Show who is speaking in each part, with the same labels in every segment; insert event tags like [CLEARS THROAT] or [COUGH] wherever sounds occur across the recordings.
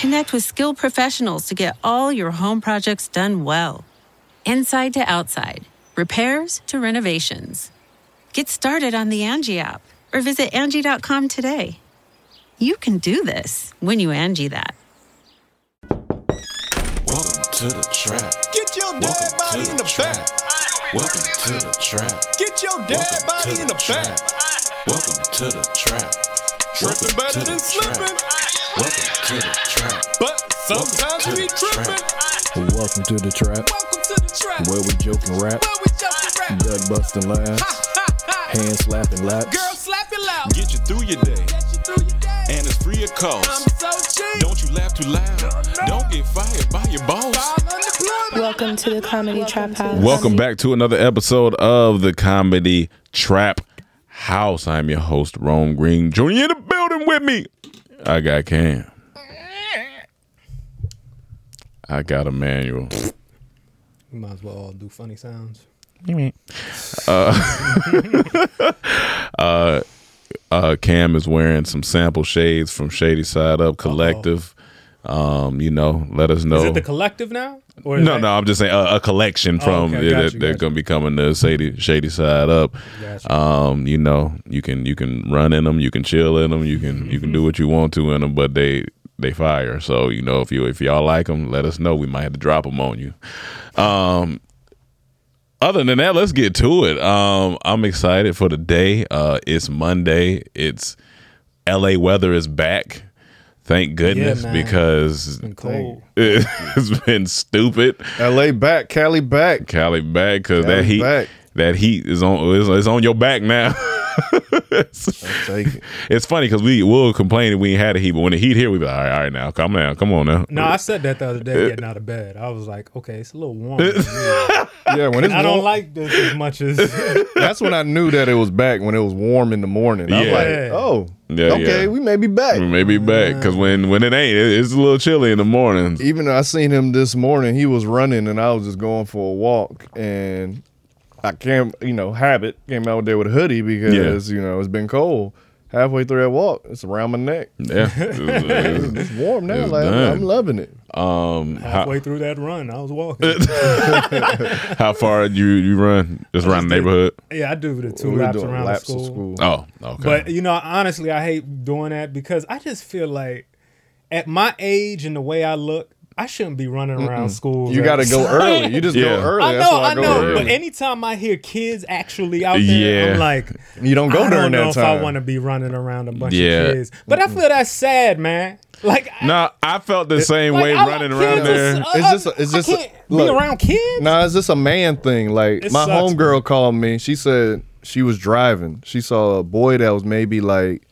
Speaker 1: Connect with skilled professionals to get all your home projects done well. Inside to outside, repairs to renovations. Get started on the Angie app or visit Angie.com today. You can do this when you Angie that.
Speaker 2: Welcome to the trap.
Speaker 3: Get your
Speaker 2: Welcome
Speaker 3: dead
Speaker 2: to
Speaker 3: body in
Speaker 2: the
Speaker 3: the
Speaker 2: trap.
Speaker 3: back.
Speaker 2: Welcome to the trap.
Speaker 3: Get your
Speaker 2: Welcome
Speaker 3: dead
Speaker 2: to
Speaker 3: body in the
Speaker 2: trap.
Speaker 3: back.
Speaker 2: Welcome to the trap. Welcome
Speaker 3: Tripping better
Speaker 2: to
Speaker 3: than
Speaker 2: the trap.
Speaker 3: slipping,
Speaker 2: Welcome to the trap.
Speaker 3: but
Speaker 2: Welcome
Speaker 3: sometimes
Speaker 2: to the
Speaker 3: we tripping.
Speaker 4: Welcome to the trap,
Speaker 3: Welcome to the trap.
Speaker 4: where we joke and rap,
Speaker 3: Where we just rap.
Speaker 4: gut busting laughs,
Speaker 3: Ha, ha, ha.
Speaker 4: hand slapping laps.
Speaker 3: Girl, slap it loud.
Speaker 2: Get you through your day,
Speaker 3: Get you through your day.
Speaker 2: and it's free of
Speaker 3: I'm
Speaker 2: cost.
Speaker 3: so cheap.
Speaker 2: Don't you laugh too loud. Don't get fired by your boss.
Speaker 3: All unemployment.
Speaker 5: Welcome to the Comedy Trap House.
Speaker 6: Welcome back to another episode of the Comedy Trap House. I'm your host, Rome Green Jr. in the building with me. I got Cam. I got
Speaker 7: [LAUGHS]
Speaker 6: Emmanuel.
Speaker 7: We might as well all do funny sounds.
Speaker 6: [LAUGHS] Uh, Cam is wearing some sample shades from Shady Side Up Collective. Um, you know, let us know.
Speaker 3: Oh.
Speaker 7: Is it the collective now? Or is
Speaker 6: no,
Speaker 7: that- Oh,
Speaker 6: no, I'm just saying uh, a collection from
Speaker 7: okay,
Speaker 6: yeah,
Speaker 7: got
Speaker 6: that,
Speaker 7: you,
Speaker 6: they're
Speaker 7: got
Speaker 6: gonna be coming to Shady Shady Side Up. Um, you know, you can you can run in them, you can chill in them, you can you can
Speaker 7: Mm-hmm.
Speaker 6: do what you want to in them, but they they fire. So you know, if you if y'all like them, let us know. We might have to drop them on you. Um, other than that, let's get to it. Um, I'm excited for the day. Uh, it's Monday. It's L.A. weather is back. Thank goodness
Speaker 7: man.
Speaker 6: because
Speaker 7: Been cold.
Speaker 6: [LAUGHS] it's been stupid.
Speaker 4: LA back, Cali back.
Speaker 6: Cali back because
Speaker 4: Cali
Speaker 6: that heat
Speaker 4: back.
Speaker 6: that heat is on is, is on your back now. it's,
Speaker 4: Take it.
Speaker 6: [LAUGHS] it's funny because we will complain that we ain't had a heat, but when the heat here, we be like, all right, all right now, come now, come on now.
Speaker 7: No, I said that the other day getting out of bed. I was like, okay, it's a little
Speaker 4: [LAUGHS]
Speaker 7: warm. in here.
Speaker 4: Yeah, when it's
Speaker 7: I don't
Speaker 4: warm,
Speaker 7: like this as much as
Speaker 4: [LAUGHS] that's when I knew that it was back when it was warm in the morning. I was
Speaker 6: Yeah.
Speaker 4: like, oh,
Speaker 6: Yeah,
Speaker 4: okay,
Speaker 6: yeah.
Speaker 4: we may be
Speaker 6: we
Speaker 4: back.
Speaker 6: may be back because when when it ain't, it, it's a little chilly in the morning.
Speaker 4: Even though I seen him this morning, he was running and I was just going for a walk and I came, you know, habit came out there with a hoodie because, you know, it's been cold. Halfway through that walk, it's around my neck. [LAUGHS]
Speaker 6: Yeah, It's-
Speaker 4: It's warm now.
Speaker 6: It's
Speaker 4: like,
Speaker 6: done.
Speaker 4: I'm loving it.
Speaker 6: um, how,
Speaker 7: halfway through that run, I was
Speaker 6: [LAUGHS]
Speaker 7: walking.
Speaker 6: how far you you run? Just around the neighborhood.
Speaker 7: yeah, I do the two
Speaker 4: We were
Speaker 7: laps
Speaker 4: doing
Speaker 7: around the
Speaker 4: laps
Speaker 7: school.
Speaker 4: of school.
Speaker 6: Oh, okay.
Speaker 7: But you know, honestly, I hate doing that because I just feel like at my age and the way I look, I shouldn't be running around school.
Speaker 4: You got to
Speaker 7: [LAUGHS]
Speaker 4: go early. You just
Speaker 6: Yeah.
Speaker 4: go early.
Speaker 7: I
Speaker 4: That's
Speaker 7: know,
Speaker 4: why
Speaker 7: I,
Speaker 4: I, go
Speaker 7: know.
Speaker 4: early.
Speaker 7: But anytime I hear kids actually out there,
Speaker 6: Yeah.
Speaker 7: I'm like,
Speaker 4: you don't go
Speaker 7: I
Speaker 4: during
Speaker 7: don't know
Speaker 4: that
Speaker 7: if
Speaker 4: time.
Speaker 7: I want to be running around a bunch
Speaker 6: Yeah.
Speaker 7: of kids. But I feel that's sad, man. Like, I-
Speaker 6: no, I felt the same
Speaker 7: like,
Speaker 6: way
Speaker 7: I
Speaker 6: running
Speaker 7: want
Speaker 6: around
Speaker 7: kids to
Speaker 6: there.
Speaker 7: s- I-
Speaker 4: Is this a-
Speaker 7: I-
Speaker 4: is this
Speaker 7: I
Speaker 4: a-
Speaker 7: can't be
Speaker 4: look.
Speaker 7: around kids?
Speaker 4: Nah, it's just a man thing. Like
Speaker 7: It
Speaker 4: my
Speaker 7: sucks,
Speaker 4: homegirl called me. She said she was driving. She saw a boy that was maybe like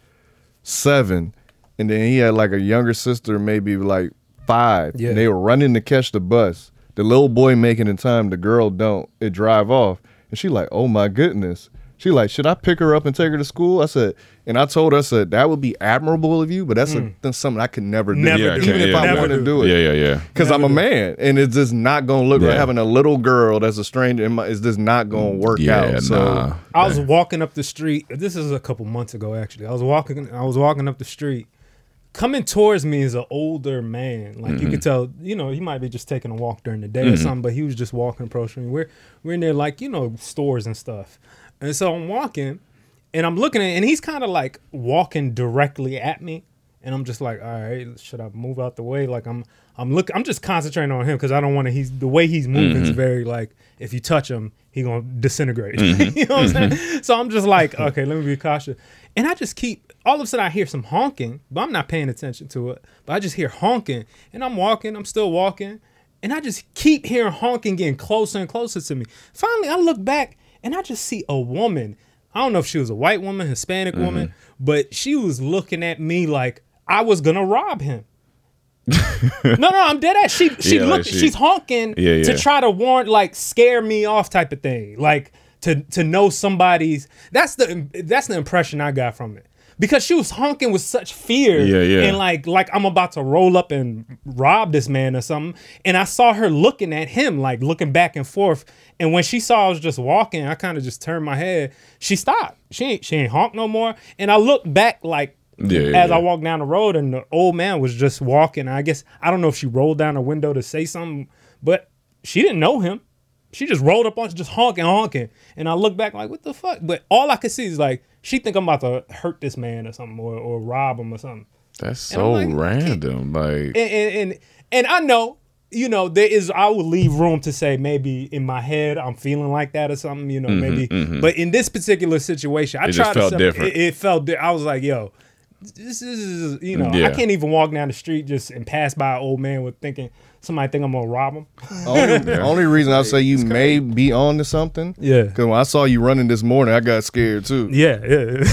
Speaker 4: seven, and then he had like a younger sister, maybe like five.
Speaker 7: Yeah.
Speaker 4: And they were running to catch the bus. The little boy making in time. The girl don't. It drive off, and she like, oh my goodness. She like, should I pick her up and take her to school? I said, and I told her, I said that would be admirable of you, but that's, a, that's something I could never do.
Speaker 7: Never
Speaker 6: Yeah,
Speaker 7: do.
Speaker 4: even
Speaker 6: yeah,
Speaker 4: if
Speaker 6: yeah,
Speaker 4: I
Speaker 6: yeah.
Speaker 4: want to do it
Speaker 6: Yeah, yeah, yeah.
Speaker 4: because I'm a man, and it's just not gonna look
Speaker 6: Yeah.
Speaker 4: right. Having a little girl that's a stranger in my, is just not gonna work
Speaker 6: Yeah,
Speaker 4: out. So
Speaker 6: nah.
Speaker 7: I was walking up the street. This is a couple months ago, actually. I was walking. I was walking up the street, coming towards me is an older man. Like you
Speaker 6: Mhm.
Speaker 7: could tell, you know, he might be just taking a walk during the day or
Speaker 6: Mhm.
Speaker 7: something, but he was just walking approaching me. We're we're in there like, you know, stores and stuff. And so I'm walking and I'm looking at and he's kind of like walking directly at me. And I'm just like, all right, should I move out the way? Like I'm I'm look I'm just concentrating on him because I don't want to he's the way he's moving is
Speaker 6: Mhm.
Speaker 7: very like if you touch him, he gonna disintegrate. [LAUGHS]
Speaker 6: Mhm.
Speaker 7: you know what I'm
Speaker 6: Mhm.
Speaker 7: saying? So I'm just like, okay, let me be cautious. And I just keep all of a sudden I hear some honking, but I'm not paying attention to it. But I just hear honking and I'm walking, I'm still walking, and I just keep hearing honking getting closer and closer to me. Finally I look back and I just see a woman. I don't know if she was a white woman, Hispanic
Speaker 6: Mm-hmm.
Speaker 7: woman, but she was looking at me like I was gonna rob
Speaker 6: [LAUGHS]
Speaker 7: him. no, no, I'm dead ass. She she
Speaker 6: Yeah, like
Speaker 7: looked
Speaker 6: she-
Speaker 7: she's honking
Speaker 6: Yeah, yeah.
Speaker 7: to try to warn like scare me off type of thing. Like to to know somebody's that's the that's the impression I got from it. Because she was honking with such fear
Speaker 6: Yeah, yeah.
Speaker 7: and like like I'm about to roll up and rob this man or something. And I saw her looking at him, like looking back and forth. And when she saw I was just walking, I kind of just turned my head. She stopped. She ain't she ain't honk no more. And I looked back like
Speaker 6: Yeah, yeah,
Speaker 7: as
Speaker 6: yeah.
Speaker 7: I walked down the road and the old man was just walking. I guess I don't know if she rolled down a window to say something, but she didn't know him. She just rolled up on just honking, honking. And I look back like, what the fuck? But all I could see is like she think I'm about to hurt this man or something or, or rob him or something.
Speaker 6: That's
Speaker 7: And I'm
Speaker 6: so
Speaker 7: like,
Speaker 6: random.
Speaker 7: [LAUGHS]
Speaker 6: Like,
Speaker 7: And, and and and I know, you know, there is I would leave room to say maybe in my head I'm feeling like that or something, you know,
Speaker 4: Mm-hmm,
Speaker 6: Mhm,
Speaker 7: maybe.
Speaker 6: mhm.
Speaker 7: But in this particular situation, I
Speaker 6: It just
Speaker 7: tried
Speaker 6: felt
Speaker 7: to separ-
Speaker 6: different.
Speaker 7: It, it felt di- I was like, yo, this is you know, I
Speaker 6: Yeah.
Speaker 7: can't even walk down the street just and pass by an old man with thinking somebody think I'm gonna rob him.
Speaker 4: Only, only reason I say you may be on to something.
Speaker 7: Yeah.
Speaker 4: Because when I saw you running this morning, I got scared too.
Speaker 7: Yeah, [LAUGHS] yeah.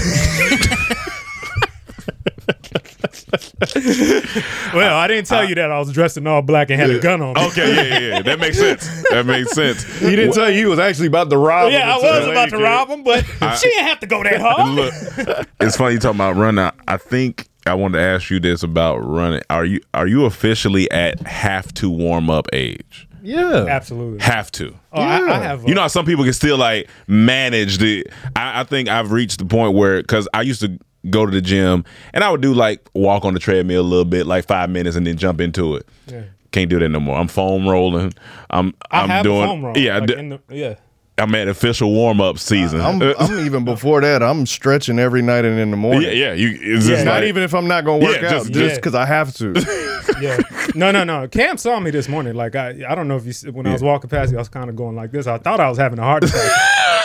Speaker 7: well, I didn't tell you that I was dressed in all black and had a gun on. me.
Speaker 6: okay, yeah, yeah, yeah. That makes sense. That makes sense.
Speaker 7: [LAUGHS]
Speaker 4: You didn't tell you you was actually about to rob
Speaker 7: Well, yeah, I
Speaker 4: him until
Speaker 7: was about to
Speaker 4: later.
Speaker 7: rob him, but
Speaker 6: [LAUGHS] I-
Speaker 7: she didn't have to go that
Speaker 6: [LAUGHS]
Speaker 7: hard.
Speaker 6: Look,
Speaker 7: [LAUGHS]
Speaker 6: it's funny you talking about running. I- I think I wanted to ask you this about running. Are you are you officially at have to warm up age?
Speaker 4: Yeah.
Speaker 7: Absolutely.
Speaker 6: Have to.
Speaker 7: Oh, I- I Yeah. have a-
Speaker 6: you know, how some people can still like manage the. I, I think I've reached the point where because I used to go to the gym and I would do like walk on the treadmill a little bit, like five minutes, and then jump into it.
Speaker 7: Yeah.
Speaker 6: Can't do that no more. I'm foam rolling. I'm
Speaker 7: I
Speaker 6: I'm
Speaker 7: have
Speaker 6: doing
Speaker 7: a foam roll.
Speaker 6: yeah. I
Speaker 7: like
Speaker 6: do-
Speaker 7: in the, yeah.
Speaker 6: I'm at official warm up season. [LAUGHS]
Speaker 4: I'm,
Speaker 6: Uh,
Speaker 4: I'm even before that. I'm stretching every night and in the morning.
Speaker 6: yeah, yeah. You it's just
Speaker 4: not
Speaker 6: like-
Speaker 4: even if I'm not gonna work
Speaker 6: Yeah,
Speaker 4: out,
Speaker 6: just-
Speaker 4: just
Speaker 6: yeah.
Speaker 4: because I have to.
Speaker 7: [LAUGHS] yeah. No, no, no. Cam saw me this morning. Like I, I don't know if you s- when I was walking past you, I was kind of going like this. I thought I was having a heart attack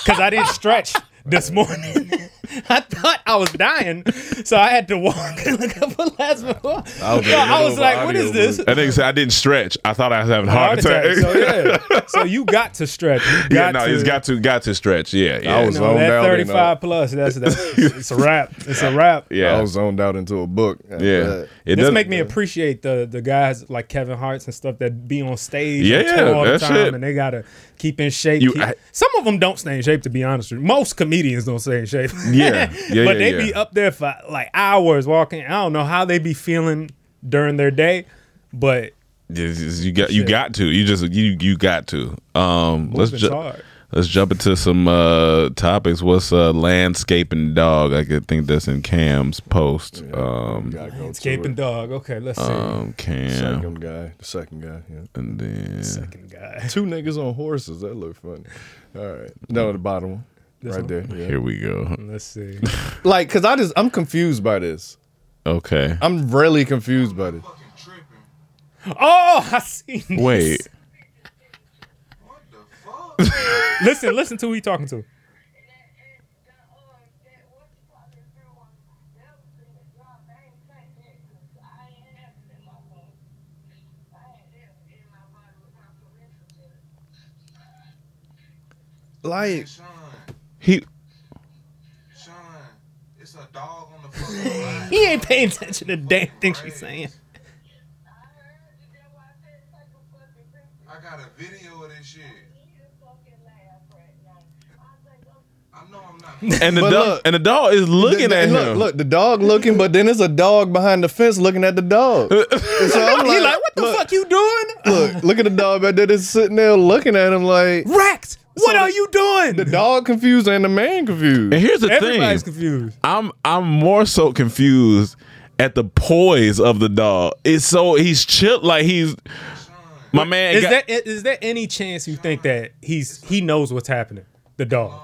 Speaker 7: because I didn't stretch this morning. [LAUGHS] I thought I was dying, so I had to walk [LAUGHS] and look up a last before.
Speaker 6: I was,
Speaker 7: Yo, I was like, "What is this?"
Speaker 6: That nigga said I didn't stretch. I thought I was having a
Speaker 7: Heart
Speaker 6: heart,
Speaker 7: attack.
Speaker 6: attack.
Speaker 7: So
Speaker 6: [LAUGHS]
Speaker 7: yeah, so you got to stretch. You got
Speaker 6: yeah, no,
Speaker 7: to,
Speaker 6: he's got to got to stretch. Yeah, yeah.
Speaker 4: I was
Speaker 7: you know,
Speaker 4: zoned
Speaker 7: that
Speaker 4: out.
Speaker 6: uh,
Speaker 4: in uh,
Speaker 7: thirty-five plus. That's that's
Speaker 6: [LAUGHS]
Speaker 7: it's a wrap. It's a wrap.
Speaker 4: a- I was zoned out into a book. after
Speaker 6: Yeah.
Speaker 4: that.
Speaker 6: It
Speaker 7: this
Speaker 6: doesn't-
Speaker 7: make me appreciate the the guys like Kevin Hart's and stuff that be on stage
Speaker 6: Yeah,
Speaker 7: yeah, all the
Speaker 6: that's
Speaker 7: time
Speaker 6: it.
Speaker 7: and they gotta keep in shape.
Speaker 6: You-
Speaker 7: keep-
Speaker 6: I-
Speaker 7: some of them don't stay in shape to be honest with you. Most comedians don't stay in shape. [LAUGHS]
Speaker 6: Yeah. Yeah,
Speaker 7: but
Speaker 6: yeah,
Speaker 7: they be
Speaker 6: yeah.
Speaker 7: up there for like hours walking. I don't know how they be feeling during their day, but
Speaker 6: Yes, yes, you got you got to. You just you you got to. Um, let's
Speaker 7: Movement's
Speaker 6: ju-
Speaker 7: hard.
Speaker 6: let's jump into some uh topics. What's uh landscaping dog? I could think that's in Cam's post. Um,
Speaker 7: escaping dog. Okay, let's see.
Speaker 6: um Cam,
Speaker 4: Second guy, the second guy, yeah.
Speaker 6: and then
Speaker 7: Second guy.
Speaker 4: Two niggas on horses. That look funny. All right, no, the bottom one,
Speaker 7: This
Speaker 4: right
Speaker 7: one?
Speaker 4: there. Yeah.
Speaker 6: here we go.
Speaker 7: Let's see.
Speaker 4: Like, cause I just I'm confused by this.
Speaker 6: Okay,
Speaker 4: I'm really confused by this.
Speaker 7: Oh, I see.
Speaker 6: wait.
Speaker 7: listen, listen to who you talking to.
Speaker 4: Like,
Speaker 6: He
Speaker 7: He ain't paying attention to damn thing she's saying.
Speaker 3: I got a video of this shit. I know I'm not.
Speaker 6: [LAUGHS] and the
Speaker 4: But
Speaker 6: dog
Speaker 4: look.
Speaker 6: and the dog is looking
Speaker 4: the-
Speaker 6: at him.
Speaker 4: look, Look, the dog looking, but then there's a dog behind the fence looking at the [LAUGHS] dog. And so I'm
Speaker 7: he like, what the fuck you doing?
Speaker 4: Look, look at the dog back there that's sitting there looking at him like
Speaker 7: Wrecked. What
Speaker 4: So
Speaker 7: are
Speaker 4: the-
Speaker 7: you doing?
Speaker 4: the dog confused and the man confused.
Speaker 6: And here's the
Speaker 7: Everybody's
Speaker 6: thing.
Speaker 7: confused.
Speaker 6: I'm I'm more so confused at the poise of the dog. It's so he's chill like he's my man.
Speaker 7: Is
Speaker 6: got-
Speaker 7: that is there any chance you think that he's he knows what's happening? The dog.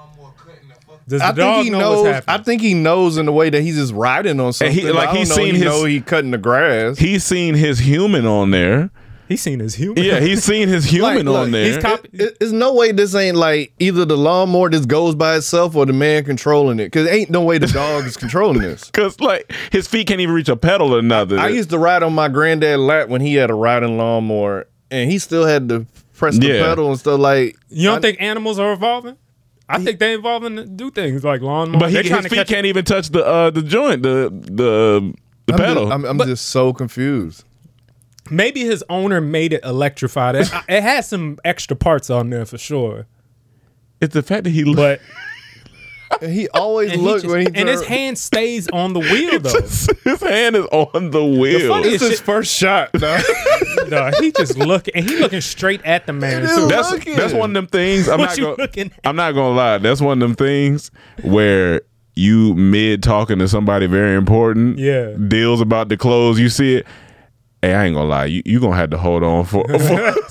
Speaker 7: Does the
Speaker 4: I
Speaker 7: dog
Speaker 4: think he
Speaker 7: know
Speaker 4: knows.
Speaker 7: what's happening?
Speaker 4: I think he knows in the way that he's just riding on
Speaker 6: and
Speaker 4: something.
Speaker 6: he like he's seen his
Speaker 4: he cutting the grass.
Speaker 6: He's seen his human on there.
Speaker 7: He's seen his human.
Speaker 6: Yeah, he's seen
Speaker 4: [LAUGHS]
Speaker 6: his
Speaker 4: Like,
Speaker 6: human
Speaker 4: look,
Speaker 6: on there.
Speaker 4: it- it- There's no way this ain't like either the lawnmower just goes by itself or the man controlling it. Cause ain't no way the dog is controlling this.
Speaker 6: [LAUGHS] Cause like his feet can't even reach a pedal or nothing.
Speaker 4: I used to ride on my granddad lap when he had a riding lawnmower, and he still had to press the
Speaker 6: Yeah.
Speaker 4: pedal and stuff. Like
Speaker 7: You don't think animals are evolving? I think they evolving to do things like lawnmowers.
Speaker 6: but he,
Speaker 7: They're
Speaker 6: his
Speaker 7: trying
Speaker 6: feet
Speaker 7: to catch
Speaker 6: can't even touch the uh the joint, the the the
Speaker 4: I'm
Speaker 6: pedal.
Speaker 4: Just, I'm, I'm just so confused.
Speaker 7: Maybe his owner made it electrified. It, it has some extra parts on there for sure.
Speaker 6: it's the fact that he looked
Speaker 7: But
Speaker 6: [LAUGHS]
Speaker 4: And he always
Speaker 7: and, he
Speaker 4: looked
Speaker 7: just-
Speaker 4: when he
Speaker 7: and his
Speaker 4: turned-
Speaker 7: hand stays on the wheel though.
Speaker 6: his hand is on the wheel.
Speaker 7: funny-
Speaker 4: This is his first shot.
Speaker 7: [LAUGHS]
Speaker 4: dog.
Speaker 7: Nah, he just look and he looking straight at the man.
Speaker 4: It
Speaker 7: too.
Speaker 4: is
Speaker 6: that's
Speaker 4: looking.
Speaker 6: that's one of them things. I'm
Speaker 7: What
Speaker 6: not
Speaker 7: you
Speaker 6: gonna,
Speaker 7: looking at?
Speaker 6: I'm not gonna lie. That's one of them things where you mid talking to somebody very important.
Speaker 7: Yeah.
Speaker 6: deals about the clothes. You see it. Hey, I ain't gonna lie. You you gonna have to hold
Speaker 7: [LAUGHS]
Speaker 6: on for. for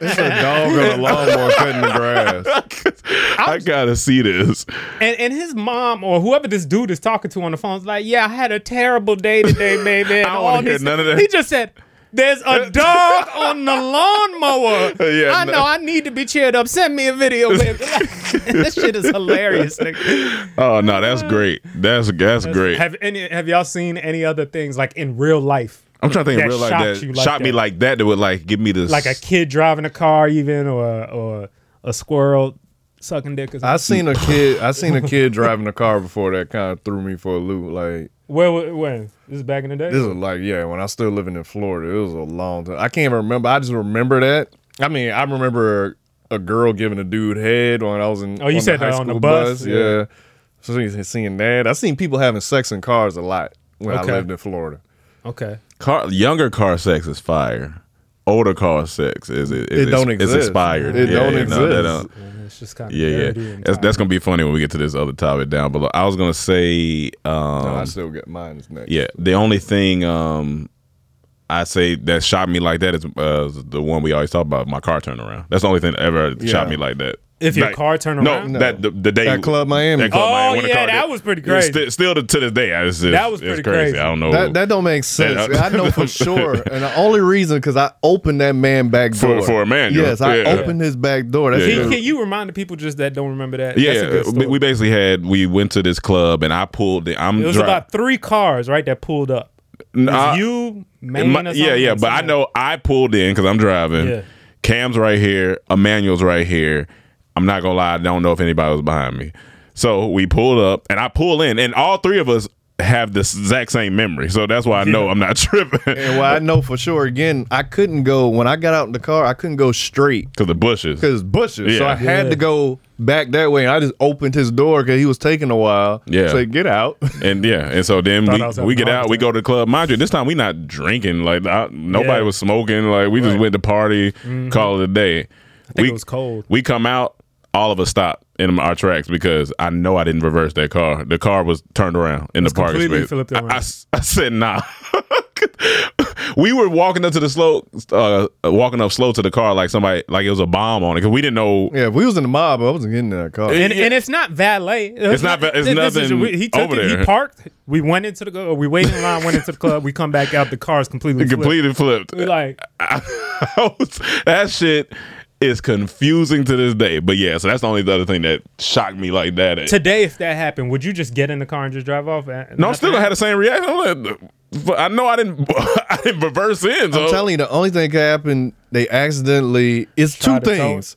Speaker 4: It's a dog on a lawnmower cutting the grass.
Speaker 6: [LAUGHS] I gotta see this.
Speaker 7: And and his mom or whoever this dude is talking to on the phone is like, "Yeah, I had a terrible day
Speaker 6: [LAUGHS]
Speaker 7: today, baby." and
Speaker 6: I don't
Speaker 7: all
Speaker 6: wanna hear
Speaker 7: this-
Speaker 6: none of that.
Speaker 7: He just said, "There's
Speaker 6: [LAUGHS]
Speaker 7: a dog on the lawnmower."
Speaker 6: Yeah,
Speaker 7: I
Speaker 6: no.
Speaker 7: know. I need to be cheered up. Send me a video,
Speaker 6: [LAUGHS]
Speaker 7: baby. [LAUGHS] this shit is hilarious. nigga.
Speaker 6: Oh no, that's great. That's that's great.
Speaker 7: Have any have y'all seen any other things like in real life?
Speaker 6: I'm trying to think
Speaker 7: that
Speaker 6: of real
Speaker 7: shocked
Speaker 6: like that
Speaker 7: you like
Speaker 6: shot me
Speaker 7: that?
Speaker 6: like that that would like give me this
Speaker 7: Like a kid driving a car, even or or a squirrel sucking dick. Or
Speaker 4: I seen
Speaker 7: something.
Speaker 4: a kid. I seen a
Speaker 7: [LAUGHS]
Speaker 4: kid driving a car before that kind of threw me for a loop. Like
Speaker 7: Where where- when this is back in the day.
Speaker 4: this is like yeah, when I still living in Florida, it was a long time. I can't even remember. I just remember that. I mean, I remember a girl giving a dude head when I was in.
Speaker 7: Oh, you
Speaker 4: on
Speaker 7: said
Speaker 4: the high
Speaker 7: that on the
Speaker 4: school
Speaker 7: bus?
Speaker 4: Yeah.
Speaker 7: Yeah.
Speaker 4: So seeing- seeing that, I seen people having sex in cars a lot when
Speaker 7: Okay.
Speaker 4: I lived in Florida.
Speaker 7: okay.
Speaker 6: car. Younger car sex is fire. Older car sex is it? Is,
Speaker 4: It don't
Speaker 6: it's, It's
Speaker 4: exist.
Speaker 6: expired.
Speaker 4: It don't
Speaker 6: yeah, no, that
Speaker 4: exist.
Speaker 6: don't-
Speaker 7: And it's just kind of
Speaker 6: Yeah, yeah. That's, that's gonna be funny when we get to this other topic down below. I was gonna say, um,
Speaker 4: No, I still got mine is next.
Speaker 6: yeah, the only thing um, I say that shot me like that is uh, the one we always talk about, my car turnaround. That's the only thing that ever shot
Speaker 4: Yeah.
Speaker 6: me like that.
Speaker 7: If your
Speaker 6: Like-
Speaker 7: car turned
Speaker 6: no,
Speaker 7: around?
Speaker 6: that the, the day
Speaker 4: At Club Miami.
Speaker 6: At Club
Speaker 7: Oh,
Speaker 6: Miami when the
Speaker 7: yeah,
Speaker 6: car
Speaker 7: that
Speaker 6: did-
Speaker 7: was pretty
Speaker 6: It's
Speaker 7: crazy.
Speaker 6: sti- still to, to this day, I just,
Speaker 7: That was
Speaker 6: it's
Speaker 7: pretty
Speaker 6: crazy.
Speaker 7: crazy.
Speaker 6: I don't know uh,
Speaker 4: That, that don't make sense.
Speaker 6: I-
Speaker 4: I know
Speaker 6: [LAUGHS]
Speaker 4: for sure. And the only reason, because I opened that man back
Speaker 6: For-
Speaker 4: door.
Speaker 6: for a man, yeah.
Speaker 4: Yes, I
Speaker 6: Yeah.
Speaker 4: opened his back door. That's
Speaker 6: Yeah.
Speaker 4: the-
Speaker 7: Can, can you remind the people just that don't remember that? That's a
Speaker 6: Yeah,
Speaker 7: good
Speaker 6: we-
Speaker 7: story.
Speaker 6: we basically had we went to this club and I pulled the I'm
Speaker 7: it was
Speaker 6: dri-
Speaker 7: about three cars, right, that pulled up. It was
Speaker 6: Nah,
Speaker 7: you, man,
Speaker 6: My-
Speaker 7: or
Speaker 6: yeah,
Speaker 7: something,
Speaker 6: yeah,
Speaker 7: or
Speaker 6: but I
Speaker 7: something.
Speaker 6: know I pulled in because I'm driving.
Speaker 7: Yeah.
Speaker 6: Cam's right here. Emmanuel's right here. I'm not gonna lie. I don't know if anybody was behind me. So we pulled up, and I pull in, and all three of us have the exact same memory. So that's why I know I'm not [LAUGHS] tripping because
Speaker 4: And well, I know for sure. Again, I couldn't go when I got out in the car. I couldn't go straight
Speaker 6: the bushes.
Speaker 4: because bushes. So
Speaker 6: Yeah.
Speaker 4: I had
Speaker 7: Yeah.
Speaker 4: to go back that way. And I just opened his door because he was taking a while.
Speaker 6: Yeah.
Speaker 4: say get out.
Speaker 6: And yeah, and so then
Speaker 7: Thought I was
Speaker 6: we,
Speaker 7: having
Speaker 6: we get
Speaker 7: a heart
Speaker 6: out, we go to the club. Mind you, this time we not drinking. Like I, nobody
Speaker 7: Yeah. Mm-hmm.
Speaker 6: was smoking. Like we just went to party, call it a day.
Speaker 7: think
Speaker 6: we,
Speaker 7: it was cold.
Speaker 6: We come out, all of us stop in our tracks because I know I didn't reverse that car. The car was turned around in
Speaker 7: was
Speaker 6: the parking
Speaker 7: completely
Speaker 6: space.
Speaker 7: flipped
Speaker 6: I-
Speaker 7: around.
Speaker 6: I, s- I said nah. [LAUGHS] we were walking up to the slow, uh, walking up slow to the car like somebody like it was a bomb on it because we didn't know.
Speaker 4: yeah, if we was in the mob, I wasn't getting in that car.
Speaker 7: And, and it's not valet.
Speaker 6: It's not va-
Speaker 7: this
Speaker 6: it's
Speaker 7: is-
Speaker 6: nothing
Speaker 7: we- he took
Speaker 6: over
Speaker 7: it,
Speaker 6: there.
Speaker 7: He parked. We went into the go- we waited in line, went into the club. We come back out. The car's completely
Speaker 6: It
Speaker 7: flipped.
Speaker 6: completely flipped.
Speaker 7: We like
Speaker 6: I was- [LAUGHS] that shit is confusing to this day. But yeah, so that's the only other thing that shocked me like that.
Speaker 7: today, if that happened, would you just get in the car and just drive off? No,
Speaker 6: no, I'm still gonna have the same reaction. I'm like, but I know I didn't. [LAUGHS] I didn't reverse in. So.
Speaker 4: I'm telling you, the only thing that happened, they accidentally. It's two
Speaker 7: Tried to tow it.
Speaker 4: things.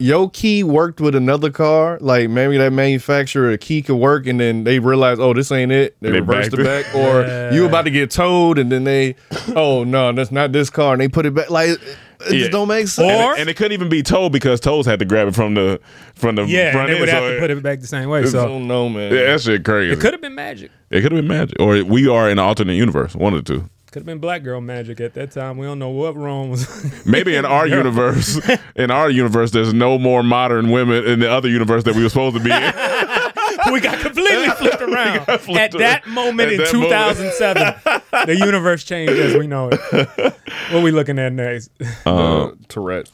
Speaker 4: Yo key worked with another car, like maybe that manufacturer the key could work, and then they realized, oh, this ain't it. They,
Speaker 6: They
Speaker 4: reversed it
Speaker 6: backed
Speaker 4: back, or you about to get towed, and then they, oh no, that's not this car, and they put it back. Like it it
Speaker 6: Yeah.
Speaker 4: just don't make
Speaker 6: And it-
Speaker 4: sense.
Speaker 6: and, it couldn't even be told because Toes had to grab it from the from the
Speaker 7: [LAUGHS] Yeah, and
Speaker 6: front
Speaker 7: they
Speaker 6: end,
Speaker 7: would
Speaker 6: so
Speaker 7: have to put it back the same way.
Speaker 4: I
Speaker 7: So
Speaker 4: don't know, man.
Speaker 6: Yeah, that shit crazy.
Speaker 7: it could have been magic.
Speaker 6: It could have been magic, or we are in an alternate universe. One of the two.
Speaker 7: Could have been black girl magic at that time. We don't know what Rome was. [LAUGHS]
Speaker 6: Maybe in our universe, in our universe, there's no more modern women in the other universe that [LAUGHS] we were supposed to be in.
Speaker 7: we got completely flipped around.
Speaker 6: flipped
Speaker 7: At that
Speaker 6: around.
Speaker 7: moment
Speaker 6: At
Speaker 7: in
Speaker 6: that
Speaker 7: 2007, the universe changed as we
Speaker 6: [LAUGHS]
Speaker 7: know it. What we looking at next?
Speaker 6: Um,
Speaker 4: Tourette's.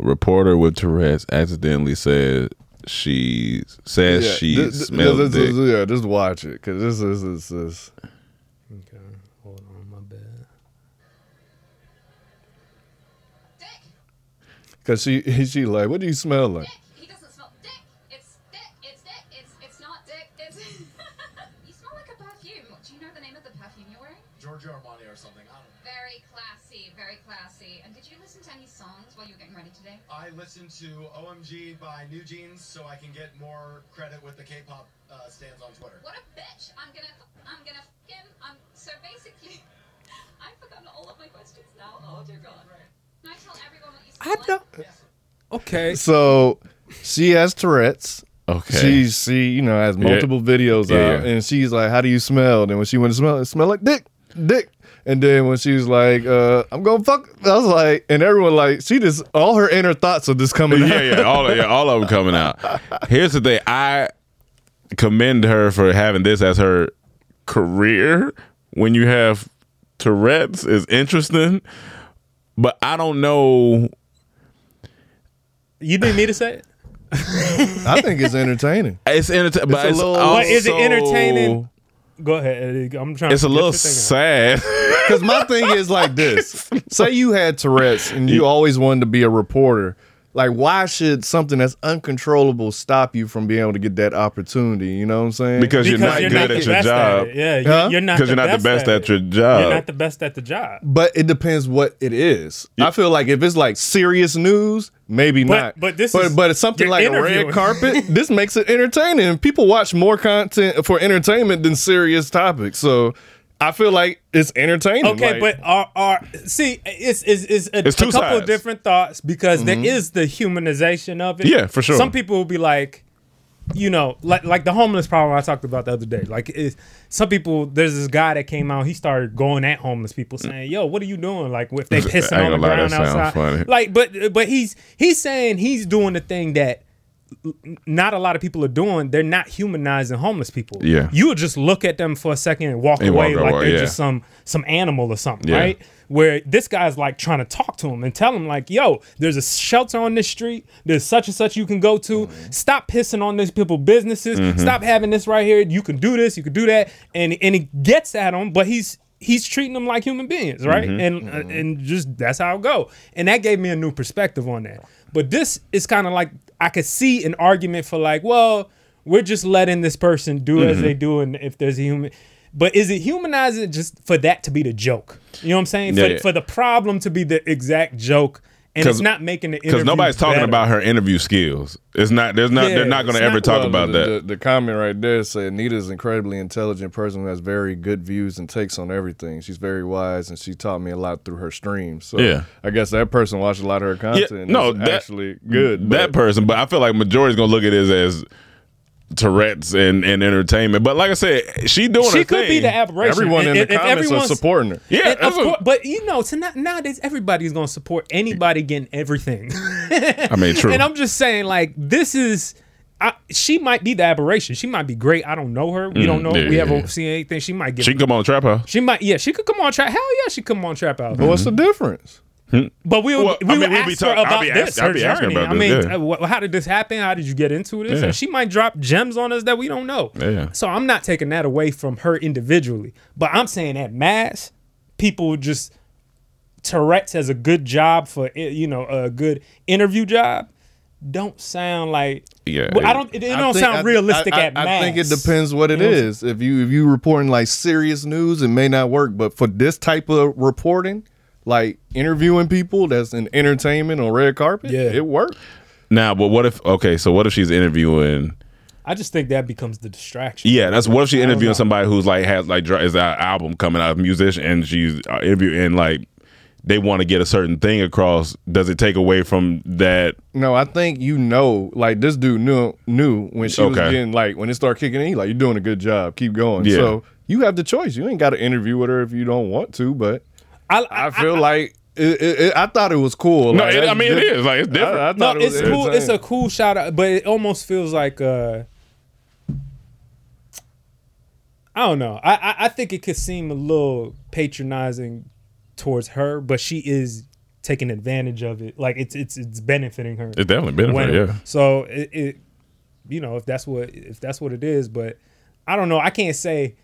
Speaker 6: reporter with Tourette's accidentally said she says she
Speaker 4: this, this-
Speaker 6: smelled
Speaker 4: this-
Speaker 6: dick.
Speaker 4: this- yeah, just watch it because this is this is. Cause she [LAUGHS] she like, what do you smell like?
Speaker 8: He doesn't smell dick. It's dick. It's dick. It's it's not dick. It's [LAUGHS] you smell like a perfume. Do you know the name of the perfume you're wearing?
Speaker 3: Giorgio Armani or something. I don't
Speaker 8: Very classy. Very classy. And did you listen to any songs while you were getting ready today?
Speaker 3: know. I listen to OMG by New Jeans so I can get more credit with the K-pop uh, stands on Twitter.
Speaker 8: What a bitch! I'm gonna I'm gonna f him. I'm so basically. I've forgotten all of my questions now. Oh dear God. Can I tell everyone what you smell like?
Speaker 7: Okay.
Speaker 4: So she has Tourette's.
Speaker 6: Okay.
Speaker 4: She she you know has
Speaker 6: Yeah.
Speaker 4: multiple videos
Speaker 6: Yeah,
Speaker 4: out,
Speaker 6: yeah.
Speaker 4: and she's like, "How do you smell?" And when she went to smell, it smelled like dick, dick. And then when she was like, uh, "I'm gonna fuck," I was like, and everyone like, she just all her inner thoughts are just coming.
Speaker 6: yeah,
Speaker 4: out.
Speaker 6: yeah, all of, yeah, all of them coming out. Here's the thing: I commend her for having this as her career. When you have Tourette's, is interesting, but I don't know.
Speaker 7: You need me to say it?
Speaker 4: I think it's entertaining.
Speaker 6: It's entertaining, but
Speaker 7: a
Speaker 6: it's
Speaker 7: little-
Speaker 6: also,
Speaker 7: But is it entertaining? Go ahead. Eddie. I'm trying.
Speaker 6: It's a
Speaker 7: to get
Speaker 6: little
Speaker 7: your thing out.
Speaker 6: sad.
Speaker 4: Because my thing is like this: say you had Tourette's and you always wanted to be a reporter. Like, why should something that's uncontrollable stop you from being able to get that opportunity? You know what I'm saying?
Speaker 6: Because you're Because not you're good not at the your best at job. it. Yeah, you- you're not 'Cause the you're not the best best at at your it. job. You're not
Speaker 7: the best at the job.
Speaker 4: But it depends what it is. I feel like if it's like serious news, maybe
Speaker 7: But-
Speaker 4: not.
Speaker 7: but this
Speaker 4: but,
Speaker 7: is-
Speaker 4: but it's something
Speaker 7: you're
Speaker 4: like a red
Speaker 7: interviewing.
Speaker 4: carpet. this makes it entertaining. People watch more content for entertainment than serious topics. So I feel like it's entertaining.
Speaker 7: Okay,
Speaker 4: Like-
Speaker 7: but are are see it's it's, it's a,
Speaker 4: It's
Speaker 7: a
Speaker 4: two
Speaker 7: couple
Speaker 4: sides.
Speaker 7: of different thoughts because there
Speaker 4: Mhm.
Speaker 7: is the humanization of it.
Speaker 6: Mm-hmm. Yeah, for sure.
Speaker 7: Some people will be like, you know, like like the homeless problem I talked about the other day. Like, is some people there's this guy that came out. He started going at homeless people saying, "Yo, what are you doing? Like, if they
Speaker 6: I ain't
Speaker 7: pissing on the
Speaker 6: gonna lie, that
Speaker 7: ground
Speaker 6: sounds
Speaker 7: outside."
Speaker 6: funny.
Speaker 7: Like, but but he's he's saying he's doing the thing that n- not a lot of people are doing. They're not humanizing homeless people.
Speaker 6: Yeah.
Speaker 7: you would just look at them for a second and walk
Speaker 6: And walk
Speaker 7: away like
Speaker 6: away,
Speaker 7: they're
Speaker 6: yeah.
Speaker 7: just some some animal or something,
Speaker 6: Yeah.
Speaker 7: right? Where this guy's like trying to talk to him and tell him like, "Yo, there's a shelter on this street. There's such and such you can go to.
Speaker 6: Mm-hmm.
Speaker 7: Stop pissing on these people businesses.
Speaker 6: Mhm.
Speaker 7: Stop having this right here. You can do this. You can do that." And and he gets at him, but he's he's treating them like human beings, right?
Speaker 6: Mhm.
Speaker 7: And uh, and just that's how it go. And that gave me a new perspective on that. But this is kind of like I could see an argument for like, well, we're just letting this person do as
Speaker 6: Mhm.
Speaker 7: they do, and if there's a human. But is it humanizing just for that to be the joke? You know what I'm saying?
Speaker 6: Yeah,
Speaker 7: for,
Speaker 6: yeah.
Speaker 7: for the problem to be the exact joke, and it's not making the
Speaker 6: because
Speaker 7: interview
Speaker 6: nobody's talking
Speaker 7: better.
Speaker 6: about her interview skills. It's not. There's not. they're
Speaker 7: Yeah,
Speaker 6: not going to
Speaker 7: it's
Speaker 6: ever
Speaker 7: not-
Speaker 6: talk
Speaker 7: Well,
Speaker 6: about
Speaker 4: the,
Speaker 6: that.
Speaker 4: The, the comment right there said Nita's an incredibly intelligent person who has very good views and takes on everything. She's very wise and she taught me a lot through her streams. So
Speaker 6: Yeah.
Speaker 4: I guess that person watched a lot of her
Speaker 6: Yeah,
Speaker 4: content. and it's actually good.
Speaker 6: That person, but I feel like majority's gonna look at it as Tourette's and, and entertainment. But like I said, she doing.
Speaker 7: she
Speaker 6: her
Speaker 7: could be
Speaker 6: thing.
Speaker 7: the aberration. And- and- and everyone's-
Speaker 6: Yeah,
Speaker 7: and of
Speaker 6: that's what-
Speaker 7: course. But you know, tonight nowadays everybody's gonna support anybody getting everything. I
Speaker 6: mean, true.
Speaker 7: And I'm just saying, like, this is. I, she might be the aberration. She might be great. I don't know her. We don't
Speaker 6: Mm,
Speaker 7: know.
Speaker 6: yeah,
Speaker 7: we
Speaker 6: yeah,
Speaker 7: haven't
Speaker 6: yeah.
Speaker 7: seen anything. She might get.
Speaker 6: she can come on the trap house.
Speaker 7: She might. Yeah, she could come on trap. Hell yeah, she come on trap out.
Speaker 4: But what's the difference?
Speaker 7: But we would,
Speaker 6: Well,
Speaker 7: we
Speaker 6: I mean,
Speaker 7: would
Speaker 6: we'd
Speaker 7: ask
Speaker 6: be
Speaker 7: her
Speaker 6: talk- I'd
Speaker 7: about
Speaker 6: be
Speaker 7: this,
Speaker 6: ask- I'd
Speaker 7: her
Speaker 6: be asking
Speaker 7: journey.
Speaker 6: about
Speaker 7: I
Speaker 6: this,
Speaker 7: mean,
Speaker 6: yeah.
Speaker 7: uh, wh- how did this happen? How did you get into this?
Speaker 6: Yeah.
Speaker 7: And she might drop gems on us that we don't know.
Speaker 6: Yeah.
Speaker 7: So I'm not taking that away from her individually, but I'm saying at mass, people just Tourette's has a good job for i- you know a good interview job. Don't sound like
Speaker 6: Yeah,
Speaker 7: Well, I don't. It, it
Speaker 4: I
Speaker 7: don't
Speaker 4: think-
Speaker 7: sound
Speaker 4: I-
Speaker 7: realistic
Speaker 4: I, I-
Speaker 7: at
Speaker 4: I
Speaker 7: mass.
Speaker 4: think it depends what it
Speaker 7: You know I'm
Speaker 4: is. If you if you reporting like serious news, it may not work. But for this type of reporting, like interviewing people that's in entertainment on red carpet, yeah. it works.
Speaker 6: Now, but what if? Okay, so what if she's interviewing?
Speaker 7: I just think that becomes the distraction.
Speaker 6: Yeah, that's what if she
Speaker 7: I don't know.
Speaker 6: interviewing somebody who's like has like dr- is an album coming out, a musician, and she's uh, interviewing like they want to get a certain thing across. Does it take away from that?
Speaker 4: No, I think you know, like this dude knew knew when she was
Speaker 6: Okay.
Speaker 4: getting like when it started kicking in, he like you're doing a good job, keep going.
Speaker 6: Yeah.
Speaker 4: So you have the choice. You ain't got to interview with her if you don't want to, but
Speaker 7: I,
Speaker 4: feel like It, it, it, I thought it was cool.
Speaker 6: No,
Speaker 4: Like,
Speaker 6: it- I
Speaker 4: that's
Speaker 6: mean, it
Speaker 4: diff-
Speaker 6: is. Like, it's
Speaker 4: I-
Speaker 6: different.
Speaker 4: I,
Speaker 7: No,
Speaker 4: thought it
Speaker 7: it's
Speaker 4: was
Speaker 7: cool. It's a
Speaker 4: entertaining.
Speaker 7: cool shout out, but it almost feels like uh I don't know. I, I I think it could seem a little patronizing towards her, but she is taking advantage of it. Like it's it's it's benefiting her.
Speaker 6: It definitely benefit,
Speaker 7: When-
Speaker 6: yeah.
Speaker 7: So it, it you know, if that's what if that's what it is, but I don't know. I can't say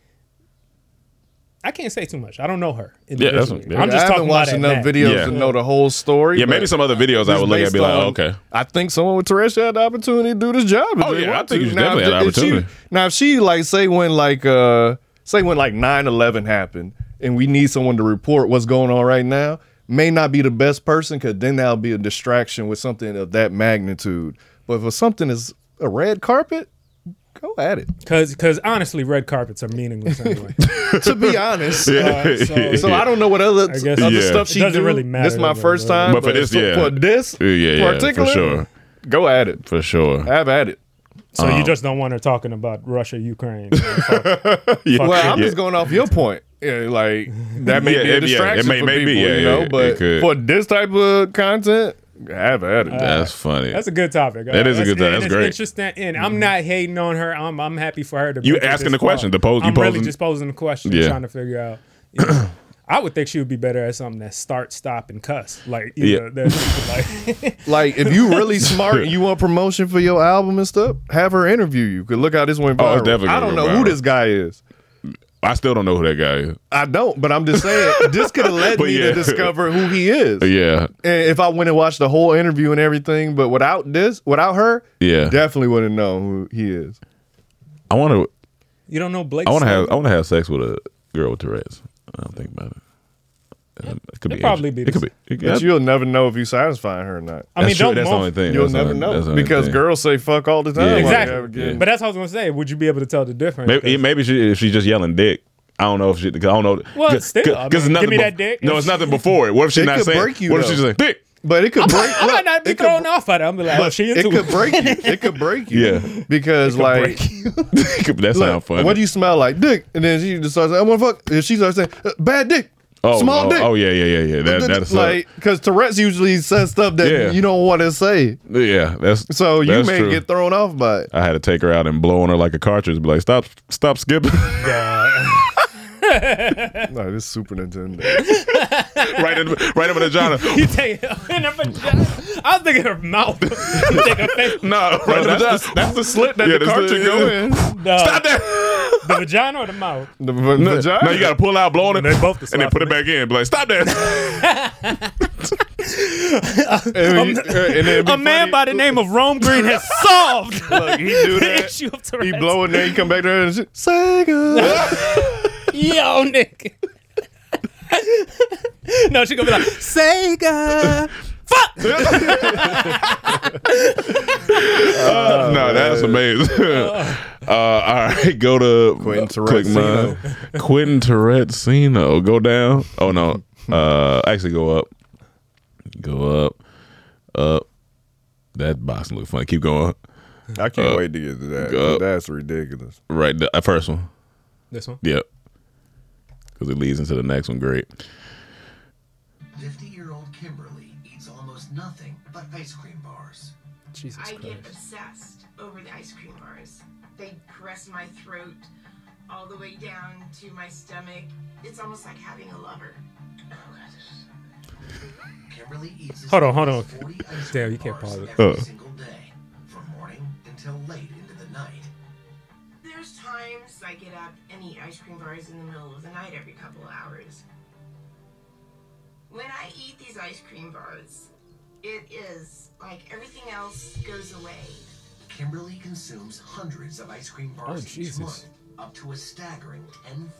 Speaker 7: I can't say too much. I don't know her.
Speaker 6: Yeah, that's-
Speaker 7: individually.
Speaker 6: yeah.
Speaker 7: I'm
Speaker 4: I
Speaker 7: just
Speaker 4: haven't
Speaker 7: talking
Speaker 4: watched
Speaker 7: about
Speaker 4: enough
Speaker 7: at that.
Speaker 4: videos
Speaker 6: Yeah.
Speaker 4: to know the whole story.
Speaker 6: Yeah, maybe
Speaker 4: but
Speaker 6: some other videos I
Speaker 4: just
Speaker 6: would look at and be
Speaker 4: based
Speaker 6: like,
Speaker 4: on-
Speaker 6: okay.
Speaker 4: I think someone with Tourette's had the opportunity to do this job. if
Speaker 6: Oh,
Speaker 4: they
Speaker 6: yeah, I
Speaker 4: want
Speaker 6: think
Speaker 4: to.
Speaker 6: you
Speaker 4: Now,
Speaker 6: definitely had
Speaker 4: if she-
Speaker 6: opportunity.
Speaker 4: Now, if she like say when like uh say when like 9-11 happened and we need someone to report what's going on right now, may not be the best person because then that'll be a distraction with something of that magnitude. But for something is a red carpet, go at it.
Speaker 7: Cause, cause honestly, red carpets are meaningless anyway.
Speaker 4: [LAUGHS] to be honest.
Speaker 6: Yeah.
Speaker 4: Uh, so, [LAUGHS] so I don't know what other,
Speaker 7: I guess-
Speaker 4: other
Speaker 6: Yeah.
Speaker 4: stuff she
Speaker 7: It doesn't
Speaker 4: do.
Speaker 7: really matter,
Speaker 4: This is my
Speaker 7: does it,
Speaker 4: first
Speaker 7: really?
Speaker 4: time,
Speaker 6: But for this, yeah.
Speaker 4: for this,
Speaker 6: Yeah, yeah, for
Speaker 4: particular,
Speaker 6: sure.
Speaker 4: Go at it.
Speaker 6: For sure.
Speaker 4: Have at it.
Speaker 7: So
Speaker 6: Um,
Speaker 7: you just don't want her talking about Russia,
Speaker 6: [LAUGHS]
Speaker 7: Ukraine.
Speaker 6: Yeah.
Speaker 4: Well, I'm
Speaker 6: Yeah.
Speaker 4: just going off your point. Yeah, like that may be
Speaker 6: Yeah, it- yeah,
Speaker 4: a distraction
Speaker 6: it may-
Speaker 4: for
Speaker 6: may be,
Speaker 4: people, you
Speaker 6: yeah, yeah,
Speaker 4: know.
Speaker 6: it
Speaker 4: but
Speaker 6: could.
Speaker 4: for this type of content, have at it.
Speaker 6: That's funny.
Speaker 7: That's a good topic.
Speaker 6: That is a good topic.
Speaker 7: and
Speaker 6: That's
Speaker 7: it's
Speaker 6: great.
Speaker 7: Interesting, and I'm not hating on her. I'm I'm happy for her to.
Speaker 6: You
Speaker 7: make it
Speaker 6: asking
Speaker 7: this
Speaker 6: the
Speaker 7: far.
Speaker 6: question, the pose- you
Speaker 7: I'm really
Speaker 6: posing-
Speaker 7: just posing the question,
Speaker 6: Yeah.
Speaker 7: trying to figure out. you know,
Speaker 6: [CLEARS THROAT]
Speaker 7: I would think she would be better at something that start, stop, and cuss. Like, you
Speaker 6: Yeah.
Speaker 7: know, that's like [LAUGHS]
Speaker 4: Like if you really
Speaker 6: [LAUGHS]
Speaker 4: smart and you want promotion for your album and stuff, have her interview you. Cause look how this went viral.
Speaker 6: Oh, it's definitely
Speaker 4: I don't
Speaker 6: gonna go
Speaker 4: know who
Speaker 6: viral.
Speaker 4: this guy is.
Speaker 6: I still don't know who that guy is.
Speaker 4: I don't, but I'm just
Speaker 6: [LAUGHS]
Speaker 4: saying this could have led
Speaker 6: But
Speaker 4: me
Speaker 6: yeah.
Speaker 4: to discover who he is.
Speaker 6: Yeah.
Speaker 4: And if I went and watched the whole interview and everything, but without this, without her,
Speaker 6: Yeah.
Speaker 4: definitely wouldn't know who he is.
Speaker 6: I want to.
Speaker 7: you don't know Blake.
Speaker 6: I want to have.
Speaker 7: Shelton?
Speaker 6: I want to have sex with a girl with Tourette's. I don't think about it. Um, It could
Speaker 7: it'd
Speaker 6: be.
Speaker 7: probably
Speaker 6: Asian.
Speaker 7: be
Speaker 6: It could
Speaker 7: the-
Speaker 6: be. It,
Speaker 4: But you'll never know if you satisfy her or not.
Speaker 7: I mean,
Speaker 6: that's true.
Speaker 7: don't
Speaker 6: That's the
Speaker 7: most-
Speaker 6: only thing.
Speaker 4: You'll
Speaker 6: That's the
Speaker 4: never
Speaker 6: only- that's the
Speaker 4: know
Speaker 6: only
Speaker 4: because
Speaker 6: thing.
Speaker 4: girls say fuck all the time.
Speaker 6: Yeah,
Speaker 4: Like,
Speaker 7: exactly.
Speaker 4: have a good-
Speaker 6: Yeah.
Speaker 7: But that's what I was gonna say. Would you be able to tell the difference?
Speaker 6: Maybe, maybe she, if she's just yelling dick. I don't know if she. Cause I don't know.
Speaker 7: Well,
Speaker 6: cause,
Speaker 7: still, I mean,
Speaker 6: it's
Speaker 7: give
Speaker 6: nothing
Speaker 7: me
Speaker 6: bef-
Speaker 7: that dick.
Speaker 6: No, it's nothing before it. What if she's
Speaker 4: It
Speaker 6: not
Speaker 4: could
Speaker 6: saying?
Speaker 4: break you,
Speaker 6: what if she's
Speaker 4: though.
Speaker 6: like dick?
Speaker 4: But it could break.
Speaker 7: [LAUGHS] I might
Speaker 4: look,
Speaker 7: not be
Speaker 4: it could-
Speaker 7: thrown off by that. I'm be like, oh,
Speaker 4: But
Speaker 7: she
Speaker 4: it
Speaker 7: into
Speaker 4: could break you. It could break you.
Speaker 6: Yeah.
Speaker 4: Because like,
Speaker 6: [LAUGHS] that
Speaker 4: look,
Speaker 6: sounds funny.
Speaker 4: what do you smell like, dick? And then she just starts. Saying, I want to fuck. And she starts saying, uh, bad dick.
Speaker 6: Oh,
Speaker 4: small
Speaker 6: oh,
Speaker 4: dick.
Speaker 6: Oh yeah, yeah, yeah, yeah. That, that's
Speaker 4: like
Speaker 6: like,
Speaker 4: because Tourette's usually says stuff that
Speaker 6: Yeah.
Speaker 4: you don't want to say,
Speaker 6: yeah. That's
Speaker 4: so you
Speaker 6: that's
Speaker 4: may
Speaker 6: true.
Speaker 4: get thrown off by it.
Speaker 6: I had to take her out and blow on her like a cartridge. Be like, stop, stop skipping.
Speaker 4: [LAUGHS] No, this is Super Nintendo.
Speaker 6: [LAUGHS] right in, right in the vagina.
Speaker 7: You take [LAUGHS] in her vagina. I was thinking her mouth. [LAUGHS] You take her face.
Speaker 6: No, right
Speaker 4: that's the- that's the slit that the cartridge go in.
Speaker 7: No,
Speaker 4: [LAUGHS]
Speaker 6: Stop that!
Speaker 7: the vagina or the mouth?
Speaker 4: The v- vagina.
Speaker 6: No, you gotta pull out, blow on it,
Speaker 7: They both the
Speaker 6: and then
Speaker 7: slot
Speaker 6: put it
Speaker 7: for
Speaker 6: back in. Be like, stop that!
Speaker 4: [LAUGHS] and, then- and then it'd be
Speaker 7: A
Speaker 4: funny.
Speaker 7: man by the name of Rome Green has solved
Speaker 4: Look, he do
Speaker 7: [LAUGHS] the
Speaker 4: that.
Speaker 7: issue of
Speaker 4: He
Speaker 7: Tourette's.
Speaker 6: [LAUGHS]
Speaker 4: blow it, then he come back there and she, Sega.
Speaker 7: Yo, Nick. [LAUGHS] no, she gonna be like Sega. Fuck.
Speaker 6: Uh, no,
Speaker 4: Oh,
Speaker 6: that's amazing. [LAUGHS] Uh, all right, go to
Speaker 4: Quentin
Speaker 6: click
Speaker 4: Tarantino.
Speaker 6: my- Quentin Tarantino. Go down. Oh no, uh, actually go up, go up, up. That box look funny. Keep going.
Speaker 4: I can't wait to get to that.
Speaker 6: go up.
Speaker 4: That's ridiculous.
Speaker 6: Right, the that first one.
Speaker 7: This one.
Speaker 6: Yep. Because it leads into the next one. Great.
Speaker 3: 50 year old Kimberly eats almost nothing but ice cream bars.
Speaker 7: Jesus
Speaker 9: I
Speaker 7: Christ.
Speaker 9: get obsessed over the ice cream bars. They press my throat all the way down to my stomach. It's almost like having a lover.
Speaker 3: Kimberly eats as
Speaker 7: Hold on, hold
Speaker 3: many as
Speaker 7: on.
Speaker 3: 40 ice
Speaker 7: Damn,
Speaker 3: cream
Speaker 7: you can't
Speaker 3: bars
Speaker 7: pause it.
Speaker 3: Every
Speaker 6: Uh.
Speaker 3: single day, from morning until late into the night.
Speaker 9: There's times I get up and eat ice cream bars in the middle of the night every couple of hours. When I eat these ice cream bars, it is like everything else goes away.
Speaker 3: Kimberly consumes hundreds of ice cream bars
Speaker 7: Oh,
Speaker 3: each
Speaker 7: Jesus.
Speaker 3: month, up to a staggering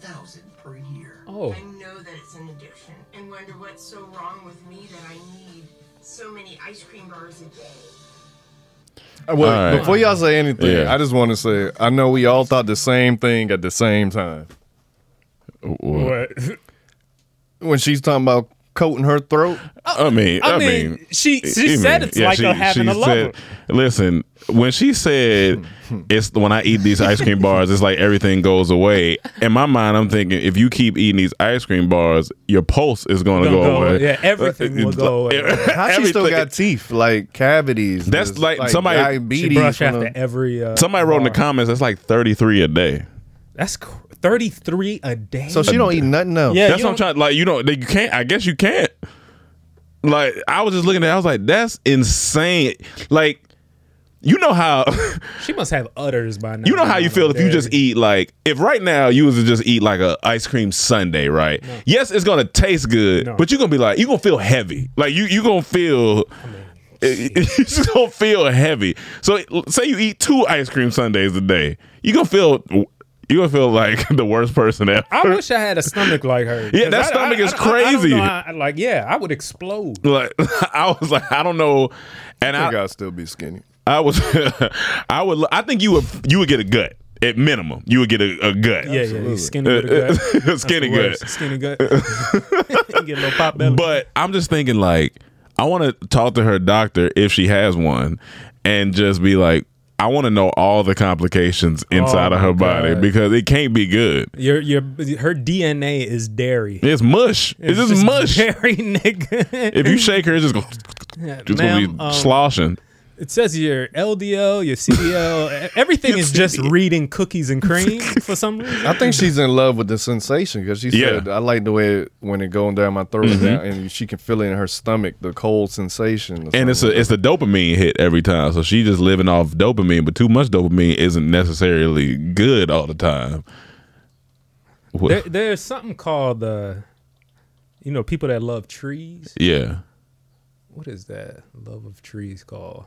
Speaker 3: 10,000 per year.
Speaker 7: Oh.
Speaker 9: I know that it's an addiction and wonder what's so wrong with me that I need so many ice cream bars a day.
Speaker 4: Uh, Well,
Speaker 6: All right.
Speaker 4: before y'all say anything,
Speaker 6: Yeah.
Speaker 4: I just want to say I know we all thought the same thing at the same time
Speaker 7: What?
Speaker 4: when she's talking about coating her throat.
Speaker 7: [LAUGHS]
Speaker 6: I mean, I,
Speaker 7: I mean, she- she said it's like a having
Speaker 6: she
Speaker 7: a lover.
Speaker 6: Said, Listen, when she said it's when I eat these ice cream bars, it's like everything goes away. In my mind, I'm thinking if you keep eating these ice cream bars, your pulse is going to
Speaker 1: Gonna
Speaker 6: go,
Speaker 1: go
Speaker 6: away.
Speaker 1: away. Yeah,
Speaker 7: everything will
Speaker 6: [LAUGHS]
Speaker 7: go away.
Speaker 1: How she still
Speaker 6: Everything-
Speaker 1: got teeth, like cavities.
Speaker 6: That's
Speaker 1: this,
Speaker 6: like somebody- She
Speaker 1: diabetes.
Speaker 6: brush
Speaker 1: from
Speaker 6: after
Speaker 1: the-
Speaker 7: every uh,
Speaker 6: Somebody wrote in the comments that's like 33 a day.
Speaker 7: That's cr- 33 a day.
Speaker 1: So she don't eat nothing
Speaker 7: [LAUGHS]
Speaker 1: else.
Speaker 6: Yeah, that's what I'm trying. Like you don't, you can't. I guess you can't. Like I was just looking at, it, I was like, that's insane. Like you know how [LAUGHS]
Speaker 7: She must have udders by now.
Speaker 6: you know how you feel if you just eat like if right now you was to just eat like a ice cream sundae, right? Yes, it's gonna taste good, but you're gonna be like you're gonna feel heavy. Like you you gonna feel. [LAUGHS] You're just gonna feel heavy. So, say you eat two ice cream sundaes a day, you gonna feel you gonna feel like [LAUGHS] the worst person ever.
Speaker 7: I wish I had a stomach like her.
Speaker 6: Yeah,
Speaker 7: 'Cause
Speaker 6: that
Speaker 7: I-
Speaker 6: stomach
Speaker 7: I-
Speaker 6: is
Speaker 7: I- I- I don't
Speaker 6: crazy.
Speaker 7: know, I- like, yeah, I would explode.
Speaker 6: like [LAUGHS] I was like, I don't know, and I,
Speaker 1: think I'd still be skinny.
Speaker 6: I was, [LAUGHS] I would, I think you would, you would get a gut at minimum. You would get a, a gut. Uh,
Speaker 7: Yeah, yeah, he's skinny with
Speaker 6: [LAUGHS]
Speaker 7: a gut. That's
Speaker 6: skinny
Speaker 7: the
Speaker 6: gut.
Speaker 7: worst. Skinny gut.
Speaker 6: [LAUGHS]
Speaker 7: You get a little pop belly.
Speaker 6: But I'm just thinking like I want to talk to her doctor if she has one, and just be like, I want to know all the complications inside
Speaker 7: Oh,
Speaker 6: of her
Speaker 7: my
Speaker 6: body
Speaker 7: God.
Speaker 6: because it can't be good.
Speaker 7: Your your her DNA is dairy.
Speaker 6: It's mush. It's, just,
Speaker 7: [LAUGHS]
Speaker 6: mush.
Speaker 7: Dairy, nigga.
Speaker 6: If you shake her, it's just gonna,
Speaker 7: Yeah,
Speaker 6: it's gonna be
Speaker 7: ma'am, um,
Speaker 6: sloshing.
Speaker 7: It says your LDL, your CDL, e- everything is just reading cookies
Speaker 6: [LAUGHS]
Speaker 7: and cream for some reason.
Speaker 1: I think she's in love with the sensation because she
Speaker 6: Yeah.
Speaker 1: said, "I like the way it, when it going down my throat,
Speaker 6: Mhm.
Speaker 1: now," and she can feel it in her stomach, the cold sensation." or
Speaker 6: and it's a it's the dopamine hit every time. So she just living off dopamine, but too much dopamine isn't necessarily good all the time. Wha-
Speaker 7: There, there's something called uh, you know, people that love trees.
Speaker 6: yeah,
Speaker 7: What is that love of trees called?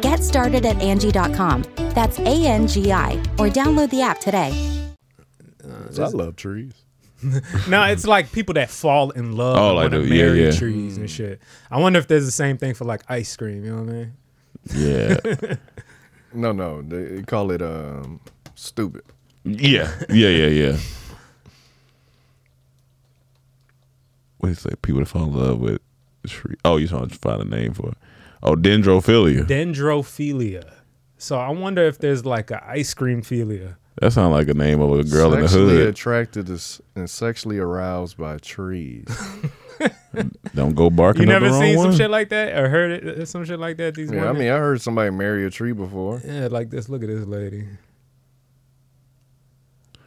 Speaker 10: Get started at Angie.com. That's A N G I, or download the app today.
Speaker 1: I love trees.
Speaker 7: no, it's like people that fall in love.
Speaker 6: Oh,
Speaker 7: Oh,
Speaker 6: like
Speaker 7: like
Speaker 6: the- yeah,
Speaker 7: marry
Speaker 6: yeah.
Speaker 7: trees and shit. I wonder if there's the same thing for like ice cream. You know what I mean?
Speaker 6: yeah,
Speaker 1: No, no, they call it um stupid.
Speaker 6: yeah, yeah, yeah, yeah. What is like people that fall in love with? Tree. Oh, you trying to find a name for it? Oh, dendrophilia.
Speaker 7: Dendrophilia. So I wonder if there's like a ice cream philia.
Speaker 6: That sounds like a name of a girl in the
Speaker 1: Sexually
Speaker 6: hood.
Speaker 1: attracted to s- and sexually aroused by
Speaker 4: [LAUGHS]
Speaker 1: trees.
Speaker 6: Don't go barking.
Speaker 7: You
Speaker 6: up
Speaker 7: never
Speaker 6: the wrong
Speaker 7: seen
Speaker 6: one.
Speaker 7: some shit like that or heard it, some shit like that? These
Speaker 1: yeah, I
Speaker 7: women?
Speaker 1: mean, I heard somebody marry a tree before.
Speaker 7: yeah, like this. Look at this lady.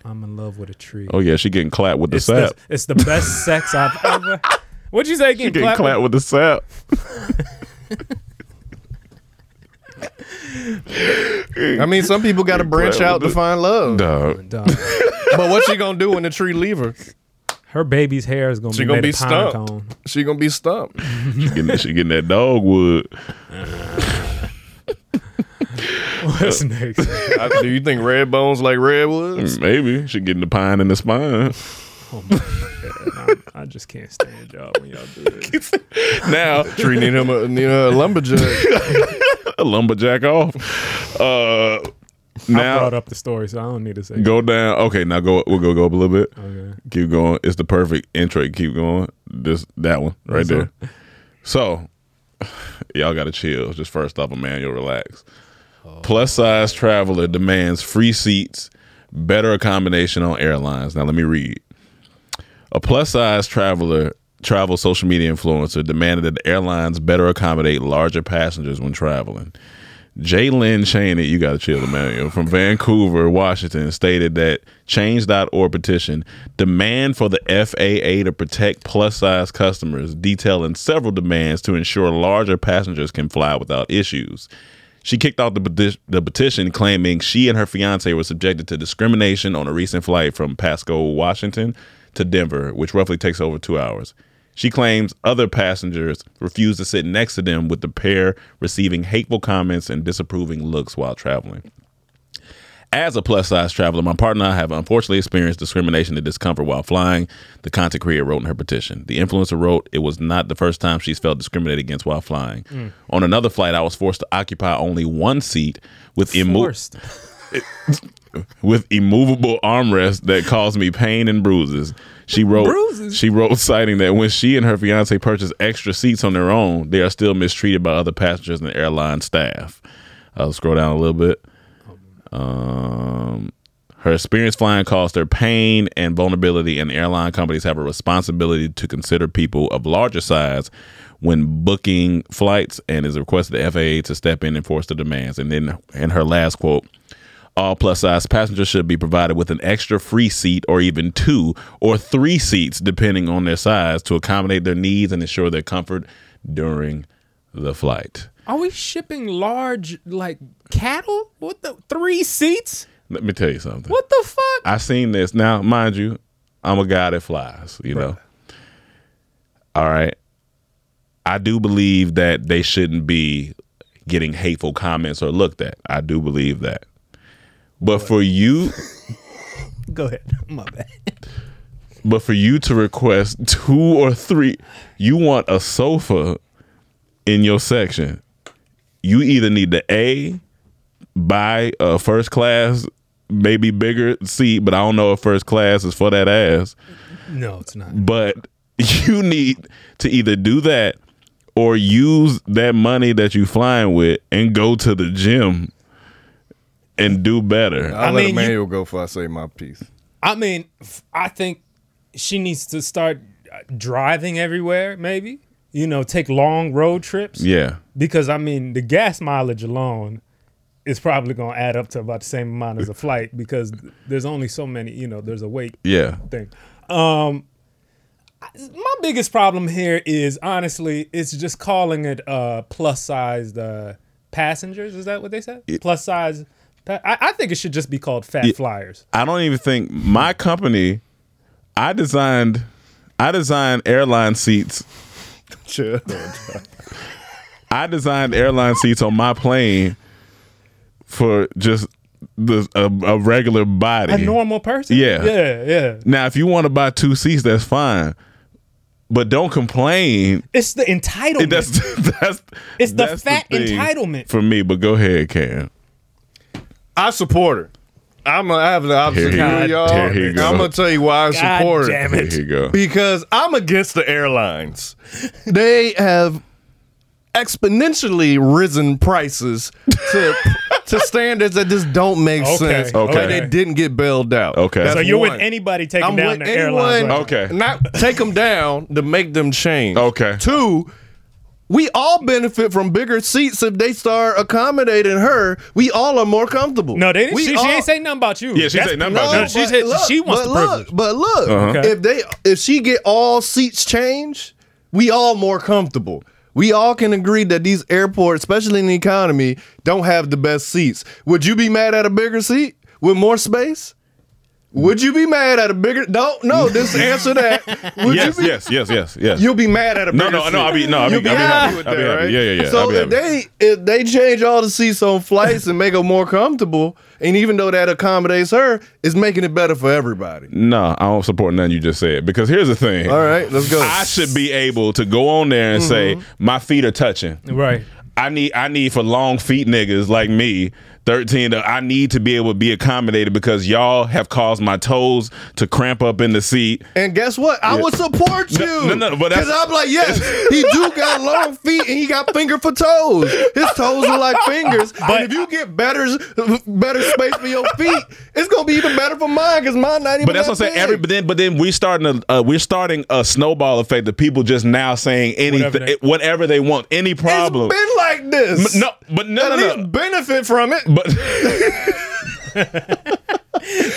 Speaker 7: I'm in love with a tree.
Speaker 6: Oh yeah, she getting clapped with the
Speaker 7: it's
Speaker 6: sap.
Speaker 7: The, it's the
Speaker 4: [LAUGHS]
Speaker 7: best sex I've ever. What'd you say?
Speaker 6: She getting clapped with the sap.
Speaker 4: I mean, some people
Speaker 6: [LAUGHS]
Speaker 4: got to branch out to find love.
Speaker 6: Dog.
Speaker 7: Dog.
Speaker 4: but what she gonna do when the tree leave her?
Speaker 7: Her baby's hair is gonna
Speaker 4: She
Speaker 7: be
Speaker 4: gonna be
Speaker 7: made of pine
Speaker 4: stumped.
Speaker 7: cone.
Speaker 4: She gonna be stumped.
Speaker 6: she, getting, she getting that dogwood.
Speaker 7: [LAUGHS]
Speaker 4: [LAUGHS]
Speaker 7: What's next?
Speaker 4: I- do you think red bones like redwoods?
Speaker 6: Maybe she getting the pine in the spine.
Speaker 7: Oh my God. I, I just can't stand y'all when y'all do this.
Speaker 6: [LAUGHS] Now
Speaker 4: Tree need him a, need a lumberjack.
Speaker 6: [LAUGHS] a lumberjack off. Uh,
Speaker 7: I
Speaker 6: now
Speaker 7: brought up the story, so I don't need to say.
Speaker 6: go down. Okay, now go. We'll go go up a little bit. Keep going. It's the perfect intro. Keep going. This that one right
Speaker 7: This
Speaker 6: there.
Speaker 7: one?
Speaker 6: So [SIGHS] y'all gotta chill. Just first off, Emmanuel, relax. Plus size traveler demands free seats, better accommodation on airlines. Now let me read. A plus size traveler travel social media influencer demanded that the airlines better accommodate larger passengers when traveling. Jalen Cheney, you got to chill, Emmanuel, from Vancouver, Washington, stated that Change.org petition demand for the FAA to protect plus size customers, detailing several demands to ensure larger passengers can fly without issues. She kicked off the, peti- the petition claiming she and her fiance were subjected to discrimination on a recent flight from Pasco, Washington to Denver, which roughly takes over two hours. She claims other passengers refused to sit next to them, with the pair receiving hateful comments and disapproving looks while traveling. As a plus size traveler, my partner and I have unfortunately experienced discrimination and discomfort while flying, the content creator wrote in her petition. The influencer wrote it was not the first time she's felt discriminated against while flying.
Speaker 7: Mm.
Speaker 6: On another flight, I was forced to occupy only one seat with immo-
Speaker 7: Forced.
Speaker 6: with immovable armrests that caused me pain and bruises. She wrote
Speaker 7: Bruises?
Speaker 6: she wrote citing that when she and her fiance purchase extra seats on their own, they are still mistreated by other passengers and airline staff. I'll scroll down a little bit. Um, her experience flying caused her pain and vulnerability, and airline companies have a responsibility to consider people of larger size when booking flights and is requested the FAA to step in and force the demands. And then in her last quote, all plus size passengers should be provided with an extra free seat or even two or three seats, depending on their size, to accommodate their needs and ensure their comfort during the flight.
Speaker 7: Are we shipping large like cattle? What the three seats?
Speaker 6: Let me tell you something.
Speaker 7: What the fuck?
Speaker 6: I seen this. Now, mind you, I'm a guy that flies, you know. All right. I do believe that they shouldn't be getting hateful comments or looked at. I do believe that. But for you
Speaker 7: Go ahead. [LAUGHS] My bad.
Speaker 6: but for you to request two or three, you want a sofa in your section. You either need the A, buy a first class, maybe bigger seat, but I don't know if first class is for that ass.
Speaker 7: No, it's not.
Speaker 6: But [LAUGHS] you need to either do that or use that money that you flying with and go to the gym and do better.
Speaker 4: I'll
Speaker 7: I
Speaker 4: let
Speaker 7: mean, you-
Speaker 4: Emmanuel go before I say my piece.
Speaker 7: I mean, f- I think she needs to start uh, driving everywhere. Maybe you know, take long road trips.
Speaker 6: Yeah.
Speaker 7: Because I mean, the gas mileage alone is probably going to add up to about the same amount as a flight because there's only so many. You know, there's a weight.
Speaker 6: Yeah.
Speaker 7: Thing. Um. I- My biggest problem here is honestly, it's just calling it uh plus sized uh, passengers. Is that what they said? plus size. Pa- I, I think it should just be called fat flyers.
Speaker 6: I don't even think my company. I designed, I designed airline seats.
Speaker 4: Chill.
Speaker 6: I designed airline seats on my plane for just the a, a regular body,
Speaker 7: A normal person.
Speaker 6: Yeah,
Speaker 7: Yeah. Yeah.
Speaker 6: Now, if you want to buy two seats, that's fine, but don't complain.
Speaker 7: It's the entitlement.
Speaker 6: [LAUGHS] That's that's
Speaker 7: it's the
Speaker 6: that's
Speaker 7: fat
Speaker 6: thing
Speaker 7: entitlement.
Speaker 6: for me. But go ahead, Cam.
Speaker 4: I support her. I'm a, I have the opposite
Speaker 6: Here he-
Speaker 4: view,
Speaker 6: God
Speaker 4: y'all.
Speaker 6: damn it.
Speaker 4: I'm gonna tell you why I
Speaker 7: God
Speaker 4: support her.
Speaker 7: damn it.
Speaker 6: Here you go.
Speaker 4: Because I'm against the airlines. They have exponentially risen prices
Speaker 6: [LAUGHS]
Speaker 4: to to standards that just don't make
Speaker 7: Okay,
Speaker 4: sense.
Speaker 6: okay.
Speaker 4: And they didn't get bailed out.
Speaker 6: Okay.
Speaker 4: That's
Speaker 7: So you're
Speaker 4: one.
Speaker 7: with anybody taking
Speaker 4: I'm
Speaker 7: down
Speaker 4: with
Speaker 7: the airlines?
Speaker 4: anyone-
Speaker 7: right now.
Speaker 6: Okay.
Speaker 4: Not take them down to make them change.
Speaker 6: Okay.
Speaker 4: Two, We all benefit from bigger seats if they start accommodating her. We all are more comfortable.
Speaker 7: No, they didn't.
Speaker 4: We
Speaker 7: She,
Speaker 4: all-
Speaker 7: she ain't say nothing about you.
Speaker 6: Yeah, she
Speaker 7: That's-
Speaker 6: say nothing about you.
Speaker 7: No, she
Speaker 4: but
Speaker 7: said
Speaker 4: look,
Speaker 7: she wants
Speaker 4: but
Speaker 7: the
Speaker 4: look,
Speaker 7: privilege.
Speaker 4: But look,
Speaker 6: Uh-huh. Okay.
Speaker 4: if they if she get all seats changed, we all more comfortable. We all can agree that these airports, especially in the economy, don't have the best seats. Would you be mad at a bigger seat with more space? Would you be mad at a bigger? Don't no. Just answer that.
Speaker 7: [LAUGHS]
Speaker 4: Would
Speaker 6: yes,
Speaker 4: you be,
Speaker 6: yes, yes, yes, yes.
Speaker 4: You'll be mad at a
Speaker 6: No,
Speaker 4: bigger
Speaker 6: no,
Speaker 4: seat.
Speaker 6: no, I'll be- no, I'll be-
Speaker 4: You'll
Speaker 6: I'll be happy.
Speaker 4: with
Speaker 6: I'll be
Speaker 4: that,
Speaker 6: happy.
Speaker 4: right?
Speaker 6: Yeah, yeah, yeah, I'll
Speaker 4: So uh,
Speaker 6: be
Speaker 4: if they
Speaker 6: happy.
Speaker 4: if they change all the seats on flights and make them more comfortable, and even though that accommodates her, it's making it better for everybody.
Speaker 6: No, I don't support none you just said. Because here's the thing.
Speaker 4: All right, let's go. Mm-hmm.
Speaker 6: I should be able to go on there and say my feet are touching.
Speaker 7: Right.
Speaker 6: I need I need for long feet niggas like me, 13, to- I need to be able to be accommodated because y'all have caused my toes to cramp up in the seat.
Speaker 4: And guess what? I
Speaker 6: Yeah.
Speaker 4: would support you.
Speaker 6: No, no, no, but that's-
Speaker 4: Cause I'm like, yes,
Speaker 6: [LAUGHS]
Speaker 4: he do got long feet and he got finger for toes. His toes are like fingers. But if you get better better space for your feet, it's gonna be even better for mine. Cause mine not even.
Speaker 6: But that's what I'm saying.
Speaker 4: that
Speaker 6: Every
Speaker 4: big.
Speaker 6: but then but then we starting a uh, we're starting a snowball effect of people just now saying anything
Speaker 7: Whatever
Speaker 6: whatever
Speaker 7: they-
Speaker 6: they, want, any problem.
Speaker 4: been like this.
Speaker 6: M- no, but no,
Speaker 4: At
Speaker 6: no, no.
Speaker 4: least benefit from it.
Speaker 6: But [LAUGHS]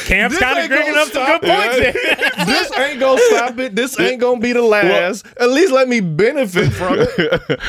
Speaker 7: Cam's
Speaker 4: This
Speaker 7: kind of
Speaker 4: ain't gonna
Speaker 7: bringing up some
Speaker 4: stop
Speaker 7: good points
Speaker 4: it.
Speaker 7: there.
Speaker 4: this ain't gonna stop it. This ain't gonna be the last. At least let me benefit from it.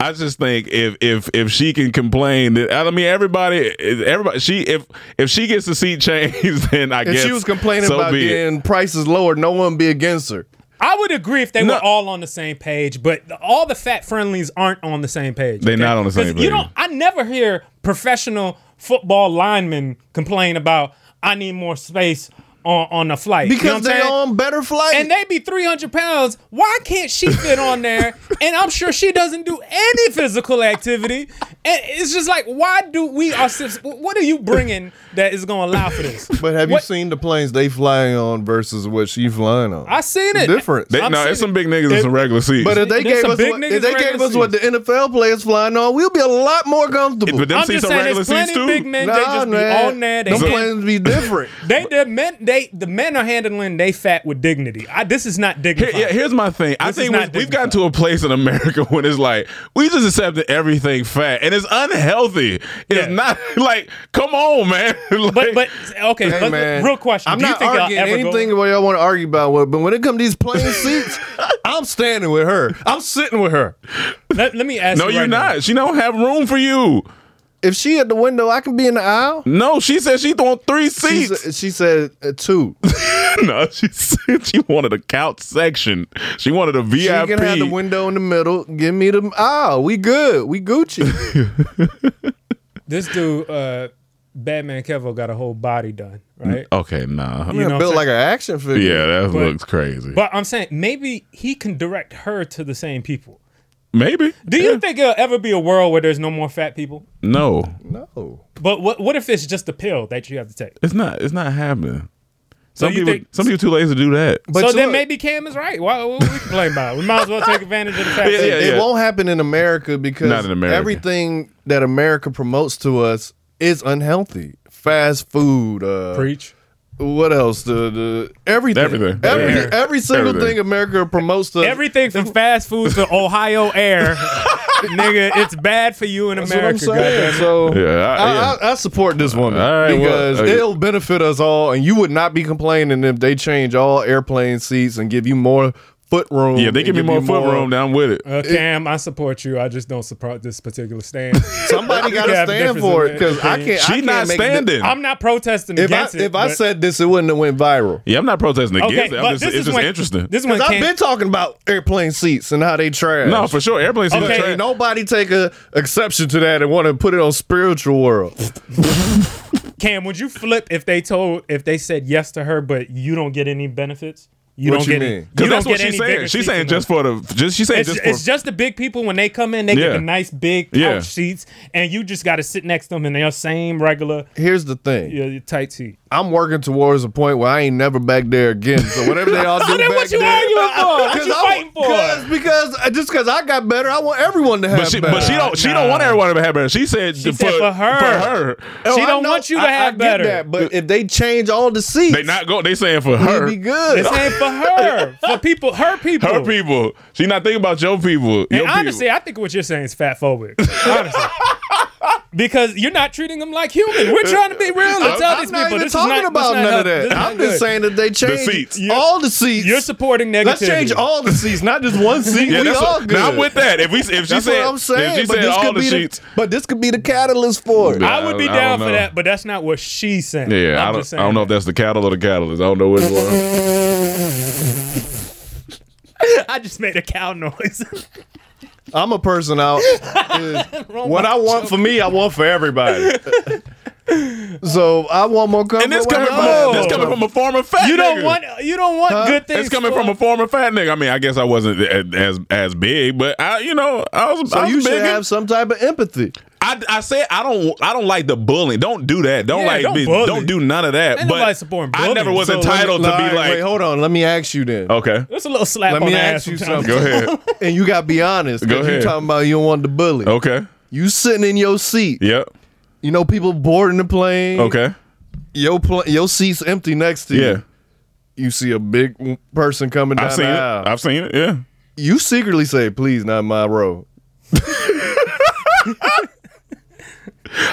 Speaker 6: I just think if if if she can complain, that- I mean everybody, everybody. She if if she gets the seat changed, [LAUGHS] then I
Speaker 4: If
Speaker 6: guess
Speaker 4: she was complaining
Speaker 6: so
Speaker 4: about
Speaker 6: be it.
Speaker 4: getting prices lower, no one would be against her.
Speaker 7: [LAUGHS] I would agree if they
Speaker 6: No.
Speaker 7: were all on the same page, but the- all the fat friendlies aren't on the same page.
Speaker 6: They're not on the
Speaker 7: 'Cause
Speaker 6: same
Speaker 7: You
Speaker 6: page.
Speaker 7: don't. I never hear professional football linemen complain about I need more space on on a flight You know
Speaker 4: Because
Speaker 7: what I'm
Speaker 4: they
Speaker 7: saying?
Speaker 4: on better flight.
Speaker 7: And they be 300 pounds. Why can't she fit
Speaker 4: [LAUGHS]
Speaker 7: on there? and I'm sure she doesn't do any physical activity. And it's just like, why do we are? What are you bringing that is going to allow for this?
Speaker 4: But have
Speaker 7: What-
Speaker 4: you seen the planes they flying on versus what she flying on?
Speaker 7: I seen it.
Speaker 4: Difference.
Speaker 6: They,
Speaker 7: I'm
Speaker 6: no,
Speaker 7: saying-
Speaker 6: it's some big niggas and some regular seats.
Speaker 4: but if they
Speaker 7: There's
Speaker 4: gave
Speaker 7: some
Speaker 4: us
Speaker 7: big
Speaker 4: what,
Speaker 7: niggas
Speaker 4: if they
Speaker 7: in
Speaker 4: gave
Speaker 7: regular
Speaker 4: us what the
Speaker 7: seats.
Speaker 4: NFL players flying on, we'll be a lot more comfortable.
Speaker 6: but them
Speaker 7: I'm
Speaker 6: seats
Speaker 7: just
Speaker 6: are
Speaker 7: saying,
Speaker 6: regular
Speaker 7: there's
Speaker 6: seats
Speaker 7: plenty
Speaker 6: too.
Speaker 7: big men. they
Speaker 4: man.
Speaker 7: just be on there. They
Speaker 4: them
Speaker 7: hand-
Speaker 4: planes be
Speaker 7: [LAUGHS]
Speaker 4: different.
Speaker 7: They the men they the men are handling they fat with dignity. I, this is not
Speaker 6: Here-
Speaker 7: dignified.
Speaker 6: yeah, here's my thing. I
Speaker 7: This is
Speaker 6: think
Speaker 7: not
Speaker 6: we, we've gotten to a place in America [LAUGHS] when it's like we just accepted everything fat, and it's unhealthy. It's
Speaker 7: Yeah.
Speaker 6: not [LAUGHS] like, come on, man. [LAUGHS] Like-
Speaker 7: but but okay,
Speaker 4: Hey,
Speaker 7: but-
Speaker 4: man.
Speaker 7: real question.
Speaker 4: I'm
Speaker 7: do you
Speaker 4: not
Speaker 7: think
Speaker 4: arguing
Speaker 7: y'all ever
Speaker 4: anything
Speaker 7: go,
Speaker 4: what y'all want to argue about, with, but when it comes to these
Speaker 7: [LAUGHS]
Speaker 4: plane seats, I'm standing with her. I'm sitting with her.
Speaker 7: let, let me ask
Speaker 6: no,
Speaker 7: you
Speaker 6: you're
Speaker 7: right now.
Speaker 6: not. She don't have room for you.
Speaker 4: If she at the window, I can be in the aisle.
Speaker 6: No, she said she throwing three
Speaker 4: She,
Speaker 6: seats.
Speaker 4: sa- she said uh, two.
Speaker 6: [LAUGHS] no, she said she wanted a couch section. She wanted a
Speaker 4: She
Speaker 6: VIP.
Speaker 4: can have the window in the middle. Give me the aisle. We good. We
Speaker 7: [LAUGHS]
Speaker 4: Gucci.
Speaker 7: This dude, uh, Batman Kevo, got a whole body done, right?
Speaker 6: okay, nah.
Speaker 4: You
Speaker 7: know what I'm
Speaker 4: built
Speaker 7: saying?
Speaker 4: like an action figure.
Speaker 6: yeah, that
Speaker 7: But-
Speaker 6: looks crazy.
Speaker 7: But I'm saying maybe he can direct her to the same people.
Speaker 6: Maybe. Eh,
Speaker 7: Do you think it'll ever be a world where there's no more fat people?
Speaker 6: No,
Speaker 4: No.
Speaker 7: But what what if it's just a pill that you have to take?
Speaker 6: it's not. It's not happening. Some
Speaker 7: you
Speaker 6: people,
Speaker 7: think-
Speaker 6: some people too lazy to do that.
Speaker 4: But
Speaker 7: so
Speaker 4: you
Speaker 7: then
Speaker 4: look-
Speaker 7: maybe Cam is right. Why what we complain about? We might as well take advantage of the fact.
Speaker 6: Yeah,
Speaker 7: that-
Speaker 6: yeah,
Speaker 4: it won't happen in America because
Speaker 6: Not in America.
Speaker 4: everything that America promotes to us is unhealthy. Fast food, uh,
Speaker 7: Preach.
Speaker 4: what else? The, the everything,
Speaker 6: Everything.
Speaker 4: every,
Speaker 6: Yeah.
Speaker 4: every single
Speaker 6: Everything.
Speaker 4: thing America promotes to us-
Speaker 7: Everything from fast food to Ohio
Speaker 6: [LAUGHS]
Speaker 7: air, nigga, it's bad for you in
Speaker 4: That's what I'm
Speaker 7: America.
Speaker 4: saying.
Speaker 7: goddamn it.
Speaker 4: So
Speaker 6: Yeah, I-
Speaker 4: I,
Speaker 6: yeah.
Speaker 4: I, I support this woman
Speaker 6: All right, well, oh,
Speaker 4: because
Speaker 6: okay.
Speaker 4: it'll benefit us all, and you would not be complaining if they change all airplane seats and give you more foot room.
Speaker 6: Yeah, if they
Speaker 4: and
Speaker 6: give me
Speaker 4: you
Speaker 6: more foot room. Then I'm with it.
Speaker 7: Uh, Cam, I support you. I just don't support this particular
Speaker 6: [LAUGHS]
Speaker 7: stand. [LAUGHS]
Speaker 4: Somebody
Speaker 7: We
Speaker 4: got
Speaker 7: can
Speaker 4: to
Speaker 7: have
Speaker 4: stand
Speaker 7: difference
Speaker 4: for
Speaker 7: in
Speaker 4: it because I
Speaker 7: opinion.
Speaker 4: can't. I
Speaker 6: She
Speaker 4: can't
Speaker 6: not
Speaker 4: make the-
Speaker 6: standing.
Speaker 7: I'm not protesting
Speaker 4: If I
Speaker 7: against it.
Speaker 4: if I
Speaker 7: but-
Speaker 4: said this, it wouldn't have went viral.
Speaker 6: yeah, I'm not protesting against
Speaker 7: okay,
Speaker 6: it. I'm
Speaker 7: but
Speaker 6: just-
Speaker 7: this
Speaker 6: it's
Speaker 7: is
Speaker 6: just
Speaker 7: when,
Speaker 6: interesting.
Speaker 7: This is when
Speaker 4: Because I've
Speaker 7: Cam,
Speaker 4: been talking about airplane seats and how they trash.
Speaker 6: no, for sure. Airplane seats.
Speaker 7: Okay.
Speaker 6: are
Speaker 4: Ain't
Speaker 6: trash.
Speaker 4: nobody take a exception to that and want to put it on spiritual world.
Speaker 7: Cam, would you flip if they told if they said yes to her, but you don't get any benefits? You
Speaker 4: What
Speaker 7: don't
Speaker 4: you
Speaker 7: get
Speaker 4: mean?
Speaker 7: any- you
Speaker 6: Because that's
Speaker 7: don't
Speaker 6: what
Speaker 7: get
Speaker 6: she's
Speaker 7: any
Speaker 6: saying.
Speaker 7: bigger
Speaker 6: She's
Speaker 7: seats
Speaker 6: saying
Speaker 7: than us.
Speaker 6: just for the just. She's saying
Speaker 7: It's,
Speaker 6: just for
Speaker 7: it's just the big people when they come in, they get
Speaker 6: Yeah.
Speaker 7: the nice big couch
Speaker 6: Yeah.
Speaker 7: seats, and you just got to sit next to them in their same regular
Speaker 4: Here's the thing.
Speaker 7: you know, tight seat.
Speaker 4: I'm working towards a point where I ain't never back there again. So whatever they all do,
Speaker 7: [LAUGHS] So then
Speaker 4: back
Speaker 7: what you
Speaker 4: there,
Speaker 7: arguing for? What
Speaker 4: [LAUGHS] 'Cause
Speaker 7: you
Speaker 4: I-
Speaker 7: fighting for?
Speaker 4: Cause, because uh, just because I got better, I want everyone to have
Speaker 6: But she,
Speaker 4: better.
Speaker 6: but she don't. She don't want everyone to have better. She said,
Speaker 7: She said for her.
Speaker 6: For her.
Speaker 4: Oh,
Speaker 7: she
Speaker 4: I
Speaker 7: don't
Speaker 4: know-
Speaker 7: want you to
Speaker 4: I- I
Speaker 7: have
Speaker 4: get
Speaker 7: better.
Speaker 4: that, but if they change all the seats,
Speaker 6: They not go. They saying for her.
Speaker 4: it'd be good. [LAUGHS]
Speaker 7: This ain't for for her, for people, her people.
Speaker 6: Her people. She not thinking about your people.
Speaker 7: And
Speaker 6: your
Speaker 7: honestly, I think what you're saying is fat phobic. honestly. Because you're not treating them like human. We're trying to be real and
Speaker 4: I'm-
Speaker 7: tell
Speaker 4: I'm
Speaker 7: these
Speaker 4: not
Speaker 7: people
Speaker 4: even
Speaker 7: this
Speaker 4: talking
Speaker 7: is not,
Speaker 4: about
Speaker 7: this not
Speaker 4: none of
Speaker 7: help-
Speaker 4: that.
Speaker 7: this is
Speaker 4: I'm
Speaker 7: not
Speaker 4: just
Speaker 7: good.
Speaker 4: saying that they changed all the seats.
Speaker 7: You're supporting negativity.
Speaker 4: Let's change all the
Speaker 7: [LAUGHS]
Speaker 4: seats, not just one seat.
Speaker 6: Yeah,
Speaker 4: we
Speaker 6: that's
Speaker 4: all
Speaker 6: what-
Speaker 4: good.
Speaker 6: now I'm with that. If we- if she
Speaker 4: That's
Speaker 6: said-
Speaker 4: what I'm saying,
Speaker 6: if she
Speaker 4: but
Speaker 6: said
Speaker 4: this
Speaker 6: all
Speaker 4: could
Speaker 6: the
Speaker 4: be
Speaker 6: seats-
Speaker 4: but this could be the catalyst for it.
Speaker 7: I would be
Speaker 6: I- I
Speaker 7: down
Speaker 6: don't
Speaker 7: for
Speaker 6: know.
Speaker 7: that, but that's not what she said.
Speaker 6: Yeah,
Speaker 7: I'm
Speaker 6: I
Speaker 7: just
Speaker 6: don't,
Speaker 7: saying.
Speaker 6: I don't know if that's the cattle or the catalyst. I don't know which one.
Speaker 7: [LAUGHS] I just made a cow noise.
Speaker 4: I'm a person out. is
Speaker 7: Wrong
Speaker 4: what I want for me, I want for everybody. [LAUGHS] so I want more comfort.
Speaker 6: And this
Speaker 4: with
Speaker 6: coming
Speaker 4: everybody.
Speaker 6: from this coming from a former fat.
Speaker 7: you don't [LAUGHS]
Speaker 6: nigga.
Speaker 7: want you don't want
Speaker 4: Huh?
Speaker 7: good things.
Speaker 6: It's coming
Speaker 7: for-
Speaker 6: from a former fat nigga. I mean, I guess I wasn't a- as as big, but I, you know, I was.
Speaker 4: So
Speaker 6: I was
Speaker 4: you should
Speaker 6: big and-
Speaker 4: have some type of empathy.
Speaker 6: I, I said I don't I don't like the bullying. Don't do that. Don't
Speaker 7: Yeah,
Speaker 6: like
Speaker 7: don't
Speaker 6: be-
Speaker 7: bully.
Speaker 6: don't do none of that.
Speaker 7: Ain't nobody
Speaker 6: but
Speaker 7: supporting
Speaker 6: I never
Speaker 7: bullying.
Speaker 6: was
Speaker 7: So,
Speaker 6: entitled
Speaker 4: All
Speaker 6: to
Speaker 4: right,
Speaker 6: be like Oh.
Speaker 4: wait, hold on. Let me ask you then.
Speaker 6: okay.
Speaker 7: That's a little slap
Speaker 4: Let
Speaker 7: on
Speaker 4: me
Speaker 7: the
Speaker 4: ask
Speaker 7: ass.
Speaker 4: you
Speaker 7: sometimes.
Speaker 4: something. [LAUGHS]
Speaker 6: Go ahead.
Speaker 4: And you got to be honest.
Speaker 6: Go
Speaker 4: Because you
Speaker 6: ahead. Oh.
Speaker 4: talking about you don't want the bully.
Speaker 6: Okay.
Speaker 4: You sitting in your seat.
Speaker 6: Yep.
Speaker 4: You know people boarding the plane.
Speaker 6: Okay.
Speaker 4: Your pl- your seat's empty next to
Speaker 6: Yeah.
Speaker 4: you. You see a big w- person coming down
Speaker 6: I've seen
Speaker 4: the
Speaker 6: it.
Speaker 4: aisle.
Speaker 6: I've seen it. Yeah.
Speaker 4: you secretly say, "Please, not my row."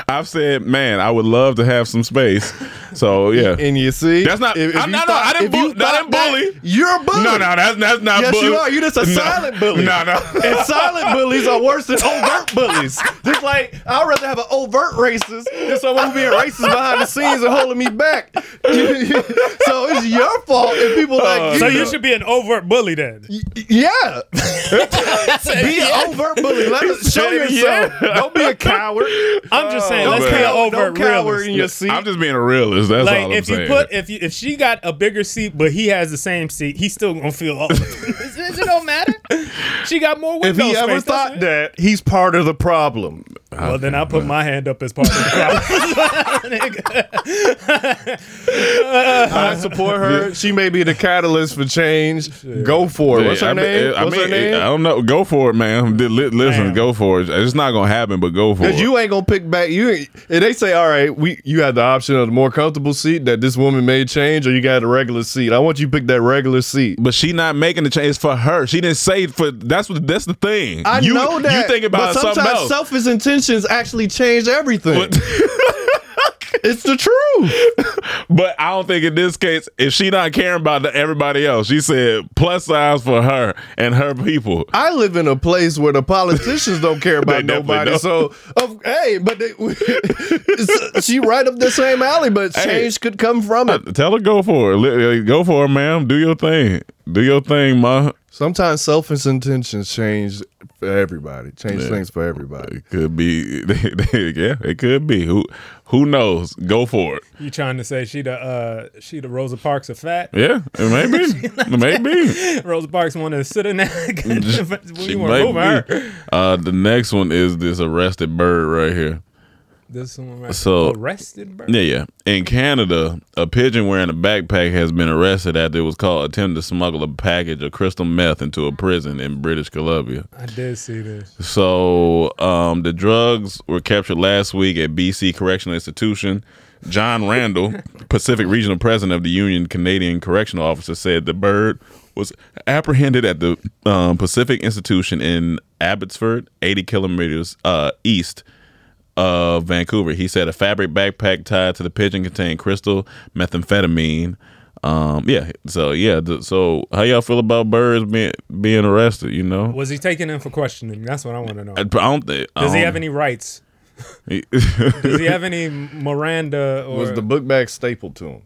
Speaker 6: I've said, man, I would love to have some space. So yeah.
Speaker 4: [LAUGHS] And you see,
Speaker 6: That's not- I'm
Speaker 4: you
Speaker 6: not- no, I didn't
Speaker 4: if you
Speaker 6: bu- no, I
Speaker 4: thought
Speaker 6: didn't
Speaker 4: that,
Speaker 6: bully.
Speaker 4: You're a bully.
Speaker 6: No, no, that's that's not.
Speaker 4: Yes,
Speaker 6: bully.
Speaker 4: you are. You're just a
Speaker 6: No.
Speaker 4: silent bully. [LAUGHS]
Speaker 6: No, no.
Speaker 4: And silent bullies are worse than overt bullies. Just like I'd rather have an overt racist than someone who being racist behind the scenes and holding me back. [LAUGHS] so it's your fault if people
Speaker 6: Uh,
Speaker 4: like you.
Speaker 7: So you should be an overt bully then.
Speaker 4: [LAUGHS]
Speaker 7: [LAUGHS]
Speaker 4: Yeah. be an overt bully. Let us show
Speaker 6: said,
Speaker 4: yourself. Don't be a coward.
Speaker 7: I'm just saying,
Speaker 6: Oh,
Speaker 7: let's
Speaker 6: man.
Speaker 7: be an
Speaker 4: Don't
Speaker 7: overt
Speaker 4: cower
Speaker 7: realist.
Speaker 4: in your seat.
Speaker 6: I'm just being a realist. That's all
Speaker 7: Like
Speaker 6: I'm
Speaker 7: if
Speaker 6: saying.
Speaker 7: you put if you if she got a bigger seat but he has the same seat, he's still gonna feel [LAUGHS]
Speaker 6: [LAUGHS]
Speaker 7: old. it don't matter. She got more
Speaker 4: If
Speaker 7: window
Speaker 4: he ever
Speaker 7: space, that's
Speaker 4: thought
Speaker 7: it.
Speaker 4: that, he's part of the problem.
Speaker 7: well, then I'll put my hand up as part of the problem.
Speaker 6: [LAUGHS]
Speaker 7: [LAUGHS]
Speaker 4: I support her. She may be the catalyst for change. Go for it. What's her
Speaker 6: I mean-
Speaker 4: name?
Speaker 6: I
Speaker 4: What's her
Speaker 6: mean, I
Speaker 4: name?
Speaker 6: don't know. Go for it, man. Li- li- Listen,
Speaker 7: Man.
Speaker 6: go for it. It's not gonna happen, but go for it.
Speaker 4: Because you ain't gonna pick back. You ain't- and they say, all right, we you had the option of the more comfortable seat that this woman made change, or you got a regular seat. I want you to pick that regular seat.
Speaker 6: but she not making the change It's for her. She didn't say for. That's what. That's the thing.
Speaker 4: I
Speaker 6: you,
Speaker 4: know that.
Speaker 6: You think
Speaker 4: but
Speaker 6: about something
Speaker 4: sometimes
Speaker 6: else.
Speaker 4: selfish intentions actually change everything.
Speaker 6: But-
Speaker 4: [LAUGHS] it's the truth.
Speaker 6: But I don't think in this case, if she not caring about the, everybody else, she said plus size for her and her people.
Speaker 4: I live in a place where the politicians don't care
Speaker 6: [LAUGHS] They
Speaker 4: about
Speaker 6: definitely
Speaker 4: nobody.
Speaker 6: don't.
Speaker 4: So, of, hey, but they, [LAUGHS] it's- she right up the same alley. But
Speaker 6: Hey. Uh,
Speaker 4: change could come from it.
Speaker 6: Tell her go for it. Li- Go for it, ma'am. Do your thing. Do your thing, ma.
Speaker 4: Sometimes selfish intentions change for everybody. Change things for everybody.
Speaker 6: It could be. [LAUGHS] yeah, it could be. Who who knows? Go for it.
Speaker 7: you trying to say she the uh she the Rosa Parks of
Speaker 6: [LAUGHS]
Speaker 7: fat?
Speaker 6: Yeah,
Speaker 7: [LAUGHS]
Speaker 6: maybe. maybe.
Speaker 7: Rosa Parks wanted to sit in [LAUGHS] that. [LAUGHS] we weren't
Speaker 6: might
Speaker 7: moving her.
Speaker 6: be. Uh, the next one is this arrested bird right here.
Speaker 7: This one right
Speaker 6: So-
Speaker 7: arrested. Bro.
Speaker 6: Yeah, yeah. In Canada, a pigeon wearing a backpack has been arrested after it was caught attempting to smuggle a package of crystal meth into a prison in British Columbia.
Speaker 7: I did see this.
Speaker 6: So um, the drugs were captured last week at BC Correctional Institution.
Speaker 7: [LAUGHS]
Speaker 6: John Randall, Pacific Regional President of the Union Canadian Correctional Officer, said the bird was apprehended at the um, Pacific Institution in Abbotsford, 80 kilometers uh, east of Vancouver. He said a fabric backpack tied to the pigeon contained crystal methamphetamine. Um, yeah, so yeah, th- so how y'all feel about birds being being arrested? You know,
Speaker 7: Was he taken in for questioning? That's what I want to know.
Speaker 6: I, I don't think. I
Speaker 7: Does he
Speaker 6: don't-
Speaker 7: have any rights?
Speaker 6: he-
Speaker 7: Does he have any Miranda or
Speaker 4: Was the book bag stapled to him?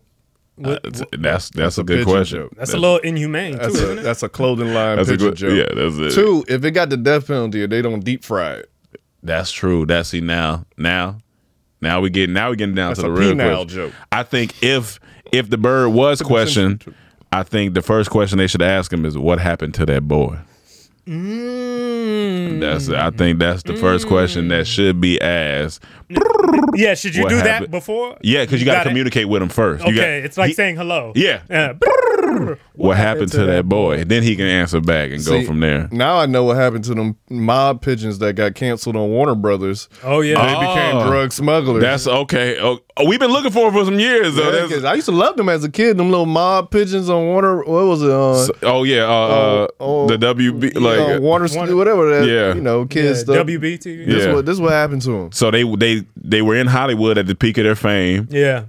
Speaker 7: what-
Speaker 6: that's
Speaker 7: what-
Speaker 6: that's, that's a
Speaker 4: a
Speaker 6: good
Speaker 4: pigeon
Speaker 6: question.
Speaker 4: joke.
Speaker 7: that's a little inhumane too,
Speaker 4: That's a,
Speaker 7: isn't it?
Speaker 4: that's a clothing line
Speaker 6: That's a
Speaker 4: picture
Speaker 6: good-
Speaker 4: joke.
Speaker 6: yeah, that's it.
Speaker 4: Two, if it got the death penalty, they don't deep fry it.
Speaker 6: That's true. That's see now now now we get now we getting down
Speaker 4: That's
Speaker 6: to the
Speaker 4: a
Speaker 6: real
Speaker 4: penile
Speaker 6: question.
Speaker 4: joke.
Speaker 6: I think if if the bird was questioned, I think the first question they should ask him is what happened to that boy.
Speaker 7: Mm.
Speaker 6: That's I think that's the first question that should be asked.
Speaker 7: Yeah, should you
Speaker 6: What
Speaker 7: do
Speaker 6: happened?
Speaker 7: that before?
Speaker 6: Yeah, because you, got to communicate with him first. You
Speaker 7: Okay,
Speaker 6: got-
Speaker 7: it's like
Speaker 6: he-
Speaker 7: saying hello.
Speaker 6: Yeah.
Speaker 7: Yeah.
Speaker 6: what happened to that boy? Then he can answer back and go
Speaker 4: See,
Speaker 6: from there.
Speaker 4: Now I know what happened to them mob pigeons that got canceled on Warner Brothers.
Speaker 7: Oh yeah,
Speaker 4: they became
Speaker 6: Oh.
Speaker 4: drug smugglers.
Speaker 6: That's okay. Oh, oh, we've been looking for him for some years though.
Speaker 4: Yeah,
Speaker 6: That's-
Speaker 4: 'cause I used to love them as a kid. Them little mob pigeons on Warner. What was it? Uh, oh,
Speaker 6: So- oh yeah, uh, uh, the WB like uh,
Speaker 4: you know, Warner, Studio, whatever. That,
Speaker 6: Yeah.
Speaker 4: you know, kids.
Speaker 7: Yeah,
Speaker 4: stuff.
Speaker 7: WBTV.
Speaker 4: This
Speaker 6: Yeah.
Speaker 4: what this what happened to them.
Speaker 6: So they they they were in Hollywood at the peak of their fame.
Speaker 7: Yeah.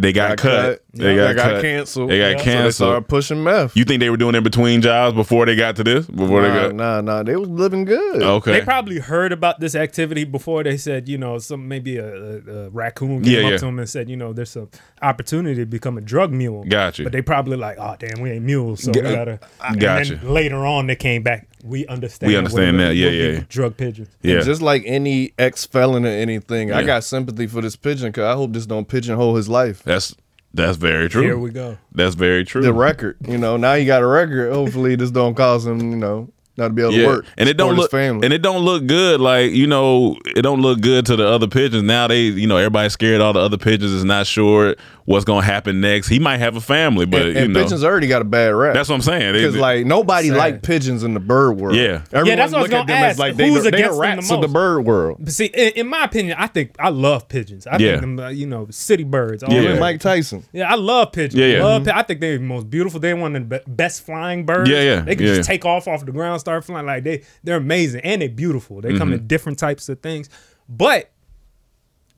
Speaker 6: They got, cut. They got, cut.
Speaker 4: canceled.
Speaker 6: They got
Speaker 4: So they started
Speaker 6: canceled.
Speaker 4: pushing meth.
Speaker 6: you think they were doing in between jobs before they got to this? Before they
Speaker 4: Nah,
Speaker 6: got Oh,
Speaker 4: nah, nah. They was living good.
Speaker 6: okay.
Speaker 7: They probably heard about this activity before they said, you know, some maybe a, a, a raccoon came
Speaker 6: Yeah,
Speaker 7: up
Speaker 6: yeah.
Speaker 7: to them and said, you know, there's an opportunity to become a drug mule.
Speaker 6: Gotcha.
Speaker 7: But they probably like, oh damn, we ain't mules, so
Speaker 6: Ga-
Speaker 7: we gotta. and
Speaker 6: Gotcha.
Speaker 7: then later on, they came back. We understand.
Speaker 6: We understand
Speaker 7: we're-
Speaker 6: that. Yeah,
Speaker 7: we'll
Speaker 6: yeah,
Speaker 7: be
Speaker 6: yeah.
Speaker 7: Drug pigeons.
Speaker 6: Yeah.
Speaker 4: And just like any ex felon or anything, I
Speaker 6: Yeah.
Speaker 4: got sympathy for this pigeon because I hope this don't pigeonhole his life.
Speaker 6: That's that's very true.
Speaker 7: Here we go.
Speaker 6: That's very true.
Speaker 4: The record, you know, now he got a record. Hopefully, this don't cause him, you know, not to be able to work.
Speaker 6: And it don't
Speaker 4: support his
Speaker 6: look
Speaker 4: family.
Speaker 6: and it don't look good. Like you know, it don't look good to the other pigeons. Now they, you know, everybody's scared. All the other pigeons is not sure what's gonna happen next. He might have a family, but
Speaker 4: and,
Speaker 6: you
Speaker 4: and
Speaker 6: know,
Speaker 4: pigeons already got a bad rap.
Speaker 6: That's what I'm saying. They-
Speaker 4: Because like nobody
Speaker 7: Sad.
Speaker 4: liked pigeons in the bird world.
Speaker 6: Yeah.
Speaker 4: everyone
Speaker 7: yeah, that's what I was
Speaker 4: look at
Speaker 7: gonna
Speaker 4: them
Speaker 7: ask.
Speaker 4: as like they,
Speaker 7: Who's
Speaker 4: the- they
Speaker 7: against
Speaker 4: the
Speaker 7: them
Speaker 4: rats
Speaker 7: the
Speaker 4: of the
Speaker 7: most?
Speaker 4: bird world.
Speaker 7: But see, in, in my opinion, I think I love pigeons. I
Speaker 6: Yeah.
Speaker 7: think them, uh, you know, city birds. all
Speaker 6: Yeah.
Speaker 7: that.
Speaker 4: Mike Tyson.
Speaker 7: Yeah, I love pigeons.
Speaker 6: Yeah, yeah.
Speaker 7: Love
Speaker 4: Mm-hmm.
Speaker 7: pi- I think they're the most beautiful. They're one of the be- best flying birds.
Speaker 6: Yeah, yeah,
Speaker 7: They can
Speaker 6: yeah,
Speaker 7: just
Speaker 6: yeah.
Speaker 7: take off off the ground, start flying. Like they, they're amazing and they're beautiful. They come in
Speaker 6: Mm-hmm.
Speaker 7: different types of things. But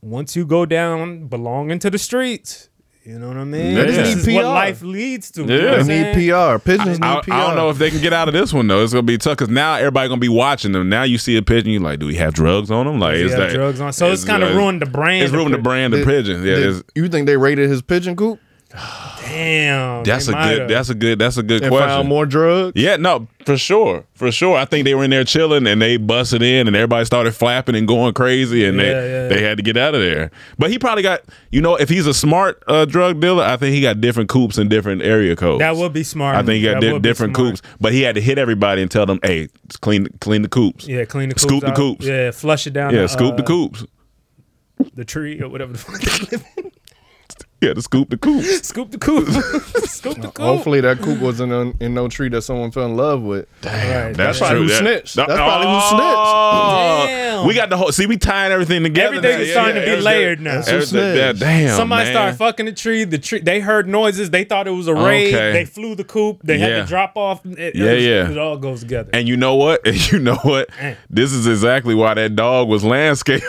Speaker 7: once you go down, belonging to the streets. You know what I mean?
Speaker 6: They
Speaker 7: This
Speaker 6: need
Speaker 7: is what
Speaker 4: PR.
Speaker 7: life leads to. you
Speaker 6: Yeah.
Speaker 7: know what I'm
Speaker 4: They need
Speaker 7: saying?
Speaker 4: PR.
Speaker 6: I,
Speaker 4: Pigeons need
Speaker 6: I,
Speaker 4: PR.
Speaker 6: I don't know if they can get out of this one though. It's gonna be tough because now everybody gonna be watching them. Now you see a pigeon, you like, do we have drugs on them? Like,
Speaker 7: They
Speaker 6: is
Speaker 7: have
Speaker 6: that
Speaker 7: drugs on. So it's
Speaker 6: is,
Speaker 7: kind of
Speaker 6: uh,
Speaker 7: ruined the brand.
Speaker 6: It's
Speaker 7: of
Speaker 6: ruined the
Speaker 7: pigeons.
Speaker 6: brand of
Speaker 4: Did-
Speaker 6: pigeon. Yeah,
Speaker 4: did-
Speaker 6: it's-
Speaker 4: you think they raided his pigeon coop
Speaker 7: Damn.
Speaker 6: that's
Speaker 7: they
Speaker 6: a
Speaker 7: might've-
Speaker 6: good. That's a good. That's a good
Speaker 4: and
Speaker 6: question.
Speaker 4: found more drugs?
Speaker 6: Yeah, no, for sure, for sure. I think they were in there chilling, and they busted in, and everybody started flapping and going crazy, and they
Speaker 7: Yeah, yeah, yeah.
Speaker 6: they had to get out of there. But he probably got, you know, if he's a smart uh, drug dealer, I think he got different coops and different area codes.
Speaker 7: That would be smart.
Speaker 6: I think he got
Speaker 7: That
Speaker 6: di-
Speaker 7: would be
Speaker 6: different
Speaker 7: smart.
Speaker 6: coops, but he had to hit everybody and tell them, "Hey, just clean clean the coops."
Speaker 7: Yeah, clean the coops.
Speaker 6: scoop the
Speaker 7: out.
Speaker 6: coops. Yeah,
Speaker 7: Yeah, flush it down.
Speaker 6: scoop the
Speaker 7: uh,
Speaker 6: coops.
Speaker 7: The tree or whatever the fuck they live in. [LAUGHS]
Speaker 6: Yeah, to scoop the coops.
Speaker 7: Scoop the coop.
Speaker 6: [LAUGHS]
Speaker 7: Scoop the coop.
Speaker 4: Hopefully that coop wasn't on, in no tree that someone fell in love with.
Speaker 7: Right.
Speaker 6: That's
Speaker 4: probably
Speaker 6: true.
Speaker 4: who
Speaker 6: That-
Speaker 4: snitched.
Speaker 6: that-
Speaker 4: That's probably who
Speaker 6: Oh,
Speaker 7: snitched. Damn.
Speaker 6: We got the whole. See, we tying everything together.
Speaker 7: Everything
Speaker 6: now.
Speaker 7: is starting to be
Speaker 6: everything-
Speaker 7: layered now. That's who
Speaker 6: everything-
Speaker 4: snitched.
Speaker 6: yeah, damn.
Speaker 7: Somebody
Speaker 6: man.
Speaker 7: started fucking the tree. The tree. They heard noises. They thought it was a raid.
Speaker 6: Okay.
Speaker 7: They flew the coop. They had
Speaker 6: Yeah.
Speaker 7: to drop off. It- it
Speaker 6: Yeah,
Speaker 7: was-
Speaker 6: yeah.
Speaker 7: It all goes together.
Speaker 6: And you know what? [LAUGHS] You know what?
Speaker 7: Mm.
Speaker 6: This is exactly why that dog was landscaping.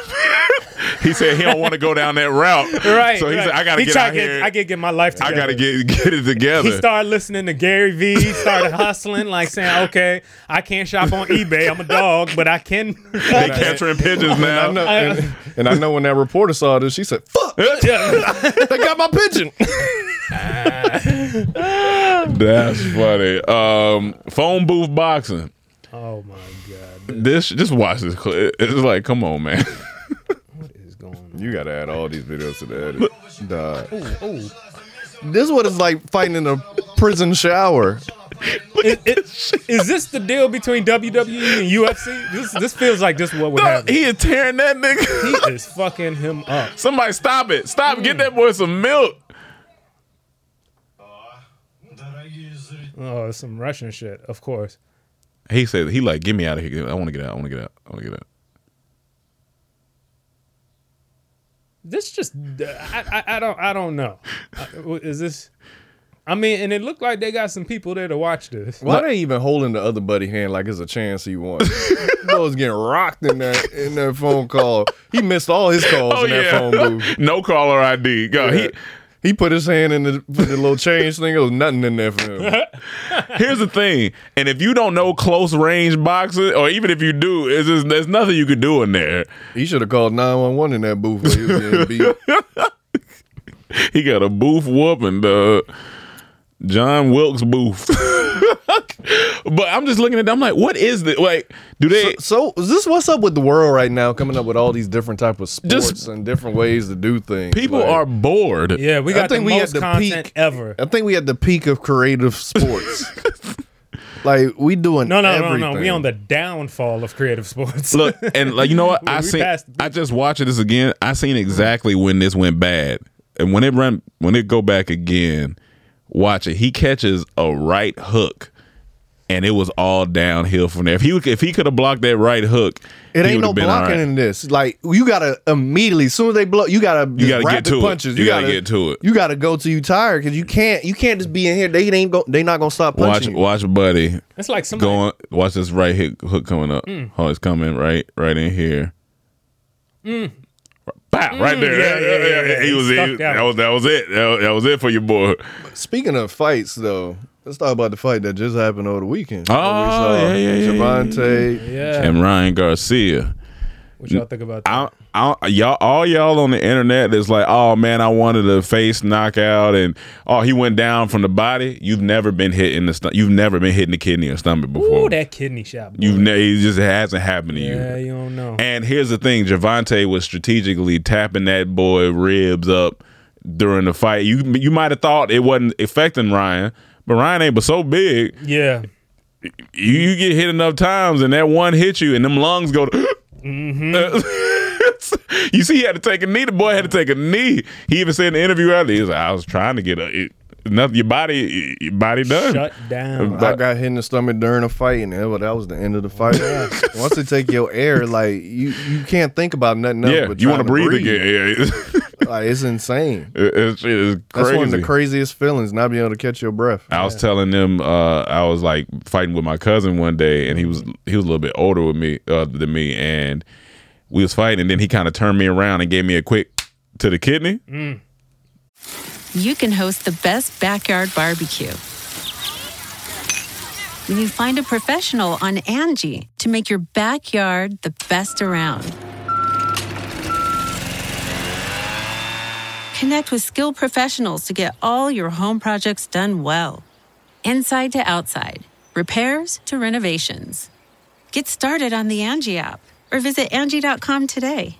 Speaker 6: [LAUGHS] he said he don't want to go down that route.
Speaker 7: right.
Speaker 6: So he
Speaker 7: right.
Speaker 6: said, I gotta
Speaker 7: He
Speaker 6: get
Speaker 7: tried
Speaker 6: out
Speaker 7: to get-
Speaker 6: here.
Speaker 7: I get get my life
Speaker 6: I
Speaker 7: together.
Speaker 6: gotta get get it
Speaker 7: [LAUGHS]
Speaker 6: together.
Speaker 7: He started listening to Gary Vee. He started hustling, like saying, "Okay, I can't shop on eBay. I'm a dog, but I can." [LAUGHS]
Speaker 6: they capturing pigeons
Speaker 4: And I,
Speaker 6: now.
Speaker 4: know, and, and I know when that reporter saw this, she said,
Speaker 6: [LAUGHS]
Speaker 4: "Fuck, they got my pigeon."
Speaker 6: That's funny. Um, phone booth boxing.
Speaker 7: oh my god,
Speaker 6: This just watch this clip. It's like, come on, man. [LAUGHS]
Speaker 7: what is going on?
Speaker 4: You gotta add all these videos to the edit. Duh. This is what it's like fighting in a prison shower.
Speaker 7: is, is- is this the deal between WWE and UFC? This this feels like this what would happen.
Speaker 6: he is tearing that nigga. [LAUGHS]
Speaker 7: He is fucking him up.
Speaker 6: Somebody stop it. Stop.
Speaker 7: Mm.
Speaker 6: Get that boy some milk.
Speaker 7: Oh, it's some Russian shit, of course.
Speaker 6: He said he like, get me out of here. I want to get out. I want to get out. I want to get out.
Speaker 7: This just I, I, I don't I don't know. Uh, Is this? I mean, and it looked like they got some people there to watch this.
Speaker 4: Why they even holding the other buddy hand like it's a chance he won? [LAUGHS] Bo's getting rocked in that in that phone call. He missed all his calls
Speaker 7: Oh,
Speaker 4: in that phone booth.
Speaker 6: [LAUGHS] no caller ID. God, he,
Speaker 4: He put his hand in the, the little change thing. There was nothing in there for
Speaker 7: [LAUGHS]
Speaker 4: him.
Speaker 6: here's the thing, and if you don't know close range boxing, or even if you do, it's just, there's nothing you could do in there.
Speaker 4: He should have called nine one one in that booth. Where he was getting beat.
Speaker 7: [LAUGHS]
Speaker 6: He got a booth whooping the John Wilkes booth. [LAUGHS] but I'm just looking at. That, I'm like, what is this? Like, do they?
Speaker 4: So, so is this what's up with the world right now? Coming up with all these different type of sports
Speaker 6: Just-
Speaker 4: and different ways to do things.
Speaker 6: people
Speaker 4: Like,
Speaker 6: are bored.
Speaker 7: Yeah, we
Speaker 4: I
Speaker 7: got the
Speaker 4: think we
Speaker 7: most
Speaker 4: at the
Speaker 7: content
Speaker 4: peak.
Speaker 7: ever.
Speaker 4: I think we at the peak of creative
Speaker 7: [LAUGHS]
Speaker 4: sports. like we doing
Speaker 7: No, no,
Speaker 4: everything.
Speaker 7: no, no. We on the downfall of creative sports. [LAUGHS]
Speaker 6: [LAUGHS] Look, and like you know what?
Speaker 7: We-
Speaker 6: I
Speaker 7: we
Speaker 6: seen.
Speaker 7: passed-
Speaker 6: I just watched this again. I seen exactly when this went bad, and when it run, when it go back again, Watch it. He catches a right hook, and it was all downhill from there. If he if he could have blocked that right hook,
Speaker 11: It
Speaker 6: he
Speaker 11: ain't
Speaker 6: would've
Speaker 11: no
Speaker 6: been all
Speaker 11: blocking
Speaker 6: right.
Speaker 11: in this. Like you gotta immediately, as soon as they blow, you gotta
Speaker 6: You
Speaker 11: just
Speaker 6: gotta get
Speaker 11: rapid
Speaker 6: to it.
Speaker 11: punches.
Speaker 6: You gotta get to it.
Speaker 11: You gotta go till you tired because you can't. You can't just be in here. They ain't. Go, they not gonna stop
Speaker 6: Watch,
Speaker 11: punching. you.
Speaker 6: watch, buddy.
Speaker 7: It's like somebody-
Speaker 6: going. Watch this right hook, hook coming up.
Speaker 7: Mm.
Speaker 6: Oh, it's coming right, right in here.
Speaker 7: Mm.
Speaker 6: Bow, right there.
Speaker 7: Yeah, yeah, yeah, yeah.
Speaker 6: [LAUGHS] He was
Speaker 7: He
Speaker 6: he-
Speaker 7: stuck
Speaker 6: that was that was it. That was, that was it for your boy.
Speaker 4: Speaking of fights, though, let's talk about the fight that just happened over the weekend.
Speaker 6: Oh,
Speaker 4: Where we saw
Speaker 6: yeah, yeah, yeah,
Speaker 4: Javante.
Speaker 7: Yeah.
Speaker 6: And Ryan Garcia.
Speaker 7: What y'all think about that?
Speaker 6: I, I, y'all, all y'all on the internet that's like, oh man, I wanted a face knockout, and oh he went down from the body. You've never been hit in the stomach. You've never been hit in the kidney or stomach before.
Speaker 7: Ooh, that kidney shot.
Speaker 6: You've ne- it just hasn't happened to you.
Speaker 7: Yeah, you don't know.
Speaker 6: And here's the thing, Javante was strategically tapping that boy ribs up during the fight. You you might have thought it wasn't affecting Ryan, but Ryan ain't but so big.
Speaker 4: [LAUGHS]
Speaker 7: Yeah.
Speaker 6: You, you get hit enough times and that one hits you and them lungs go to
Speaker 4: Mm-hmm.
Speaker 6: [LAUGHS] you see, he had to take a knee. The boy had to take a knee. He even said in the interview earlier, he was like, "I was trying to get a it, nothing. Your body, your body done
Speaker 7: Shut down.
Speaker 4: I got hit in the stomach during a fight, and that was- that was the end of the
Speaker 6: [LAUGHS]
Speaker 4: fight. [LAUGHS] Once they take your air, like you, you can't think about nothing else.
Speaker 6: yeah,
Speaker 4: but
Speaker 6: you
Speaker 4: want to
Speaker 6: breathe, again. Yeah, [LAUGHS] it's,
Speaker 4: Like it's insane.
Speaker 6: it's, it's crazy.
Speaker 4: That's one of the craziest feelings, not being able to catch your breath.
Speaker 6: I was telling them uh, I was like fighting with my cousin one day, and he was he was a little bit older with me uh, than me, and we was fighting, and then he kind of turned me around and gave me a quick to the kidney.
Speaker 4: Mm.
Speaker 1: You can host the best backyard barbecue. When you find a professional on Angie to make your backyard the best around. Connect with skilled professionals to get all your home projects done well. Inside to outside, repairs to renovations. Get started on the Angie app or visit Angie.com today.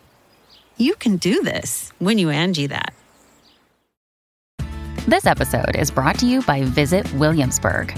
Speaker 1: You can do this when you Angie that.
Speaker 12: This episode is brought to you by Visit Williamsburg.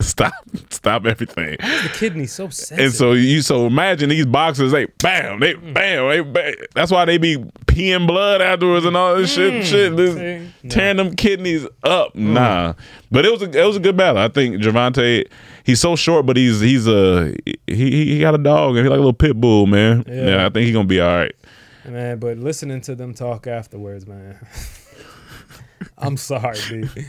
Speaker 6: Stop, stop everything.
Speaker 7: The kidney's so sensitive.
Speaker 6: And so you so imagine these boxers, they bam, they
Speaker 7: Mm.
Speaker 6: bam, they bam. That's why they be peeing blood afterwards and all this
Speaker 7: Mm.
Speaker 6: shit, shit, this- tearing them kidneys up. Nah, but it was a it was a good battle. I think Javante, he's so short, but he's he's a he he got a dog and he like a little pit bull man.
Speaker 7: Yeah.
Speaker 6: Yeah, I think he gonna be all right.
Speaker 7: Man, but listening to them talk afterwards, man. [LAUGHS] I'm sorry, dude.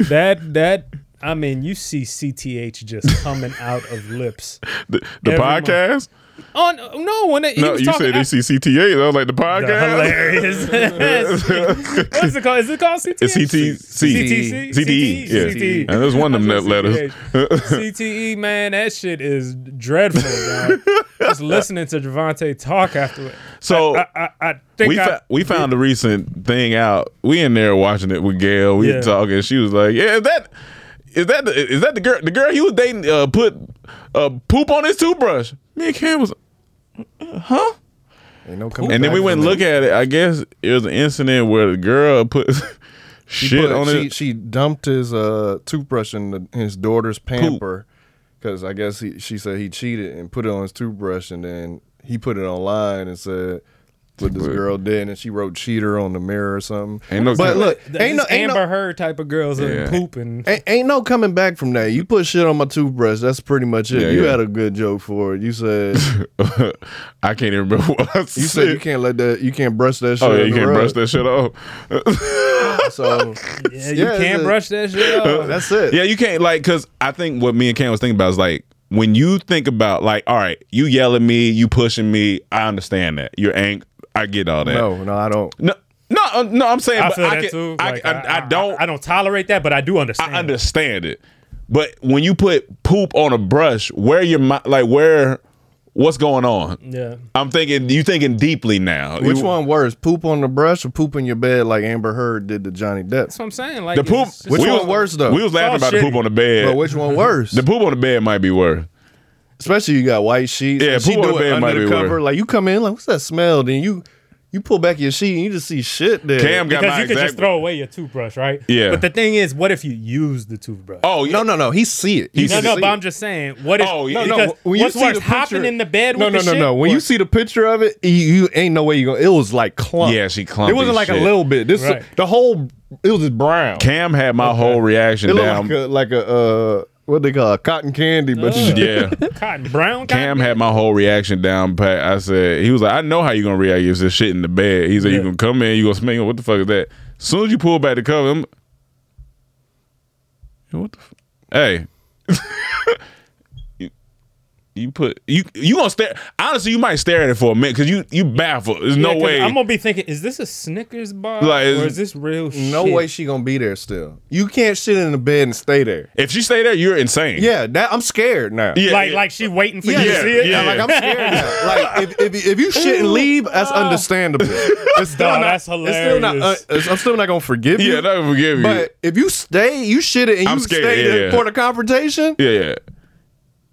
Speaker 7: That that I mean, you see CTH just coming out of lips.
Speaker 6: The, the
Speaker 7: Every month.
Speaker 6: podcast.
Speaker 7: Oh no, no when it, he
Speaker 6: No,
Speaker 7: was
Speaker 6: you
Speaker 7: talking
Speaker 6: said they see CTA. I was like the podcast.
Speaker 7: hilarious.
Speaker 6: [LAUGHS]
Speaker 7: What's it called? Is it called CTH?
Speaker 6: It's E. CTC.
Speaker 7: E. CTC?
Speaker 6: CTE. E, Yeah.
Speaker 7: CTE.
Speaker 6: And there's one of them
Speaker 7: E. I said
Speaker 6: letters.
Speaker 7: CTE, E, man, that shit is dreadful, dog. Just listening to Javante talk afterward.
Speaker 6: So
Speaker 7: I, I, I, I think
Speaker 6: we
Speaker 7: I,
Speaker 6: fo- we found a recent thing out. We in there watching it with Gail. We
Speaker 7: Yeah.
Speaker 6: talking. She was like, "Yeah, is that is that the, is that the girl the girl he was dating uh, put uh, poop on his toothbrush?" Me and Karen was, huh?
Speaker 4: Ain't no coming
Speaker 6: And then
Speaker 4: back
Speaker 6: we
Speaker 4: from
Speaker 6: went
Speaker 4: that.
Speaker 6: and look at it. I guess it was an incident where the girl put [LAUGHS]
Speaker 4: She
Speaker 6: shit
Speaker 4: put-
Speaker 6: on
Speaker 4: she,
Speaker 6: it.
Speaker 4: She dumped his uh, toothbrush in the, his daughter's pamper because I guess he, she said he cheated and put it on his toothbrush, and then he put it online and said. What this girl did, and she wrote "cheater" on the mirror or something.
Speaker 6: Ain't no-
Speaker 4: but look,
Speaker 7: Th-
Speaker 4: ain't no,
Speaker 7: these
Speaker 4: ain't no,
Speaker 7: Amber Heard type of girls
Speaker 4: Yeah.
Speaker 7: and pooping.
Speaker 4: ain't, ain't no coming back from that. You put shit on my toothbrush. That's pretty much it.
Speaker 6: Yeah,
Speaker 4: you
Speaker 6: yeah.
Speaker 4: had a good joke for it. You said,
Speaker 6: [LAUGHS] I can't even remember [LAUGHS] what I
Speaker 4: You said you can't let that. You can't brush that shit.
Speaker 6: Oh yeah,
Speaker 4: under
Speaker 6: you
Speaker 4: the
Speaker 6: can't
Speaker 4: rug.
Speaker 6: brush that shit off.
Speaker 4: so
Speaker 7: Yeah, you can't brush that shit
Speaker 6: [LAUGHS]
Speaker 4: [LAUGHS]
Speaker 7: off.
Speaker 4: That's it.
Speaker 6: Yeah, you can't like because I think what me and Cam was thinking about is like when you think about like, all right, you yell at me, you pushing me, I understand that you're angry. I get all that.
Speaker 4: No, no, I don't.
Speaker 6: No, no, uh, no. I'm saying,
Speaker 7: I
Speaker 6: but
Speaker 7: feel
Speaker 6: I
Speaker 7: that
Speaker 6: can-
Speaker 7: too.
Speaker 6: I,
Speaker 7: Like,
Speaker 6: I,
Speaker 7: I-
Speaker 6: I don't.
Speaker 7: I don't tolerate that, but I do understand.
Speaker 6: I understand it. But when you put poop on a brush, where your mi- like where what's going on?
Speaker 7: Yeah.
Speaker 6: I'm thinking you thinking deeply now.
Speaker 4: Which
Speaker 6: You-
Speaker 4: one worse, poop on the brush or poop in your bed like Amber Heard did to Johnny Depp? That's
Speaker 7: what I'm saying. Like
Speaker 6: the poop.
Speaker 7: it's just-
Speaker 4: Which
Speaker 6: we
Speaker 4: one
Speaker 6: was,
Speaker 4: worse, though?
Speaker 6: We was laughing
Speaker 4: It's all
Speaker 6: about the poop
Speaker 4: shitty.
Speaker 6: on the bed.
Speaker 4: But which
Speaker 6: [LAUGHS]
Speaker 4: one worse?
Speaker 6: The poop on the bed might be worse.
Speaker 4: Especially you got white sheets.
Speaker 6: Yeah,
Speaker 4: and she
Speaker 6: poop on
Speaker 4: do
Speaker 6: the
Speaker 4: it
Speaker 6: bed might
Speaker 4: under the
Speaker 6: be
Speaker 4: cover.
Speaker 6: worse.
Speaker 4: Like you come in, like what's that smell? Then you you pull back your sheet and you just see shit there.
Speaker 6: Cam got
Speaker 7: Because you could just throw away your toothbrush, right?
Speaker 4: Yeah.
Speaker 7: But the thing is, what if you use the toothbrush?
Speaker 6: Oh
Speaker 4: no no no! He see it. He
Speaker 7: no,
Speaker 4: see
Speaker 7: no,
Speaker 4: it.
Speaker 7: but I'm just saying, what if?
Speaker 4: Oh, yeah.
Speaker 7: no,
Speaker 4: No, no,
Speaker 7: because
Speaker 4: when you
Speaker 7: what's
Speaker 4: see
Speaker 7: worse,
Speaker 4: the picture-
Speaker 7: hopping in the bed
Speaker 4: no,
Speaker 7: with
Speaker 4: no,
Speaker 7: the
Speaker 4: no,
Speaker 7: shit?
Speaker 4: no. When you see the picture of it, you, you ain't no way you gonna. It was like clump.
Speaker 6: Yeah, she clumpy
Speaker 4: It wasn't like
Speaker 6: shit.
Speaker 4: a little bit. This
Speaker 6: Right.
Speaker 4: the whole. It was just brown.
Speaker 6: Cam had my whole reaction
Speaker 4: it looked
Speaker 6: down.
Speaker 4: like a like a uh, what they call a cotton candy,
Speaker 7: Oh.
Speaker 4: but
Speaker 6: [LAUGHS] yeah.
Speaker 7: [LAUGHS] Cotton brown.
Speaker 6: Cam had my whole reaction down pat. I said, he was like, I know how you gonna react if this shit in the bed. He said, you gonna come in, you gonna smell, it, what the fuck is that? As soon as you pull back the cover, I'm, Yo, what the? F- hey, [LAUGHS] you, you put you you gonna stare? Honestly, you might stare at it for a minute because you you baffled. There's
Speaker 7: Yeah,
Speaker 6: no
Speaker 7: 'cause
Speaker 6: way.
Speaker 7: I'm gonna be thinking, is this a Snickers bar
Speaker 6: Like,
Speaker 7: or
Speaker 6: it's-
Speaker 7: is this real?
Speaker 4: No
Speaker 7: shit?
Speaker 4: way she gonna be there still. You can't sit in the bed and stay there.
Speaker 6: if she stay there, you're insane.
Speaker 4: Yeah, that I'm scared now.
Speaker 7: like like she waiting for
Speaker 4: Yeah,
Speaker 7: you to
Speaker 4: yeah,
Speaker 7: see it.
Speaker 4: yeah. Like, I'm scared now. Like if, if, if you shit and leave, that's understandable. It's still
Speaker 7: Nah,
Speaker 4: not,
Speaker 7: that's
Speaker 4: it's still not,
Speaker 7: hilarious.
Speaker 4: uh, it's- I'm still not gonna forgive you.
Speaker 6: Yeah, not gonna forgive you.
Speaker 4: But if you stay, you shit it, and
Speaker 6: I'm
Speaker 4: you
Speaker 6: scared,
Speaker 4: stay
Speaker 6: yeah,
Speaker 4: there
Speaker 6: yeah.
Speaker 4: for the confrontation.
Speaker 6: yeah, yeah.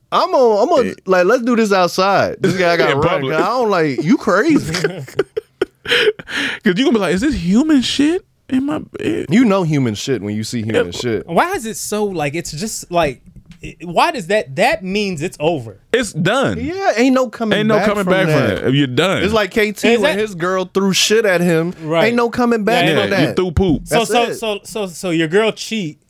Speaker 4: I'm on. I'm on. Like let's do this outside. This guy got
Speaker 6: [LAUGHS] Yeah,
Speaker 4: to run. 'cause
Speaker 6: public.
Speaker 4: I don't like you. Crazy. [LAUGHS]
Speaker 6: Because you gonna be like, is this human shit in my bed?
Speaker 4: You know human shit when you see
Speaker 6: [LAUGHS]
Speaker 4: human shit.
Speaker 7: Why is it so like? It's just like. it- Why does that? That means it's over.
Speaker 6: It's done.
Speaker 4: Yeah, ain't no coming.
Speaker 6: Ain't no
Speaker 4: back
Speaker 6: coming
Speaker 4: from
Speaker 6: back
Speaker 4: that.
Speaker 6: from that. You're done.
Speaker 4: It's like KT
Speaker 7: Is
Speaker 4: when
Speaker 7: that-
Speaker 4: his girl threw shit at him. Ain't no coming back
Speaker 7: Yeah,
Speaker 4: from
Speaker 7: yeah,
Speaker 4: that.
Speaker 6: you threw poop.
Speaker 7: So
Speaker 4: That's
Speaker 7: so
Speaker 4: it.
Speaker 7: so so so your girl cheat.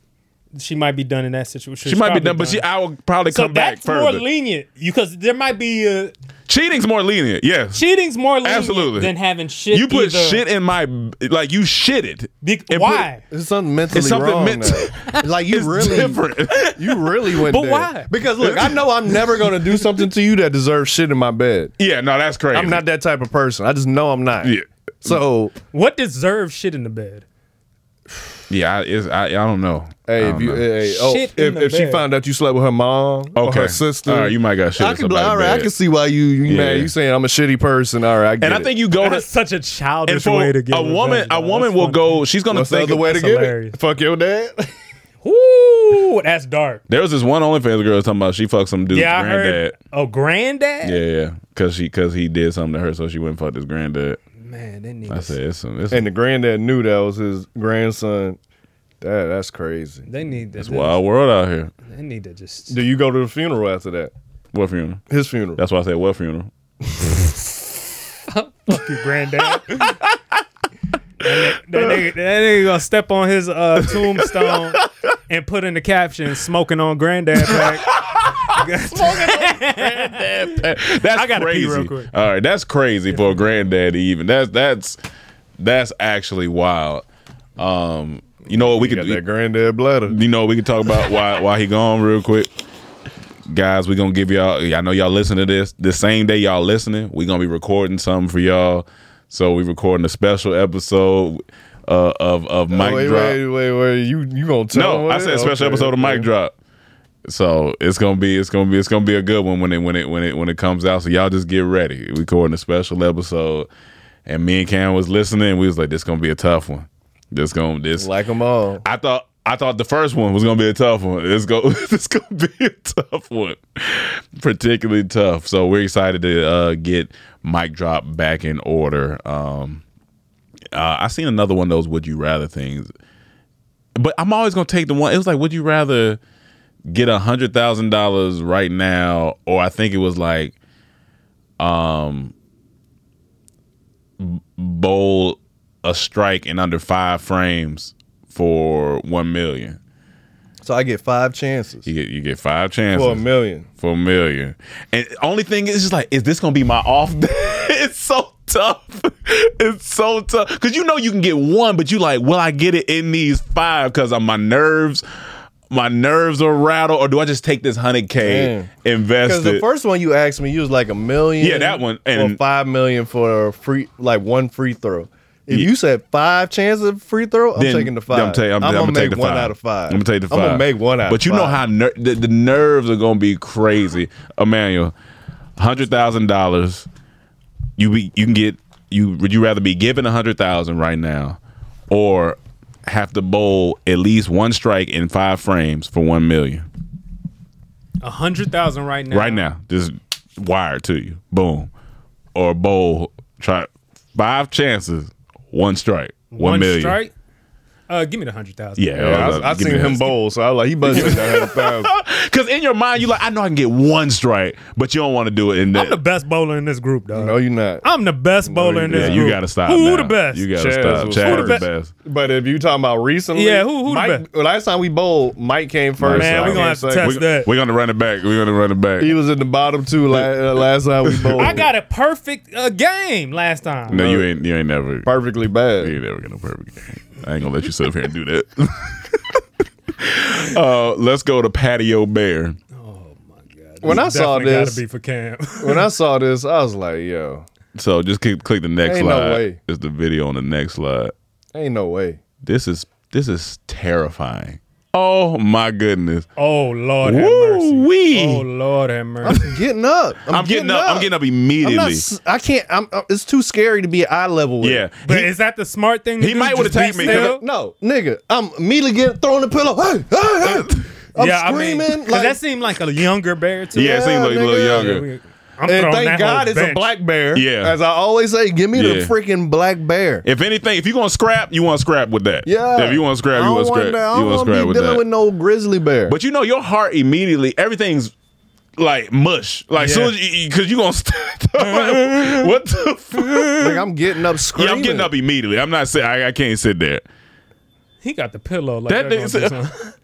Speaker 7: She might be done in that situation.
Speaker 6: She might be
Speaker 7: probably
Speaker 6: done, but she I will probably
Speaker 7: so
Speaker 6: come back
Speaker 7: that's more
Speaker 6: further.
Speaker 7: lenient because there might be a
Speaker 6: Cheating's more lenient. Yes.
Speaker 7: cheating's more lenient
Speaker 6: Absolutely.
Speaker 7: than having shit.
Speaker 6: You put
Speaker 7: either.
Speaker 6: shit in my like you shitted.
Speaker 7: Bec-
Speaker 6: and put-
Speaker 7: why?
Speaker 4: It's something mentally
Speaker 6: It's something
Speaker 4: wrong.
Speaker 6: ment-
Speaker 4: now. like you
Speaker 6: [LAUGHS] It's
Speaker 4: really
Speaker 6: different. [LAUGHS]
Speaker 4: You really went
Speaker 7: But
Speaker 4: there.
Speaker 7: why?
Speaker 4: Because look, I know I'm never gonna do something to you that deserves shit in my bed.
Speaker 6: Yeah, no, that's crazy.
Speaker 4: I'm not that type of person. I just know I'm not.
Speaker 6: Yeah.
Speaker 4: So
Speaker 7: What deserves shit in the bed?
Speaker 6: Yeah, I, it's, I I don't know. I
Speaker 4: hey,
Speaker 6: don't
Speaker 4: if you
Speaker 6: know.
Speaker 4: hey, oh,
Speaker 7: Shit
Speaker 4: if,
Speaker 7: in the
Speaker 4: if she
Speaker 7: bed.
Speaker 4: found out you slept with her mom or
Speaker 6: Okay.
Speaker 4: her sister,
Speaker 6: All right, you might got shit
Speaker 4: I
Speaker 6: in
Speaker 4: can be like,
Speaker 6: somebody's
Speaker 4: all right, I
Speaker 6: bed.
Speaker 4: can see why you you
Speaker 6: Yeah.
Speaker 4: mad. You saying I'm a shitty person. All right, I get
Speaker 6: And I
Speaker 4: it.
Speaker 6: think you go to
Speaker 7: That's such a
Speaker 6: and
Speaker 7: childish
Speaker 6: for
Speaker 7: way to get
Speaker 6: a
Speaker 7: revenge,
Speaker 6: woman,
Speaker 7: though.
Speaker 6: a woman
Speaker 7: That's
Speaker 6: will
Speaker 7: funny.
Speaker 6: go. She's gonna
Speaker 4: What's the
Speaker 6: think
Speaker 4: other way to
Speaker 7: That's
Speaker 4: get
Speaker 7: hilarious.
Speaker 4: it? Fuck your dad.
Speaker 7: Ooh, that's dark.
Speaker 6: There was this one OnlyFans girl talking about she fucked some dude's
Speaker 7: yeah, I
Speaker 6: granddad.
Speaker 7: heard. Oh, granddad.
Speaker 6: Yeah, yeah, because she because he did something to her, so she went and fucked his granddad.
Speaker 7: Man, they need.
Speaker 6: I said, it's some, it's
Speaker 4: [LAUGHS] and the granddad knew that was his grandson. That that's crazy.
Speaker 7: They need. To,
Speaker 6: it's a wild world out here.
Speaker 7: They need to just.
Speaker 4: Do you go to the funeral after that?
Speaker 6: What funeral?
Speaker 4: His funeral.
Speaker 6: That's why I said what funeral.
Speaker 7: Fuck you, granddad. [LAUGHS] that, nigga, that nigga- that nigga gonna step on his uh, tombstone and put in the caption "smoking on granddad pack."
Speaker 6: that's
Speaker 7: [LAUGHS] gotta pee
Speaker 6: crazy.
Speaker 7: real quick.
Speaker 6: All right, that's crazy for a granddaddy. Even that's that's that's actually wild. Um, you know what we could
Speaker 4: got that granddad bladder.
Speaker 6: you know we could talk about why why he gone real quick. Guys, we gonna give y'all. I know y'all listen to this. The same day y'all listening, we gonna be recording something for y'all. So we recording a special episode uh, of of Mike
Speaker 4: wait,
Speaker 6: Drop.
Speaker 4: wait, wait, wait. You you gonna tell? him
Speaker 6: No,
Speaker 4: what
Speaker 6: I
Speaker 4: it
Speaker 6: said
Speaker 4: is?
Speaker 6: special
Speaker 4: Okay,
Speaker 6: episode of Mic Drop. So it's gonna be it's gonna be it's gonna be a good one when it when it when it when it comes out. So y'all just get ready. We recording a special episode, and me and Cam was listening. We was like, this gonna be a tough one. This gonna this.
Speaker 4: [LAUGHS] Like them all.
Speaker 6: I thought I thought the first one was gonna be a tough one. It's go [LAUGHS] this gonna be a tough one, particularly tough. So we're excited to uh, get Mic Drop back in order. Um, uh, I seen another one of those would you rather things, but I'm always gonna take the one. It was like, would you rather get a hundred thousand dollars right now, or I think it was like, um, b- bowl a strike in under five frames for one million.
Speaker 4: So I get five chances
Speaker 6: You get you get five chances
Speaker 4: for a million.
Speaker 6: for a million. And only thing is, just like, is this gonna be my off day? [LAUGHS] it's so tough. [LAUGHS] It's so tough because you know you can get one, but you like, will I get it in these five? Because on my nerves, my nerves are rattled, or do I just take this hundred k
Speaker 4: Damn. Because
Speaker 6: invest
Speaker 4: the
Speaker 6: it?
Speaker 4: first one you asked me, you was like a million.
Speaker 6: Yeah, that one,
Speaker 4: or
Speaker 6: and-
Speaker 4: five million for a free, like one free throw. If you said five chances of free throw, I'm
Speaker 6: Then-
Speaker 4: taking the
Speaker 6: then
Speaker 4: five.
Speaker 6: I'm, ta- I'm, I'm
Speaker 4: gonna
Speaker 6: gonna
Speaker 4: make
Speaker 6: take the
Speaker 4: one
Speaker 6: five.
Speaker 4: out of five.
Speaker 6: I'm gonna take the five.
Speaker 4: I'm gonna make one out.
Speaker 6: But
Speaker 4: of
Speaker 6: you know
Speaker 4: five.
Speaker 6: how ner- the, the nerves are gonna be crazy, Emmanuel. hundred thousand dollars, you be you can get you would you rather be given a hundred thousand right now, or have to bowl at least one strike in five frames for one million
Speaker 7: A hundred thousand right now.
Speaker 6: right now, just wired to you, boom, or bowl try five chances, one strike, one
Speaker 7: One
Speaker 6: million.
Speaker 7: strike. Uh, give me the hundred thousand.
Speaker 6: Yeah, uh, I, was- I seen him bowl,
Speaker 4: so I was like he buzzing
Speaker 6: [LAUGHS] Because in your mind, you like I know I can get one strike, but you don't want to do it. And
Speaker 7: I'm the best bowler in this group, though.
Speaker 4: No, you're not.
Speaker 7: I'm the best bowler in
Speaker 6: yeah,
Speaker 7: this
Speaker 6: you
Speaker 7: group.
Speaker 6: gotta stop
Speaker 7: Who
Speaker 6: now.
Speaker 7: the best?
Speaker 6: You gotta stop.
Speaker 4: was
Speaker 6: Chaz
Speaker 4: first.
Speaker 6: is the best.
Speaker 4: But if you talking about recently,
Speaker 7: Yeah, who- who the
Speaker 4: Mike, Last time we bowled, Mike came first.
Speaker 7: Man,
Speaker 4: so I
Speaker 7: we gonna
Speaker 4: can't
Speaker 7: have to
Speaker 4: say-
Speaker 7: test that.
Speaker 6: We're gonna run it back. We're gonna run it back.
Speaker 4: He was in the bottom two
Speaker 7: [LAUGHS]
Speaker 4: last, uh, last time we bowled.
Speaker 7: I got a perfect uh, game last time.
Speaker 6: No, you ain't. You ain't never
Speaker 4: perfectly bad.
Speaker 6: You ain't never gonna perfect. game. I ain't gonna let you sit up here and do that. [LAUGHS] uh, let's go to patio bear.
Speaker 4: when I
Speaker 7: It's
Speaker 4: saw
Speaker 7: definitely gotta
Speaker 4: this,
Speaker 7: be for Cam. [LAUGHS]
Speaker 4: when I saw this, I was like, yo,
Speaker 6: So just keep, click the next
Speaker 4: Ain't no
Speaker 6: slide.
Speaker 4: way.
Speaker 6: It's the video on the next slide.
Speaker 4: ain't no way.
Speaker 6: This is this is terrifying. Oh my goodness.
Speaker 7: Oh Lord have mercy. Oh Lord have [LAUGHS]
Speaker 6: [LAUGHS]
Speaker 7: mercy.
Speaker 11: I'm getting up.
Speaker 6: I'm, getting, up. I'm getting up immediately.
Speaker 11: I'm not, s- I can't. I'm, uh, it's too scary to be at eye level. With.
Speaker 6: yeah.
Speaker 7: But is that the smart thing? To
Speaker 6: he
Speaker 7: do?
Speaker 6: might would've
Speaker 7: Just be
Speaker 6: tagged me, 'cause I-
Speaker 7: still?
Speaker 11: No, nigga. I'm immediately getting thrown the pillow. Hey, hey,
Speaker 7: [LAUGHS]
Speaker 11: hey. I'm
Speaker 7: yeah,
Speaker 11: screaming.
Speaker 7: I mean, 'cause
Speaker 11: like,
Speaker 7: that seemed like a younger bear too.
Speaker 6: Yeah, it seems like he's a little
Speaker 11: nigga.
Speaker 6: younger.
Speaker 7: I'm
Speaker 11: and
Speaker 7: throwing
Speaker 11: thank
Speaker 7: that
Speaker 11: God
Speaker 7: whole
Speaker 11: it's a
Speaker 7: bench.
Speaker 11: black bear.
Speaker 6: Yeah.
Speaker 11: As I always say, give me
Speaker 6: Yeah.
Speaker 11: the freaking black bear.
Speaker 6: If anything, if you're gonna scrap, you want to scrap with that.
Speaker 11: Yeah.
Speaker 6: If you want to
Speaker 11: I
Speaker 6: scrap, you
Speaker 11: don't
Speaker 6: want to
Speaker 11: want
Speaker 6: scrap.
Speaker 11: that- I
Speaker 6: You
Speaker 11: don't
Speaker 6: want
Speaker 11: want
Speaker 6: to
Speaker 11: to
Speaker 6: scrap
Speaker 11: be
Speaker 6: with
Speaker 11: dealing
Speaker 6: that.
Speaker 11: with no grizzly bear.
Speaker 6: But you know, your heart immediately, everything's like mush. Like
Speaker 7: Yeah.
Speaker 6: soon as you, because you gonna [LAUGHS]
Speaker 11: [LAUGHS]
Speaker 6: stand up, like, what the? Fuck?
Speaker 11: like I'm getting up
Speaker 6: Yeah,
Speaker 11: screaming.
Speaker 6: I'm getting up immediately. I'm not saying I, I can't sit there.
Speaker 7: He got the pillow. Like
Speaker 6: That
Speaker 7: they're
Speaker 6: nigga
Speaker 7: gonna
Speaker 6: said-
Speaker 7: do something.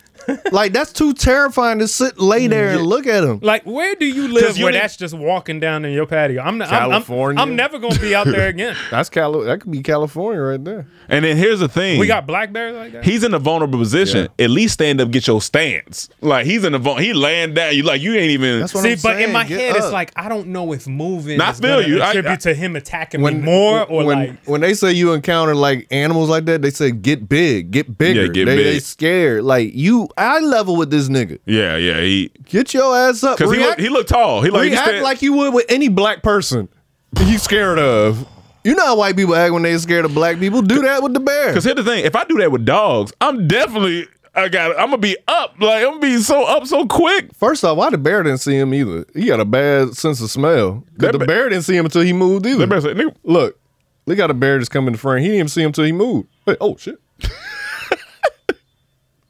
Speaker 11: Like that's too terrifying to sit, lay there and look at him.
Speaker 7: Like,
Speaker 11: [LAUGHS]
Speaker 7: where do you live?
Speaker 6: 'Cause you
Speaker 7: where
Speaker 6: need-
Speaker 7: that's just walking down in your patio. I'm not. I'm-
Speaker 4: California?
Speaker 7: I'm, I'm never gonna be out there
Speaker 6: [LAUGHS]
Speaker 7: again.
Speaker 4: That's Cali- That could be California right there.
Speaker 6: And then here's the thing.
Speaker 7: we got black bears like that.
Speaker 6: He's in a vulnerable position. At least stand up, get your stance. Like he's in a vul- he laying down. You like you ain't even.
Speaker 11: That's what
Speaker 7: See,
Speaker 11: I'm
Speaker 7: but
Speaker 11: saying.
Speaker 7: in my
Speaker 11: Get
Speaker 7: head, it's
Speaker 11: up.
Speaker 7: like I don't know if moving
Speaker 6: Nah, I
Speaker 7: is
Speaker 6: feel
Speaker 7: gonna
Speaker 6: you. I-
Speaker 7: attribute
Speaker 6: I-
Speaker 7: to him attacking me more or
Speaker 4: when,
Speaker 7: like
Speaker 4: when they say you encounter like animals like that, they say get big, get bigger.
Speaker 6: Yeah, get
Speaker 4: they,
Speaker 6: big.
Speaker 4: they scared. Like you, eye level with this nigga.
Speaker 6: yeah, yeah. He
Speaker 4: Get your ass up.
Speaker 6: because he look,
Speaker 4: React,
Speaker 6: he looked tall. He like he
Speaker 4: react
Speaker 6: stand-
Speaker 4: like you would with any black person. You scared of? You know how white people act when they scared of black people. Do that with the bear.
Speaker 6: Because here's the thing: if I do that with dogs, I'm definitely I got. I'm gonna be up. Like I'm gonna be so up so quick.
Speaker 4: First off, why the bear didn't see him either? He got a bad sense of smell. 'Cause
Speaker 6: That
Speaker 4: the
Speaker 6: ba-
Speaker 4: bear didn't see him until he moved either.
Speaker 6: That bear said, "Nigga."
Speaker 4: Look, look how the bear just come in the frame. He didn't even see him until he moved. Wait, oh shit.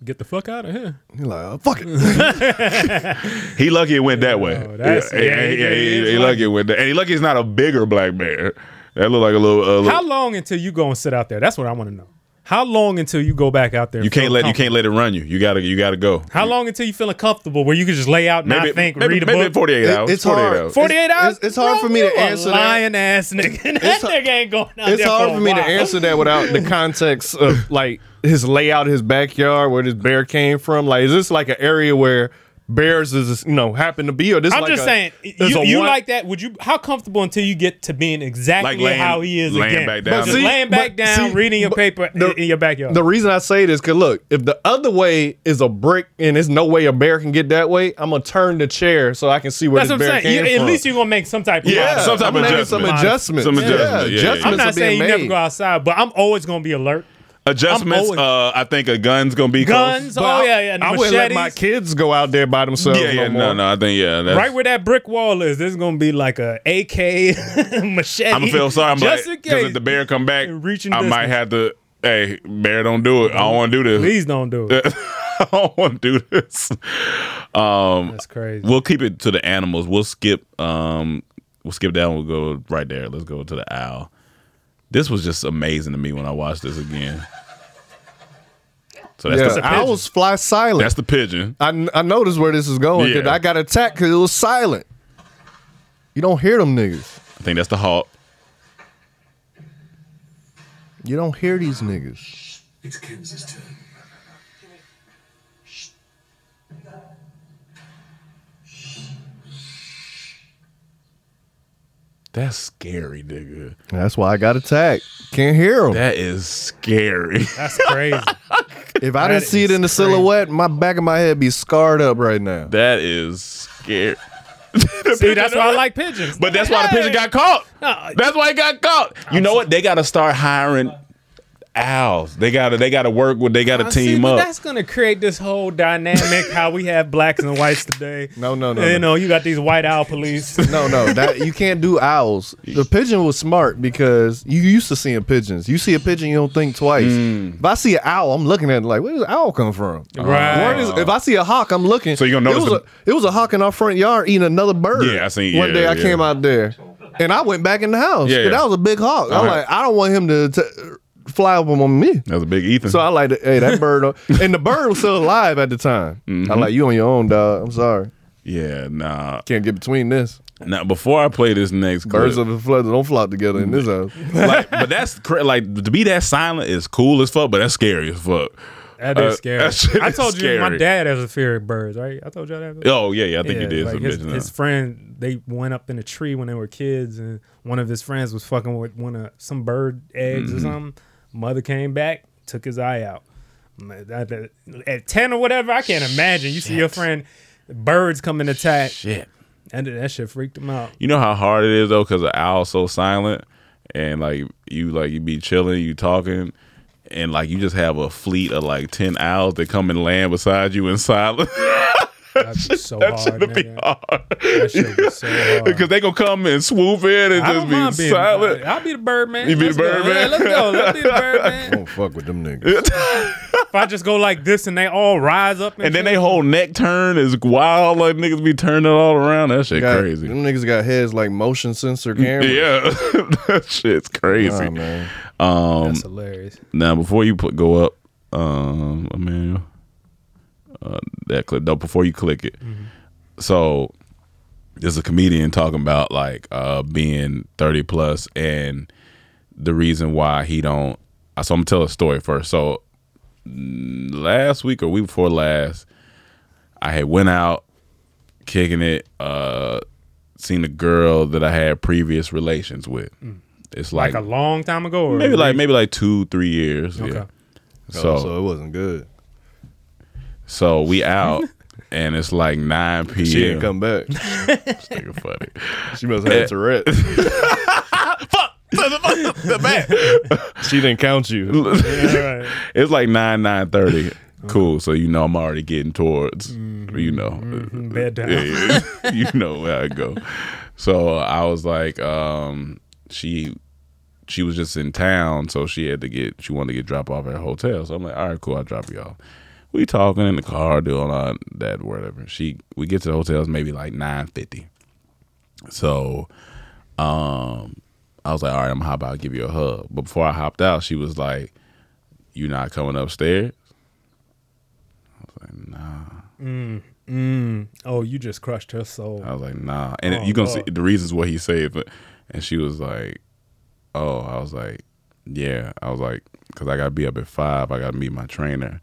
Speaker 7: get the fuck out of here.
Speaker 4: He like, oh, [LAUGHS] fuck it.
Speaker 6: He lucky it went that way. Yeah,
Speaker 7: Oh, that's-
Speaker 6: yeah,
Speaker 7: yeah,
Speaker 6: yeah,
Speaker 7: he-
Speaker 6: yeah,
Speaker 7: he
Speaker 6: he,
Speaker 7: is
Speaker 6: he lucky it went that. And he lucky it's not a bigger black bear. That look like a little. Uh,
Speaker 7: How
Speaker 6: little
Speaker 7: long until you go and sit out there? That's what I want to know. How long until you go back out there? and
Speaker 6: you can't
Speaker 7: feel
Speaker 6: let you
Speaker 7: comfortable?
Speaker 6: can't let it run you. You gotta you gotta go.
Speaker 7: How long until you feeling comfortable where you can just lay out,
Speaker 6: Maybe
Speaker 7: not think,
Speaker 6: maybe,
Speaker 7: read a
Speaker 6: maybe
Speaker 7: book?
Speaker 6: 48 hours.
Speaker 11: it's
Speaker 6: 48
Speaker 11: hard.
Speaker 6: hours.
Speaker 7: 48 hours?
Speaker 11: It's- it's hard for me
Speaker 7: Bro,
Speaker 11: to
Speaker 7: you
Speaker 11: answer
Speaker 7: a
Speaker 11: that.
Speaker 7: lying ass nigga. [LAUGHS] that nigga ain't going out
Speaker 4: It's
Speaker 7: there
Speaker 4: hard
Speaker 7: for,
Speaker 4: for me
Speaker 7: a
Speaker 4: to
Speaker 7: while.
Speaker 4: answer that without the context of like his layout, his backyard, where this bear came from. Like, is this like an area where bears is you know happen to be, or this?
Speaker 7: I'm
Speaker 4: like
Speaker 7: just
Speaker 4: a-
Speaker 7: saying,
Speaker 4: there's
Speaker 7: you,
Speaker 4: a
Speaker 7: you
Speaker 4: one-
Speaker 7: like that? Would you? How comfortable until you get to being exactly
Speaker 6: Like laying-
Speaker 7: how he is
Speaker 6: laying
Speaker 7: again?
Speaker 6: back down.
Speaker 7: Just
Speaker 6: See,
Speaker 7: laying back
Speaker 4: but-
Speaker 7: down,
Speaker 4: see,
Speaker 7: reading your
Speaker 4: but
Speaker 7: paper
Speaker 4: the-
Speaker 7: in your backyard.
Speaker 4: The reason I say this, cause look, if the other way is a brick and there's no way a bear can get that way, I'm gonna turn the chair so I can see where
Speaker 7: That's
Speaker 4: the
Speaker 7: what
Speaker 4: bear
Speaker 7: I'm saying.
Speaker 4: came
Speaker 7: You-
Speaker 4: from.
Speaker 7: at least you're gonna make some type of
Speaker 6: Yeah,
Speaker 7: modif-
Speaker 6: some type
Speaker 4: I'm
Speaker 6: of
Speaker 4: making some
Speaker 6: adjustment.
Speaker 4: adjustments.
Speaker 6: Some
Speaker 4: Yeah,
Speaker 6: adjustment, yeah, yeah, yeah.
Speaker 7: I'm
Speaker 4: adjustments are
Speaker 7: not
Speaker 4: being
Speaker 7: saying you never
Speaker 4: made.
Speaker 7: go outside, but I'm always gonna be alert.
Speaker 6: Adjustments.
Speaker 7: I'm always-
Speaker 6: uh, I think a gun's gonna be
Speaker 7: Guns.
Speaker 6: Close.
Speaker 7: Oh
Speaker 4: I-
Speaker 7: yeah, yeah. and
Speaker 4: I wouldn't let
Speaker 7: machetes.
Speaker 4: my kids go out there by themselves.
Speaker 6: Yeah, yeah, no,
Speaker 4: more.
Speaker 6: no. I think yeah. That's,
Speaker 7: right where that brick wall is, there's gonna be like a AK [LAUGHS] machete.
Speaker 6: I'm gonna feel sorry. I'm
Speaker 7: just
Speaker 6: like,
Speaker 7: in case.
Speaker 6: because if the bear come back,
Speaker 7: Reaching
Speaker 6: I might
Speaker 7: distance.
Speaker 6: have to. Hey, bear, don't do it. I don't want to do this.
Speaker 7: Please don't do it.
Speaker 6: [LAUGHS] I don't want to do this. Um,
Speaker 7: That's crazy.
Speaker 6: We'll keep it to the animals. We'll skip. Um, we'll skip down. We'll go right there. Let's go to the owl. This was just amazing to me when I watched this again. So that's
Speaker 4: Yeah,
Speaker 6: the
Speaker 4: owls fly silent.
Speaker 6: that's the pigeon.
Speaker 4: I, I noticed where this is going. 'cause
Speaker 6: Yeah.
Speaker 4: I got attacked because it was silent. You don't hear them niggas.
Speaker 6: I think that's the hawk.
Speaker 4: You don't hear these niggas.
Speaker 2: It's Kim's turn.
Speaker 6: That's scary, nigga.
Speaker 4: That's why I got attacked. Can't hear them.
Speaker 6: That is scary. [LAUGHS]
Speaker 7: That's [LAUGHS] crazy.
Speaker 4: If I
Speaker 7: that
Speaker 4: didn't see it
Speaker 7: is
Speaker 4: in the
Speaker 7: crazy.
Speaker 4: silhouette, my back of my head be scarred up right now.
Speaker 6: That is scary. [LAUGHS]
Speaker 7: See, that's why I like pigeons.
Speaker 6: But that's why the pigeon got caught.
Speaker 7: Uh,
Speaker 6: That's why he got caught. You know what? They got to start hiring owls. They got to they got to work with. They got to
Speaker 7: Now, see,
Speaker 6: team
Speaker 7: but
Speaker 6: up.
Speaker 7: That's gonna create this whole dynamic how we have blacks and whites
Speaker 6: [LAUGHS]
Speaker 7: today. No,
Speaker 4: no,
Speaker 7: You know, you got these white owl police.
Speaker 4: No, no, that you can't do owls. The pigeon was smart because you used to seeing pigeons. You see a pigeon, you don't think twice.
Speaker 6: Hmm.
Speaker 4: If I see an owl, I'm looking at it like, where does owl come from?
Speaker 6: Right.
Speaker 4: Where does- if I see a hawk, I'm looking. So
Speaker 6: you're gonna notice
Speaker 4: It was, a, it was a hawk in our front yard eating another bird.
Speaker 6: Yeah, I seen-
Speaker 4: One
Speaker 6: yeah,
Speaker 4: day I
Speaker 6: yeah.
Speaker 4: came out there, and I went back in the house.
Speaker 6: Yeah.
Speaker 4: And that was a big hawk. I'm
Speaker 6: Uh-huh.
Speaker 4: like, I don't want him to. T- Fly up on me. That
Speaker 6: was a big Ethan.
Speaker 4: So I like, to, hey, that bird, [LAUGHS] and the bird was still alive at the time. I like you on your own, dog. I'm sorry.
Speaker 6: Yeah, nah.
Speaker 4: Can't get between this.
Speaker 6: Now, before I play this next clip,
Speaker 4: Birds of a feather don't flock together in this house.
Speaker 6: like, but that's cra- like to be that silent is cool as fuck, but that's scary as fuck.
Speaker 7: That is
Speaker 6: Uh,
Speaker 7: scary.
Speaker 6: that shit
Speaker 7: I
Speaker 6: is
Speaker 7: told you my
Speaker 6: scary.
Speaker 7: dad has a fear of birds, right? I told y'all that.
Speaker 6: Oh, yeah, yeah, I think you did
Speaker 7: Like
Speaker 6: some
Speaker 7: his,
Speaker 6: bitch, no.
Speaker 7: his friend, they went up in a tree when they were kids, and one of his friends was fucking with one of some bird eggs or
Speaker 6: Mhm.
Speaker 7: something. Mother came back, took his eye out. Man, that- that- At ten or whatever, I can't imagine. You see your friend, birds come and attack.
Speaker 6: Shit.
Speaker 7: And that shit freaked him out.
Speaker 6: You know how hard it is though, because an owl's so silent, and like you like you be chilling, you talking, and like you just have a fleet of like ten owls that come and land beside you in silence.
Speaker 7: That's
Speaker 6: [LAUGHS]
Speaker 7: so hard, nigga. That shit was so hard.
Speaker 6: Because they gonna come and swoop in and
Speaker 7: I
Speaker 6: just
Speaker 7: don't mind
Speaker 6: be
Speaker 7: being
Speaker 6: silent.
Speaker 7: I'll be the bird man.
Speaker 6: You be
Speaker 7: Let's
Speaker 6: the bird
Speaker 7: go.
Speaker 6: man.
Speaker 7: Yeah, let's go. Let's be the
Speaker 6: [LAUGHS]
Speaker 7: bird
Speaker 4: [LAUGHS]
Speaker 7: man.
Speaker 4: Don't fuck with them niggas.
Speaker 7: if I just go like this and they all rise up, and,
Speaker 6: And then they whole neck turn is wild, like niggas be turning all around. That shit
Speaker 4: Got-
Speaker 6: crazy.
Speaker 4: Them niggas got heads like motion sensor cameras.
Speaker 6: Yeah, [LAUGHS] that shit's crazy.
Speaker 4: Nah, man.
Speaker 6: Um,
Speaker 4: That's
Speaker 7: hilarious.
Speaker 6: Now, before you put go up, um, Emmanuel, uh, that clip. No, before you click it.
Speaker 7: Mm-hmm.
Speaker 6: So, there's a comedian talking about like uh, being 30 plus and the reason why he don't. uh, So I'm gonna tell a story first. So mm, last week or week before last, I had went out kicking it. Uh, seen a girl that I had previous relations with.
Speaker 7: Mm.
Speaker 6: It's
Speaker 7: like,
Speaker 6: like,
Speaker 7: a long time ago, or
Speaker 6: maybe like maybe like two three years.
Speaker 7: Okay.
Speaker 6: Yeah.
Speaker 4: Oh, so it wasn't good.
Speaker 6: So we out, [LAUGHS] and it's like nine p.m.
Speaker 4: She didn't come [LAUGHS] back. this
Speaker 6: nigga funny.
Speaker 4: She must have had Tourette. [LAUGHS] she didn't count you.
Speaker 6: [LAUGHS] It's like nine nine thirty. Cool. So you know I'm already getting towards.
Speaker 4: Mm-hmm.
Speaker 6: You know,
Speaker 7: bedtime.
Speaker 6: Yeah, yeah. [LAUGHS] you know where I go. So I was like, um, she she was just in town, so she had to get she wanted to get dropped off at a hotel. So I'm like, all right, cool, I'll drop you off. We talking in the car, doing all that, whatever. She we get to the hotel, it's maybe like nine fifty. So um I was like, all right, I'm gonna hop out and give you a hug. But before I hopped out, she was like, You not coming upstairs?
Speaker 7: Mm, mm. Oh, you just crushed her soul.
Speaker 6: I was like, nah. And
Speaker 7: Oh,
Speaker 6: you gonna see
Speaker 7: Lord.
Speaker 6: the reasons what he said, but and she was like, oh, I was like, yeah, I was like, cause I gotta be up at five. I gotta meet my trainer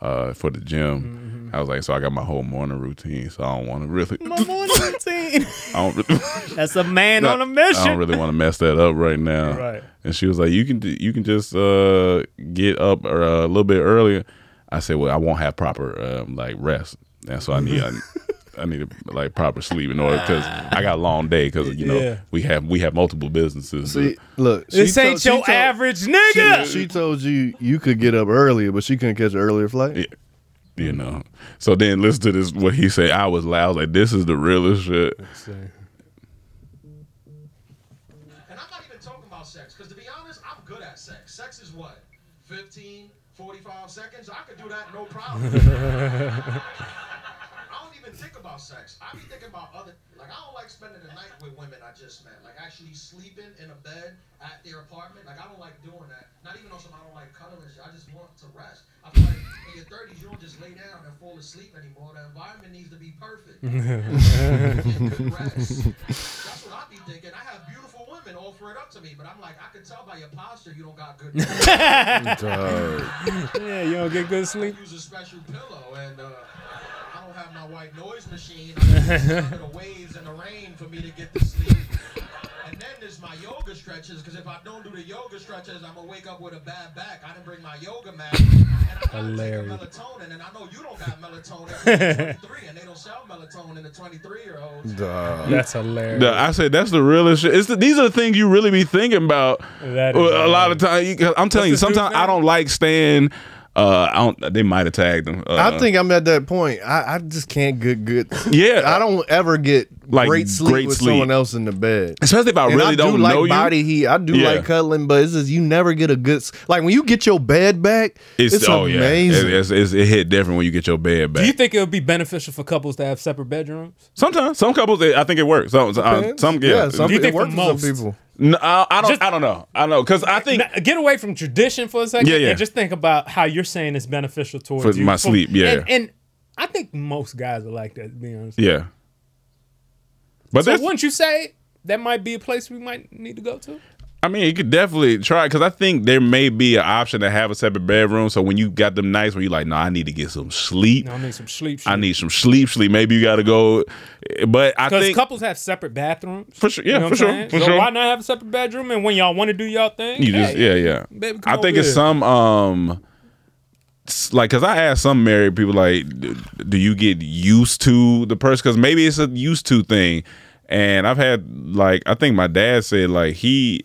Speaker 6: uh, for the gym. I was like, so I got my whole morning routine, so I don't want to really, [LAUGHS]
Speaker 7: My morning routine.
Speaker 6: I don't really.
Speaker 7: [LAUGHS] That's a man on a
Speaker 6: I don't
Speaker 7: mission.
Speaker 6: really want to mess that up right now.
Speaker 7: Right.
Speaker 6: And she was like, "You can do, you can just uh, get up or, uh, a little bit earlier." I said, "Well, I won't have proper um, like rest, and so I need I, I need like proper sleep in order because I got a long day because you know
Speaker 7: Yeah.
Speaker 6: we have we have multiple businesses.
Speaker 4: See, look,
Speaker 7: This
Speaker 4: she
Speaker 7: ain't
Speaker 4: told- she
Speaker 7: your
Speaker 4: told-
Speaker 7: average nigga.
Speaker 4: She, she told you you could get up earlier, but she couldn't catch an earlier flight.
Speaker 6: you know. So then listen to this what he said. I was loud I was like this is the realest shit.
Speaker 3: And I'm not even talking about sex, because to be honest, I'm good at sex. Sex is what? 15, 45 seconds? I could do that no problem. I don't even think about sex. I be thinking about other, like, I don't like spending the night with women I just met. Like, actually sleeping in a bed at their apartment. Like, I don't like doing that. Not even on some, I don't like cuddling shit. I just want to rest. I feel like in your 30s, you don't just lay down and fall asleep anymore. The environment needs to be perfect. Good rest. That's what I be thinking. I have beautiful women offer it up to me, but I'm like, I can tell by your posture you don't got good.
Speaker 7: yeah, you don't get good sleep.
Speaker 3: use a special pillow, and uh, I don't have my white noise machine. I use the sound of the waves and the rain for me to get to sleep. And then
Speaker 13: is my yoga stretches because if I don't do the yoga stretches, I'm gonna wake up with a bad back. I didn't bring my yoga mat.
Speaker 7: Hilarious.
Speaker 13: melatonin, and I know you don't got melatonin. It's 23, and they don't sell melatonin to 23 year olds.
Speaker 7: That's hilarious.
Speaker 6: Nah, Uh-huh. I say that's the realest shit. It's the, these are the things you really be thinking about.
Speaker 7: That
Speaker 6: a
Speaker 7: is
Speaker 6: lot of time, you, 'cause I'm telling you, sometimes I don't like staying. Uh, I don't. They might have tagged them. Uh,
Speaker 4: I think I'm at that point. I, I just can't get good.
Speaker 6: Yeah,
Speaker 4: I don't ever get
Speaker 6: Like,
Speaker 4: great sleep
Speaker 6: great
Speaker 4: with
Speaker 6: sleep.
Speaker 4: someone else in the bed.
Speaker 6: Especially if I
Speaker 4: And
Speaker 6: really
Speaker 4: do
Speaker 6: don't
Speaker 4: like
Speaker 6: know you.
Speaker 4: Body heat. I do
Speaker 6: Yeah.
Speaker 4: like cuddling, but it's just you never get a good s- like when you get your bed back. It's, amazing.
Speaker 6: oh, yeah, It- it's, it's- it hit different when you get your bed
Speaker 7: Do
Speaker 6: back.
Speaker 7: you think it would be beneficial for couples to have separate bedrooms?
Speaker 6: Sometimes some couples, they, I think it works. Some, uh,
Speaker 7: Depends.
Speaker 6: some yeah.
Speaker 7: Yeah, some- Do you it think for works for some most? people.
Speaker 6: No, I, I don't. I don't know. I know because I think
Speaker 7: Now, get away from tradition for a second
Speaker 6: Yeah, yeah.
Speaker 7: and just think about how you're saying it's beneficial towards
Speaker 6: For
Speaker 7: you.
Speaker 6: my sleep, yeah.
Speaker 7: And, and I think most guys are like that, to be honest.
Speaker 6: yeah. But
Speaker 7: so
Speaker 6: there's
Speaker 7: wouldn't you say that might be a place we might need to go to?
Speaker 6: I mean, you could definitely try because I think there may be an option to have a separate bedroom. So when you got them nights where you're like, no, I need to get some sleep.
Speaker 7: No, I need some sleep.
Speaker 6: I need some sleep. Sleep. Maybe you got to go. eh, But I
Speaker 7: Because
Speaker 6: think
Speaker 7: couples have separate bathrooms.
Speaker 6: For sure, yeah,
Speaker 7: what
Speaker 6: for
Speaker 7: I'm
Speaker 6: sure,
Speaker 7: saying?
Speaker 6: for
Speaker 7: so
Speaker 6: sure.
Speaker 7: Why not have a separate bedroom? And when y'all want to do y'all thing,
Speaker 6: you just
Speaker 7: hey,
Speaker 6: yeah yeah.
Speaker 7: baby, come
Speaker 6: I think
Speaker 7: over
Speaker 6: it's
Speaker 7: here.
Speaker 6: some um s- like because I asked some married people like, d- do you get used to the person? Because maybe it's a used to thing. And I've had like I think my dad said like he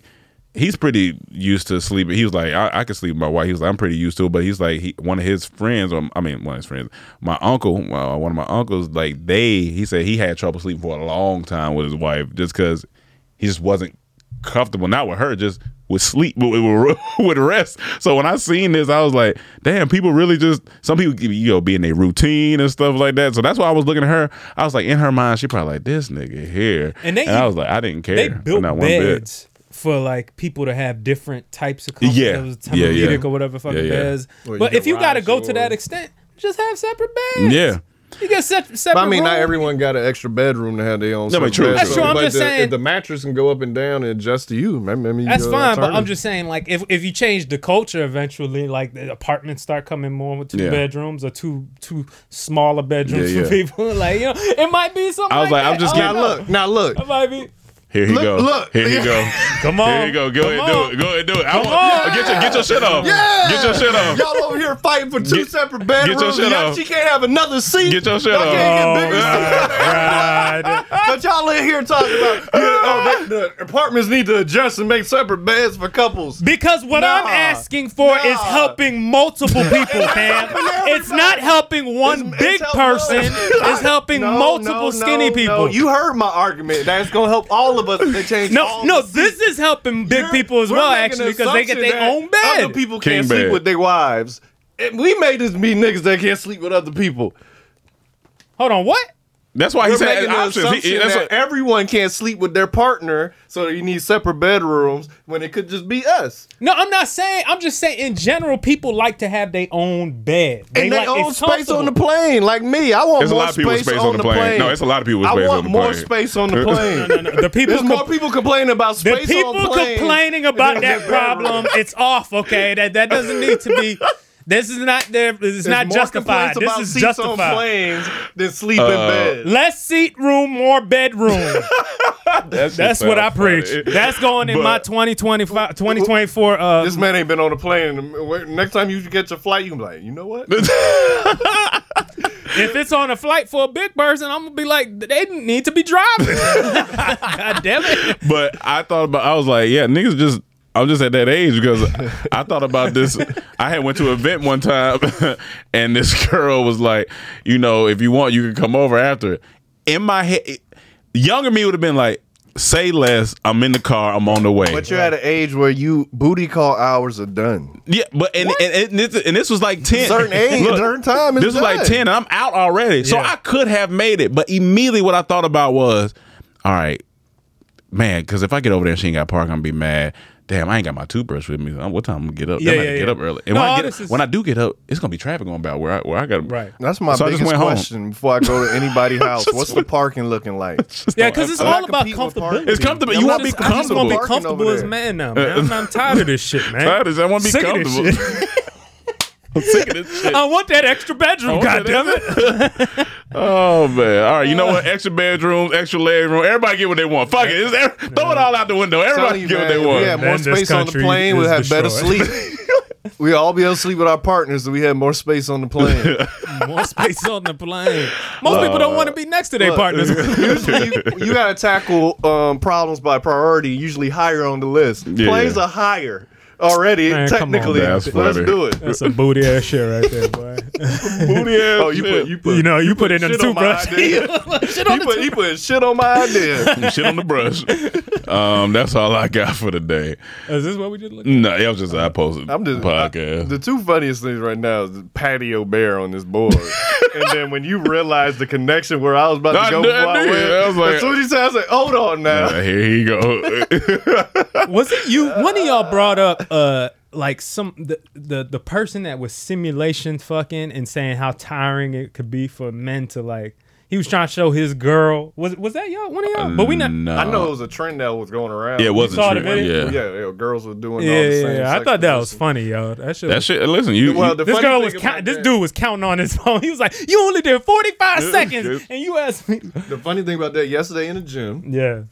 Speaker 6: he's pretty used to sleeping. He was like, I, I could sleep with my wife. He was like, I'm pretty used to it. But he's like, he, one of his friends, or I mean, one of his friends, my uncle, uh, one of my uncles, like they, he said he had trouble sleeping for a long time with his wife just because he just wasn't comfortable. Not with her, just with sleep, [LAUGHS] but with, with- with rest. So when I seen this, I was like, damn, people really just, some people, you know, be in their routine and stuff like that. So that's why I was looking at her. I was like, in her mind, she probably like, this nigga here.
Speaker 7: And they-
Speaker 6: I was like, I didn't care.
Speaker 7: They built
Speaker 6: Not one bit.
Speaker 7: beds for like people to have different types of comfort,
Speaker 6: Yeah,
Speaker 7: yeah,
Speaker 6: yeah, yeah.
Speaker 7: or whatever fucking
Speaker 6: Yeah, yeah.
Speaker 7: beds.
Speaker 6: Or you
Speaker 7: but
Speaker 6: can
Speaker 7: if you got to
Speaker 6: rise
Speaker 7: go to that
Speaker 6: yours.
Speaker 7: extent, just have separate beds.
Speaker 6: Yeah.
Speaker 7: You get se-
Speaker 4: But
Speaker 7: separate.
Speaker 4: I mean, not
Speaker 7: room.
Speaker 4: everyone got an extra bedroom to have their own.
Speaker 6: No,
Speaker 4: separate
Speaker 6: but true.
Speaker 4: bedroom.
Speaker 6: That's true,
Speaker 7: I'm
Speaker 4: But
Speaker 7: just
Speaker 4: the, if
Speaker 7: saying-
Speaker 4: the mattress can go up and down and adjust to you. Maybe, maybe you
Speaker 7: That's
Speaker 4: go
Speaker 7: fine, but I'm
Speaker 4: alternative.
Speaker 7: just saying, like, if, if you change the culture eventually, like the apartments start coming more with two
Speaker 6: Yeah.
Speaker 7: bedrooms or two two smaller bedrooms
Speaker 6: Yeah,
Speaker 7: for
Speaker 6: yeah.
Speaker 7: people, [LAUGHS] like you know, it might be something.
Speaker 6: I was like,
Speaker 7: that.
Speaker 6: I'm just
Speaker 7: I don't
Speaker 6: getting-
Speaker 7: know.
Speaker 6: Now look,
Speaker 4: now look.
Speaker 7: It might
Speaker 6: [LAUGHS]
Speaker 7: be.
Speaker 6: Here he
Speaker 7: Look,
Speaker 6: go.
Speaker 7: look.
Speaker 6: Here he go.
Speaker 7: [LAUGHS] Come
Speaker 6: Here
Speaker 7: on.
Speaker 6: he go. Go
Speaker 7: Come
Speaker 6: ahead,
Speaker 7: on.
Speaker 6: do it. Go ahead, do it. I
Speaker 7: Come
Speaker 6: want-
Speaker 7: on.
Speaker 6: Get your get your shit off.
Speaker 4: Yeah!
Speaker 6: Get your shit off.
Speaker 4: Y'all over here fighting for two
Speaker 6: Get-
Speaker 4: separate
Speaker 6: get your
Speaker 4: bedrooms.
Speaker 6: shit
Speaker 4: Y'all-
Speaker 6: off.
Speaker 4: She can't have another seat.
Speaker 6: Get your shit
Speaker 4: Y'all
Speaker 6: off.
Speaker 4: Can't get
Speaker 6: Oh,
Speaker 4: bigger
Speaker 7: Oh.
Speaker 4: seats. but y'all in here talking about
Speaker 6: [LAUGHS]
Speaker 4: yeah, oh, they- the apartments need to adjust and make separate beds for couples.
Speaker 7: Because what I'm
Speaker 4: Nah.
Speaker 7: asking for is helping
Speaker 4: [LAUGHS]
Speaker 7: multiple people, fam. It's not helping one big person. It's helping
Speaker 4: [LAUGHS] No,
Speaker 7: multiple
Speaker 4: no,
Speaker 7: skinny
Speaker 4: no,
Speaker 7: people.
Speaker 4: no. You heard my argument. That's gonna help all of us if they change.
Speaker 7: no,
Speaker 4: all
Speaker 7: no, this is helping big people as
Speaker 4: We're
Speaker 7: well,
Speaker 4: making
Speaker 7: actually,
Speaker 4: an
Speaker 7: because they get
Speaker 4: assumption
Speaker 7: their own
Speaker 4: that
Speaker 7: bed.
Speaker 4: Other people
Speaker 6: King
Speaker 4: can't
Speaker 6: bed.
Speaker 4: sleep with their wives. And we made this be niggas that can't sleep with other people.
Speaker 7: Hold on, what?
Speaker 6: That's why he
Speaker 4: We're
Speaker 6: said
Speaker 4: making the
Speaker 6: options. He-
Speaker 4: assumption
Speaker 6: that's
Speaker 4: that
Speaker 6: what-
Speaker 4: everyone can't sleep with their partner, so you need separate bedrooms when it could just be us.
Speaker 7: No, I'm not saying. I'm just saying in general, people like to have their own bed.
Speaker 4: and they
Speaker 7: like,
Speaker 4: own
Speaker 7: it's
Speaker 4: space on the
Speaker 7: comfortable.
Speaker 4: plane, like me. I want
Speaker 6: There's a
Speaker 4: more
Speaker 6: lot of people with space on the plane. No, it's a lot of people with
Speaker 4: I
Speaker 6: space
Speaker 4: want
Speaker 6: on the
Speaker 4: more
Speaker 6: plane.
Speaker 4: space on
Speaker 6: [LAUGHS]
Speaker 4: the plane.
Speaker 6: No, no, no. The
Speaker 7: people
Speaker 4: There's more people complaining about
Speaker 7: The
Speaker 4: space
Speaker 7: people
Speaker 4: on planes.
Speaker 7: complaining about that problem, it's off. Okay, that that doesn't need to be. This is not there. This is
Speaker 4: There's
Speaker 7: not
Speaker 4: more
Speaker 7: justified.
Speaker 4: complaints
Speaker 7: This
Speaker 4: about
Speaker 7: is
Speaker 4: seats on
Speaker 7: justified.
Speaker 4: planes than sleep in
Speaker 6: Uh,
Speaker 4: bed.
Speaker 7: Less seat room, more bedroom.
Speaker 6: That's,
Speaker 7: That's what I preach. That's going in my 2025, 2024. Uh,
Speaker 4: This man ain't been on a plane. And where- Next time you get your flight, you can be like, you know
Speaker 6: [LAUGHS]
Speaker 4: what?
Speaker 7: if it's on a flight for a big person, I'm gonna be like, they need to be driving. God damn it!
Speaker 6: but I thought about. I was like, yeah, niggas just. I'm just at that age because I thought about this. I had went to an event one time, [LAUGHS] and this girl was like, you know, if you want, you can come over after. it." In my head, younger me would have been like, say less. I'm in the car. I'm on the way.
Speaker 4: But you're at an age where you booty call hours are done.
Speaker 6: Yeah, but and and, and, this, and this was like ten.
Speaker 4: Certain age, certain time is
Speaker 6: This was like
Speaker 4: done.
Speaker 6: ten. And I'm out already, so I could have made it. But immediately, what I thought about was, all right, man, because if I get over there and she ain't got park, I'm gonna be mad. Damn, I ain't got my toothbrush with me. Um, What time I'm gonna get up?
Speaker 7: Yeah,
Speaker 6: Damn, I
Speaker 7: yeah,
Speaker 6: had to get
Speaker 7: yeah.
Speaker 6: up early. And
Speaker 7: No,
Speaker 6: when, I get,
Speaker 7: this is-
Speaker 6: when I do get up, it's gonna be traffic going about where I where I got
Speaker 7: Right.
Speaker 4: That's my
Speaker 6: So I just
Speaker 4: biggest
Speaker 6: went home.
Speaker 4: question before I go to
Speaker 6: [LAUGHS]
Speaker 4: anybody's house. What's the parking looking like?
Speaker 7: Yeah, because it's
Speaker 4: I'm not
Speaker 7: all about
Speaker 4: competing with
Speaker 7: comfortability.
Speaker 4: parking. It's comfortable.
Speaker 7: I'm
Speaker 4: You
Speaker 7: not
Speaker 4: wanna be
Speaker 7: just- I just want to be
Speaker 4: comfortable.
Speaker 7: comfortable as man now, man. I'm, I'm tired of this shit, man.
Speaker 6: Tired of this. I wanna be
Speaker 7: Sick of this
Speaker 6: comfortable.
Speaker 7: shit.
Speaker 6: [LAUGHS] I'm sick of this shit.
Speaker 7: I want that extra bedroom.
Speaker 6: I
Speaker 7: God
Speaker 6: want that
Speaker 7: damn it.
Speaker 6: Oh man! All right, you know what? Extra bedrooms, extra leg room. Everybody get what they want. Fuck it, It's ev- throw it all out the window. Everybody
Speaker 4: Telling
Speaker 6: get
Speaker 4: you,
Speaker 6: what they
Speaker 4: man,
Speaker 6: want.
Speaker 4: If we had more space on the plane, we'd have better sleep.
Speaker 6: [LAUGHS]
Speaker 4: we all be able to sleep with our partners if we had more space on the
Speaker 6: [LAUGHS]
Speaker 4: plane.
Speaker 7: More space on the plane. Most people don't
Speaker 4: Uh,
Speaker 7: want to be next to their
Speaker 4: look,
Speaker 7: partners.
Speaker 4: [LAUGHS] usually you, you got to tackle um, problems by priority, usually higher on the list.
Speaker 7: Yeah.
Speaker 4: Plays are higher already,
Speaker 7: Man, come on,
Speaker 4: technically.
Speaker 7: man.
Speaker 4: so let's do it.
Speaker 7: That's a booty ass shit right there, boy.
Speaker 6: booty [LAUGHS] ass.
Speaker 4: Oh, you put, you put,
Speaker 7: you know, you, put, in a
Speaker 4: shit on my
Speaker 7: toothbrush.
Speaker 4: idea.
Speaker 7: [LAUGHS]
Speaker 4: he, put, he put shit on my
Speaker 6: [LAUGHS]
Speaker 4: idea.
Speaker 6: Shit on the brush. Um, that's all I got for today.
Speaker 7: Is this what we did? [LAUGHS]
Speaker 6: No, it was just I posted
Speaker 4: I'm just-
Speaker 6: podcast.
Speaker 4: The two funniest things right now is the patio bear on this board.
Speaker 6: [LAUGHS]
Speaker 4: and then when you realize the connection where I was about
Speaker 6: I
Speaker 4: to go
Speaker 6: knew- I
Speaker 4: before I,
Speaker 6: knew it.
Speaker 4: went,
Speaker 6: I was like-
Speaker 4: as soon as he said, I was like, hold on now.
Speaker 6: Uh, here he go.
Speaker 7: was it you? One of y'all brought up uh like some the, the the person that was simulation fucking and saying how tiring it could be for men to like. He was trying to show his girl. Was was that y'all? One of y'all? [LAUGHS] But we not.
Speaker 6: No.
Speaker 4: I know it was a trend that was going around.
Speaker 6: Yeah, it was
Speaker 7: You a saw the trend, video?
Speaker 4: Yeah,
Speaker 7: yeah.
Speaker 4: yeah, girls were doing
Speaker 7: Yeah,
Speaker 4: all the
Speaker 7: yeah,
Speaker 4: same.
Speaker 7: yeah. I
Speaker 4: sex
Speaker 7: thought that was funny, yo. That shit.
Speaker 6: That
Speaker 7: was-
Speaker 6: shit- listen, you- Well, you- the
Speaker 7: this
Speaker 6: funny
Speaker 7: girl
Speaker 6: thing
Speaker 7: was count, this dude was counting on his [LAUGHS] phone. He was like, "You only did forty five
Speaker 4: Yeah,
Speaker 7: seconds,
Speaker 4: dude.
Speaker 7: and you asked me." [LAUGHS]
Speaker 4: The funny thing about that, yesterday in the gym.
Speaker 7: Yeah.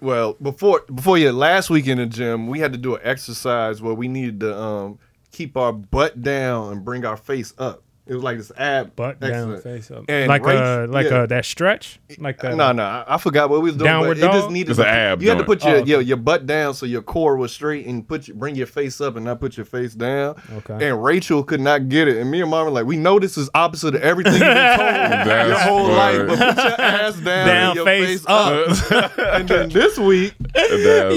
Speaker 4: Well, before before yeah, last week in the gym, we had to do an exercise where we needed to um, keep our butt down and bring our face up. It was like this ab
Speaker 7: Butt down,
Speaker 4: exercise.
Speaker 7: face up,
Speaker 4: And
Speaker 7: like
Speaker 4: Rafe-
Speaker 7: uh, like
Speaker 4: yeah.
Speaker 7: uh, that stretch, like uh,
Speaker 4: no, no, I- I forgot what we was doing.
Speaker 7: Downward
Speaker 4: but It just
Speaker 7: dog?
Speaker 4: needed
Speaker 6: It's an ab
Speaker 4: You had to
Speaker 6: joint.
Speaker 4: put your,
Speaker 6: Oh, okay.
Speaker 4: your your butt down so your core was straight and put your, bring your face up and not put your face down.
Speaker 7: Okay.
Speaker 4: And Rachel could not get it, and me and mom were like, "We know this is opposite of everything you've been told your
Speaker 6: [LAUGHS] That's
Speaker 4: whole
Speaker 6: funny.
Speaker 4: life, but put your ass down,
Speaker 7: Down,
Speaker 4: and your
Speaker 7: face
Speaker 4: face, [LAUGHS]
Speaker 6: [LAUGHS]
Speaker 4: up." and then this week,
Speaker 6: That-
Speaker 7: [LAUGHS]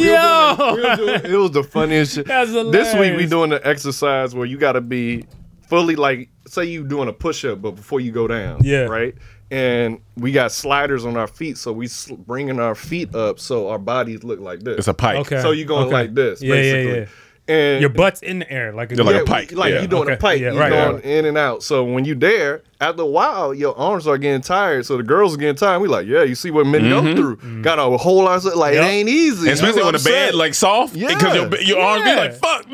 Speaker 7: Yo,
Speaker 4: we were doing- it was the funniest shit.
Speaker 7: That's
Speaker 4: this week we
Speaker 7: hilarious.
Speaker 4: doing an exercise where you got to be fully like say you doing a push up, but before you go down,
Speaker 7: Yeah.
Speaker 4: right. And we got sliders on our feet, so we sl- bringing our feet up so our bodies look like this.
Speaker 6: It's a pike.
Speaker 7: Okay.
Speaker 4: So you going
Speaker 7: Okay.
Speaker 4: like this,
Speaker 7: Yeah, yeah,
Speaker 4: basically.
Speaker 7: yeah.
Speaker 4: And
Speaker 7: your butt's in the air, like
Speaker 6: You're like a
Speaker 4: yeah,
Speaker 6: pike.
Speaker 4: Like
Speaker 6: yeah.
Speaker 4: you doing a
Speaker 7: Okay.
Speaker 4: pike.
Speaker 7: Yeah,
Speaker 4: you
Speaker 7: right,
Speaker 4: going
Speaker 7: right.
Speaker 4: in and out. So when you there, after a while, your arms are getting tired. So the girls are getting tired. We like, yeah, you see what men go through.
Speaker 7: Mm.
Speaker 4: Got a whole lot of like
Speaker 7: Yep.
Speaker 4: it ain't easy.
Speaker 6: Mm-hmm. Especially
Speaker 4: You
Speaker 6: when the bed
Speaker 4: upset.
Speaker 6: like soft, because your your arms be like fuck.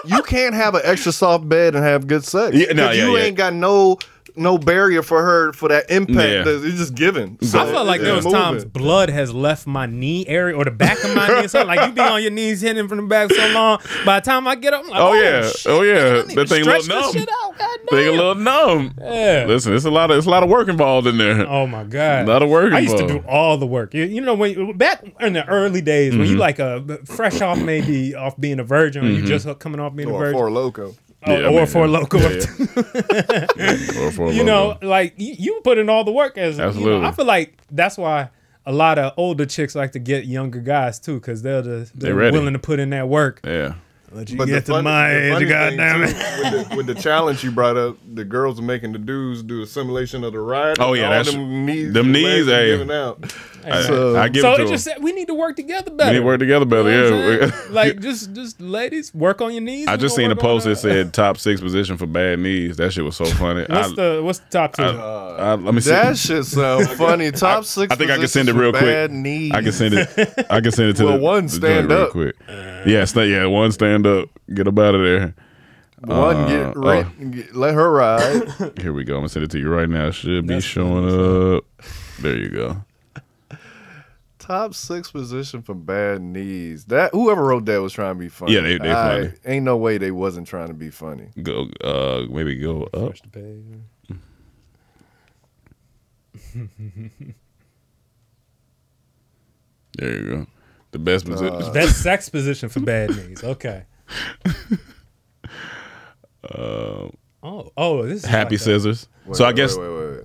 Speaker 4: [LAUGHS] you can't have an extra soft bed and have good sex.
Speaker 6: Yeah, no,
Speaker 4: 'Cause
Speaker 6: yeah,
Speaker 4: you
Speaker 6: yeah.
Speaker 4: ain't got no no barrier for her for that impact.
Speaker 6: Yeah.
Speaker 4: that it's just given.
Speaker 7: I felt like there was times blood has left my knee area or the back of my knee. or something. like you be on your knees hitting from the back so long. By the time I get up, I'm like,
Speaker 6: Oh,
Speaker 7: oh,
Speaker 6: yeah,
Speaker 7: shit,
Speaker 6: oh yeah,
Speaker 7: I need to
Speaker 6: that thing
Speaker 7: stretch
Speaker 6: look
Speaker 7: this
Speaker 6: numb.
Speaker 7: shit out. God
Speaker 6: Thing a
Speaker 7: damn.
Speaker 6: little numb.
Speaker 7: Yeah.
Speaker 6: Listen, it's a lot of it's a lot of work involved in there.
Speaker 7: Oh my god,
Speaker 6: A lot of work
Speaker 7: I used to do
Speaker 6: involved.
Speaker 7: all the work. You, you know when back in the early days
Speaker 6: Mm-hmm.
Speaker 7: when you like a fresh off maybe off being a virgin, or you
Speaker 6: Mhm.
Speaker 7: just coming off being a
Speaker 4: or
Speaker 7: virgin,
Speaker 4: for loco.
Speaker 7: Oh,
Speaker 6: [LAUGHS] Yeah,
Speaker 7: or
Speaker 6: I mean,
Speaker 7: for
Speaker 6: yeah.
Speaker 7: local,
Speaker 6: Yeah, Or for a
Speaker 7: you
Speaker 6: local.
Speaker 7: know, like you, you put in all the work as you know,
Speaker 6: Absolutely.
Speaker 7: I feel like that's why a lot of older chicks like to get younger guys too, because they're the
Speaker 6: They
Speaker 7: they're
Speaker 6: ready.
Speaker 7: willing to put in that work.
Speaker 6: yeah.
Speaker 7: Let you
Speaker 4: But
Speaker 7: get
Speaker 4: the
Speaker 7: to
Speaker 4: funny-
Speaker 7: my
Speaker 4: the
Speaker 7: age,
Speaker 4: funny thing,
Speaker 7: goddamn
Speaker 4: too,
Speaker 7: it.
Speaker 4: With the, with the challenge you brought up, the girls are making the dudes do a simulation of the ride.
Speaker 6: Oh,
Speaker 4: and
Speaker 6: yeah,
Speaker 4: all
Speaker 6: that's-
Speaker 4: them knees,
Speaker 6: them
Speaker 4: and
Speaker 6: knees,
Speaker 4: legs are
Speaker 6: hey.
Speaker 4: giving out.
Speaker 6: I-
Speaker 4: So-
Speaker 6: I [LAUGHS] give
Speaker 7: so
Speaker 6: it to
Speaker 7: it
Speaker 6: him.
Speaker 7: just said we need to work together
Speaker 6: We
Speaker 7: better.
Speaker 6: need to work together better.
Speaker 7: You know what I'm
Speaker 6: yeah. [LAUGHS]
Speaker 7: saying? like just just ladies, work on your knees.
Speaker 6: I
Speaker 7: and
Speaker 6: just
Speaker 7: go
Speaker 6: seen a
Speaker 7: work on
Speaker 6: post
Speaker 7: our-
Speaker 6: that said top six position for bad knees. That shit was so funny.
Speaker 7: [LAUGHS] What's
Speaker 6: I,
Speaker 7: the what's the top two?
Speaker 6: I, I- let me [LAUGHS] see.
Speaker 4: That shit sound funny. Top six.
Speaker 6: I think I can send it
Speaker 4: positions for
Speaker 6: real quick.
Speaker 4: Bad knees.
Speaker 6: I can send it. I can send it to
Speaker 4: [LAUGHS] Well,
Speaker 6: the
Speaker 4: one
Speaker 6: the joint
Speaker 4: stand
Speaker 6: real
Speaker 4: up.
Speaker 6: quick. yeah, sta- yeah, one stand up. Get up out of there.
Speaker 4: One
Speaker 6: Uh,
Speaker 4: get,
Speaker 6: oh,
Speaker 4: ra- get- let her ride.
Speaker 6: here we go. I'm gonna send it to you right now. It Should be
Speaker 7: That's-
Speaker 6: showing up. There you go.
Speaker 4: Top six position for bad knees. That whoever wrote that was trying to be funny.
Speaker 6: Yeah, they- they
Speaker 4: I-
Speaker 6: funny.
Speaker 4: Ain't no way they wasn't trying to be funny.
Speaker 6: Go. Uh, maybe go up.
Speaker 7: First page.
Speaker 6: [LAUGHS] There you go. The best
Speaker 7: Uh,
Speaker 6: position.
Speaker 7: Best sex position for bad knees. Okay.
Speaker 6: Uh,
Speaker 7: Oh, oh, this is
Speaker 6: happy
Speaker 7: like a-
Speaker 6: scissors. so I guess
Speaker 4: Wait, wait, wait.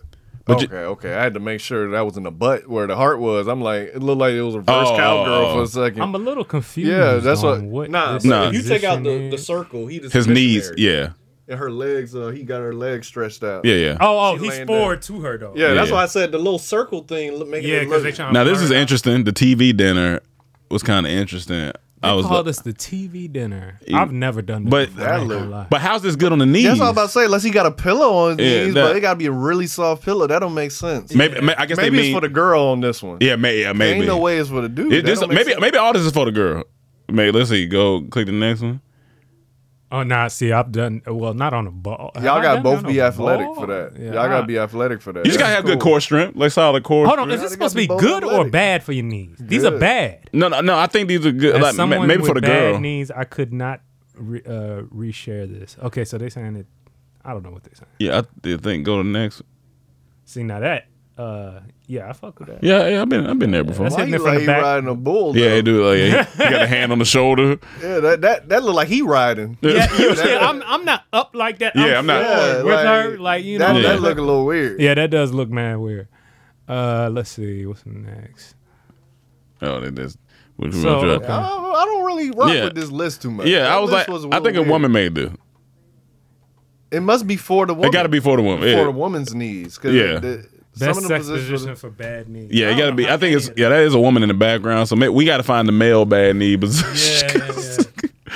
Speaker 6: But you-
Speaker 4: okay, okay. I had to make sure that was in the butt where the heart was. I'm like, it looked like it was a reverse
Speaker 6: Oh,
Speaker 4: cowgirl
Speaker 6: oh, oh.
Speaker 4: for a second.
Speaker 7: I'm a little confused.
Speaker 4: yeah, that's what.
Speaker 7: on what.
Speaker 4: nah,
Speaker 7: this
Speaker 6: Nah.
Speaker 4: if you take out the,
Speaker 7: position
Speaker 4: the
Speaker 7: is.
Speaker 4: circle, he just
Speaker 6: his knees.
Speaker 4: missionary.
Speaker 6: Yeah.
Speaker 4: And her legs, uh, he got her legs stretched out.
Speaker 6: Yeah. Yeah.
Speaker 7: Oh, oh,
Speaker 4: She
Speaker 7: he's
Speaker 4: laying
Speaker 7: forward to her though.
Speaker 4: Yeah, that's
Speaker 6: Yeah.
Speaker 4: why I said the little circle thing look- making
Speaker 7: Yeah,
Speaker 4: it
Speaker 7: 'cause
Speaker 4: look.
Speaker 7: they trying
Speaker 6: Now
Speaker 7: to
Speaker 6: this
Speaker 7: blur
Speaker 6: is
Speaker 7: it out.
Speaker 6: interesting. The TV dinner was kind of interesting. I
Speaker 7: They
Speaker 6: was
Speaker 7: call
Speaker 6: like,
Speaker 7: this the TV dinner. I've never done this.
Speaker 6: but
Speaker 7: before, I ain't gonna lie.
Speaker 6: but how's this good on the knees?
Speaker 4: That's all I'm about to say. Unless he got a pillow on his
Speaker 6: Yeah,
Speaker 4: knees,
Speaker 6: that-
Speaker 4: but it got to be a really soft pillow. That don't make sense.
Speaker 6: Maybe, may- I guess
Speaker 4: Maybe
Speaker 6: they
Speaker 4: it's
Speaker 6: mean
Speaker 4: for the girl on this one.
Speaker 6: yeah, may, yeah, maybe.
Speaker 4: Ain't no way it's for the dude. That
Speaker 6: It- this-
Speaker 4: don't make
Speaker 6: maybe
Speaker 4: sense.
Speaker 6: maybe all this is for the girl. May let's see. Go click the next one.
Speaker 7: Oh, nah, see, I've done, well, not on a ball. Have
Speaker 4: Y'all
Speaker 7: I
Speaker 4: got
Speaker 7: done
Speaker 4: to both
Speaker 7: that on
Speaker 4: be
Speaker 7: a
Speaker 4: athletic
Speaker 7: ball?
Speaker 4: for that.
Speaker 7: Yeah,
Speaker 4: Y'all got
Speaker 7: I-
Speaker 4: to be athletic for that.
Speaker 6: You just gotta have good core strength. Let's solid core.
Speaker 7: Hold on,
Speaker 6: strength.
Speaker 7: is this supposed to be good or bad for your knees? These are
Speaker 6: Good.
Speaker 7: bad.
Speaker 6: No, no, no. I think these are good.
Speaker 7: As
Speaker 6: Like, ma-
Speaker 7: someone
Speaker 6: maybe
Speaker 7: with
Speaker 6: for the
Speaker 7: bad
Speaker 6: girl.
Speaker 7: knees, I could not re, uh, reshare this. Okay, so they're saying it. I don't know what they're saying.
Speaker 6: Yeah, I th- think go to the next.
Speaker 7: See now that, uh, yeah, I fuck with that.
Speaker 6: Yeah, yeah. I've been, I've been there before.
Speaker 7: That's
Speaker 4: Why
Speaker 7: hitting
Speaker 4: you
Speaker 7: it from
Speaker 4: like
Speaker 7: the
Speaker 4: you
Speaker 7: back.
Speaker 4: riding a bull?
Speaker 6: Yeah,
Speaker 4: though?
Speaker 6: he do. Like, he, he
Speaker 7: [LAUGHS]
Speaker 6: got a hand on the shoulder.
Speaker 4: Yeah, that that, that look like he riding.
Speaker 7: Yeah, usually I'm I'm not up like that.
Speaker 6: Yeah, I'm not-
Speaker 7: forward
Speaker 6: Yeah,
Speaker 7: with
Speaker 6: like,
Speaker 7: her. Like you
Speaker 4: that,
Speaker 7: know,
Speaker 4: that look a little weird.
Speaker 7: Yeah, that does look mad weird. Uh, let's see what's next.
Speaker 6: [LAUGHS] Oh, that is. Which
Speaker 7: So, uh,
Speaker 6: one
Speaker 7: okay.
Speaker 4: I, don't, I don't really rock with this list too much.
Speaker 6: Yeah,
Speaker 4: That
Speaker 6: I was
Speaker 4: list
Speaker 6: like,
Speaker 4: a
Speaker 6: I
Speaker 4: little
Speaker 6: think a
Speaker 4: weird.
Speaker 6: woman made this.
Speaker 4: It must be for the woman.
Speaker 6: It got to be for the woman.
Speaker 4: for
Speaker 6: yeah.
Speaker 4: the woman's knees. 'cause
Speaker 6: Yeah.
Speaker 4: the-
Speaker 7: Best
Speaker 4: some of the
Speaker 7: sex
Speaker 4: positions.
Speaker 7: position for bad knees.
Speaker 6: Yeah, it gotta be. I think it's yeah. That is a woman in the background, so may, we gotta find the male bad knee position. [LAUGHS]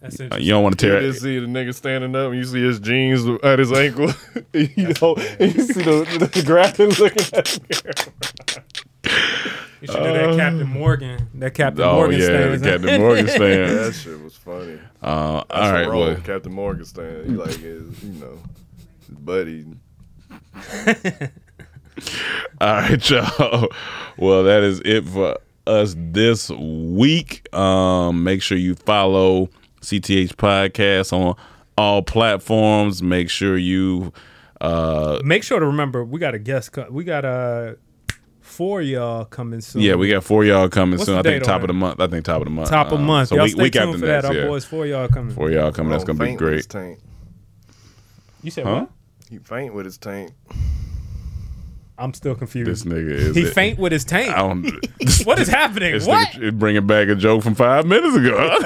Speaker 7: That's
Speaker 6: Uh, [LAUGHS] you don't want to
Speaker 4: You
Speaker 6: tear
Speaker 4: just
Speaker 6: it.
Speaker 4: see the nigga standing up, and you see his jeans at his ankle. you know, and you see the, the graphic looking at the
Speaker 7: You should do that Captain Morgan. That Captain
Speaker 6: oh
Speaker 7: Morgan
Speaker 6: yeah,
Speaker 7: stance.
Speaker 6: the Captain [LAUGHS] Morgan
Speaker 4: girl.
Speaker 6: stand.
Speaker 4: that shit was funny.
Speaker 6: Uh,
Speaker 4: That's
Speaker 6: all right,
Speaker 4: wrong,
Speaker 6: well,
Speaker 4: Captain Morgan stand. He like is, you know, his buddy.
Speaker 6: all right, [LAUGHS] y'all. Well, that is it for us this week. Um, make sure you follow CTH podcast on all platforms. Make sure you uh,
Speaker 7: [LAUGHS] Make sure to remember we got a guest. Co- we got uh, four of y'all coming soon.
Speaker 6: yeah, we got four y'all coming
Speaker 7: What's
Speaker 6: soon.
Speaker 7: the
Speaker 6: I think
Speaker 7: date on
Speaker 6: top
Speaker 7: it?
Speaker 6: of the month. I think top of the month.
Speaker 7: top of
Speaker 6: Uh,
Speaker 7: month.
Speaker 6: So
Speaker 7: y'all
Speaker 6: we
Speaker 7: stay
Speaker 6: week
Speaker 7: tuned
Speaker 6: after
Speaker 7: for that.
Speaker 6: next,
Speaker 7: Our
Speaker 6: yeah.
Speaker 7: boys, four of y'all coming.
Speaker 6: Four y'all coming. That's
Speaker 4: Don't
Speaker 6: gonna be
Speaker 4: faint with his
Speaker 6: great.
Speaker 4: tank.
Speaker 7: You said
Speaker 6: Huh?
Speaker 7: what?
Speaker 4: He faint with his tank.
Speaker 7: I'm still confused.
Speaker 6: This nigga is
Speaker 7: he
Speaker 6: it.
Speaker 7: faint with his tank.
Speaker 6: I don't.
Speaker 7: [LAUGHS] what
Speaker 6: [LAUGHS]
Speaker 7: is happening?
Speaker 6: This
Speaker 7: what?
Speaker 6: nigga bringing back a joke from five minutes ago.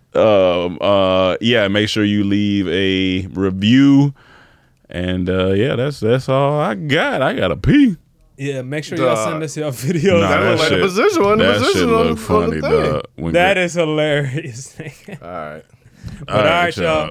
Speaker 6: [LAUGHS] um, uh, yeah, make sure you leave a review, and uh, yeah, that's that's all I got. I got to pee.
Speaker 7: Yeah, make sure y'all [LAUGHS] send us your videos.
Speaker 6: Nah,
Speaker 4: look like the position on the
Speaker 6: that shit
Speaker 4: position on
Speaker 6: look
Speaker 4: the- on the
Speaker 6: funny,
Speaker 4: thing.
Speaker 6: dog. When-
Speaker 7: that is hilarious. [LAUGHS] nigga.
Speaker 4: All right.
Speaker 6: All right, y'all.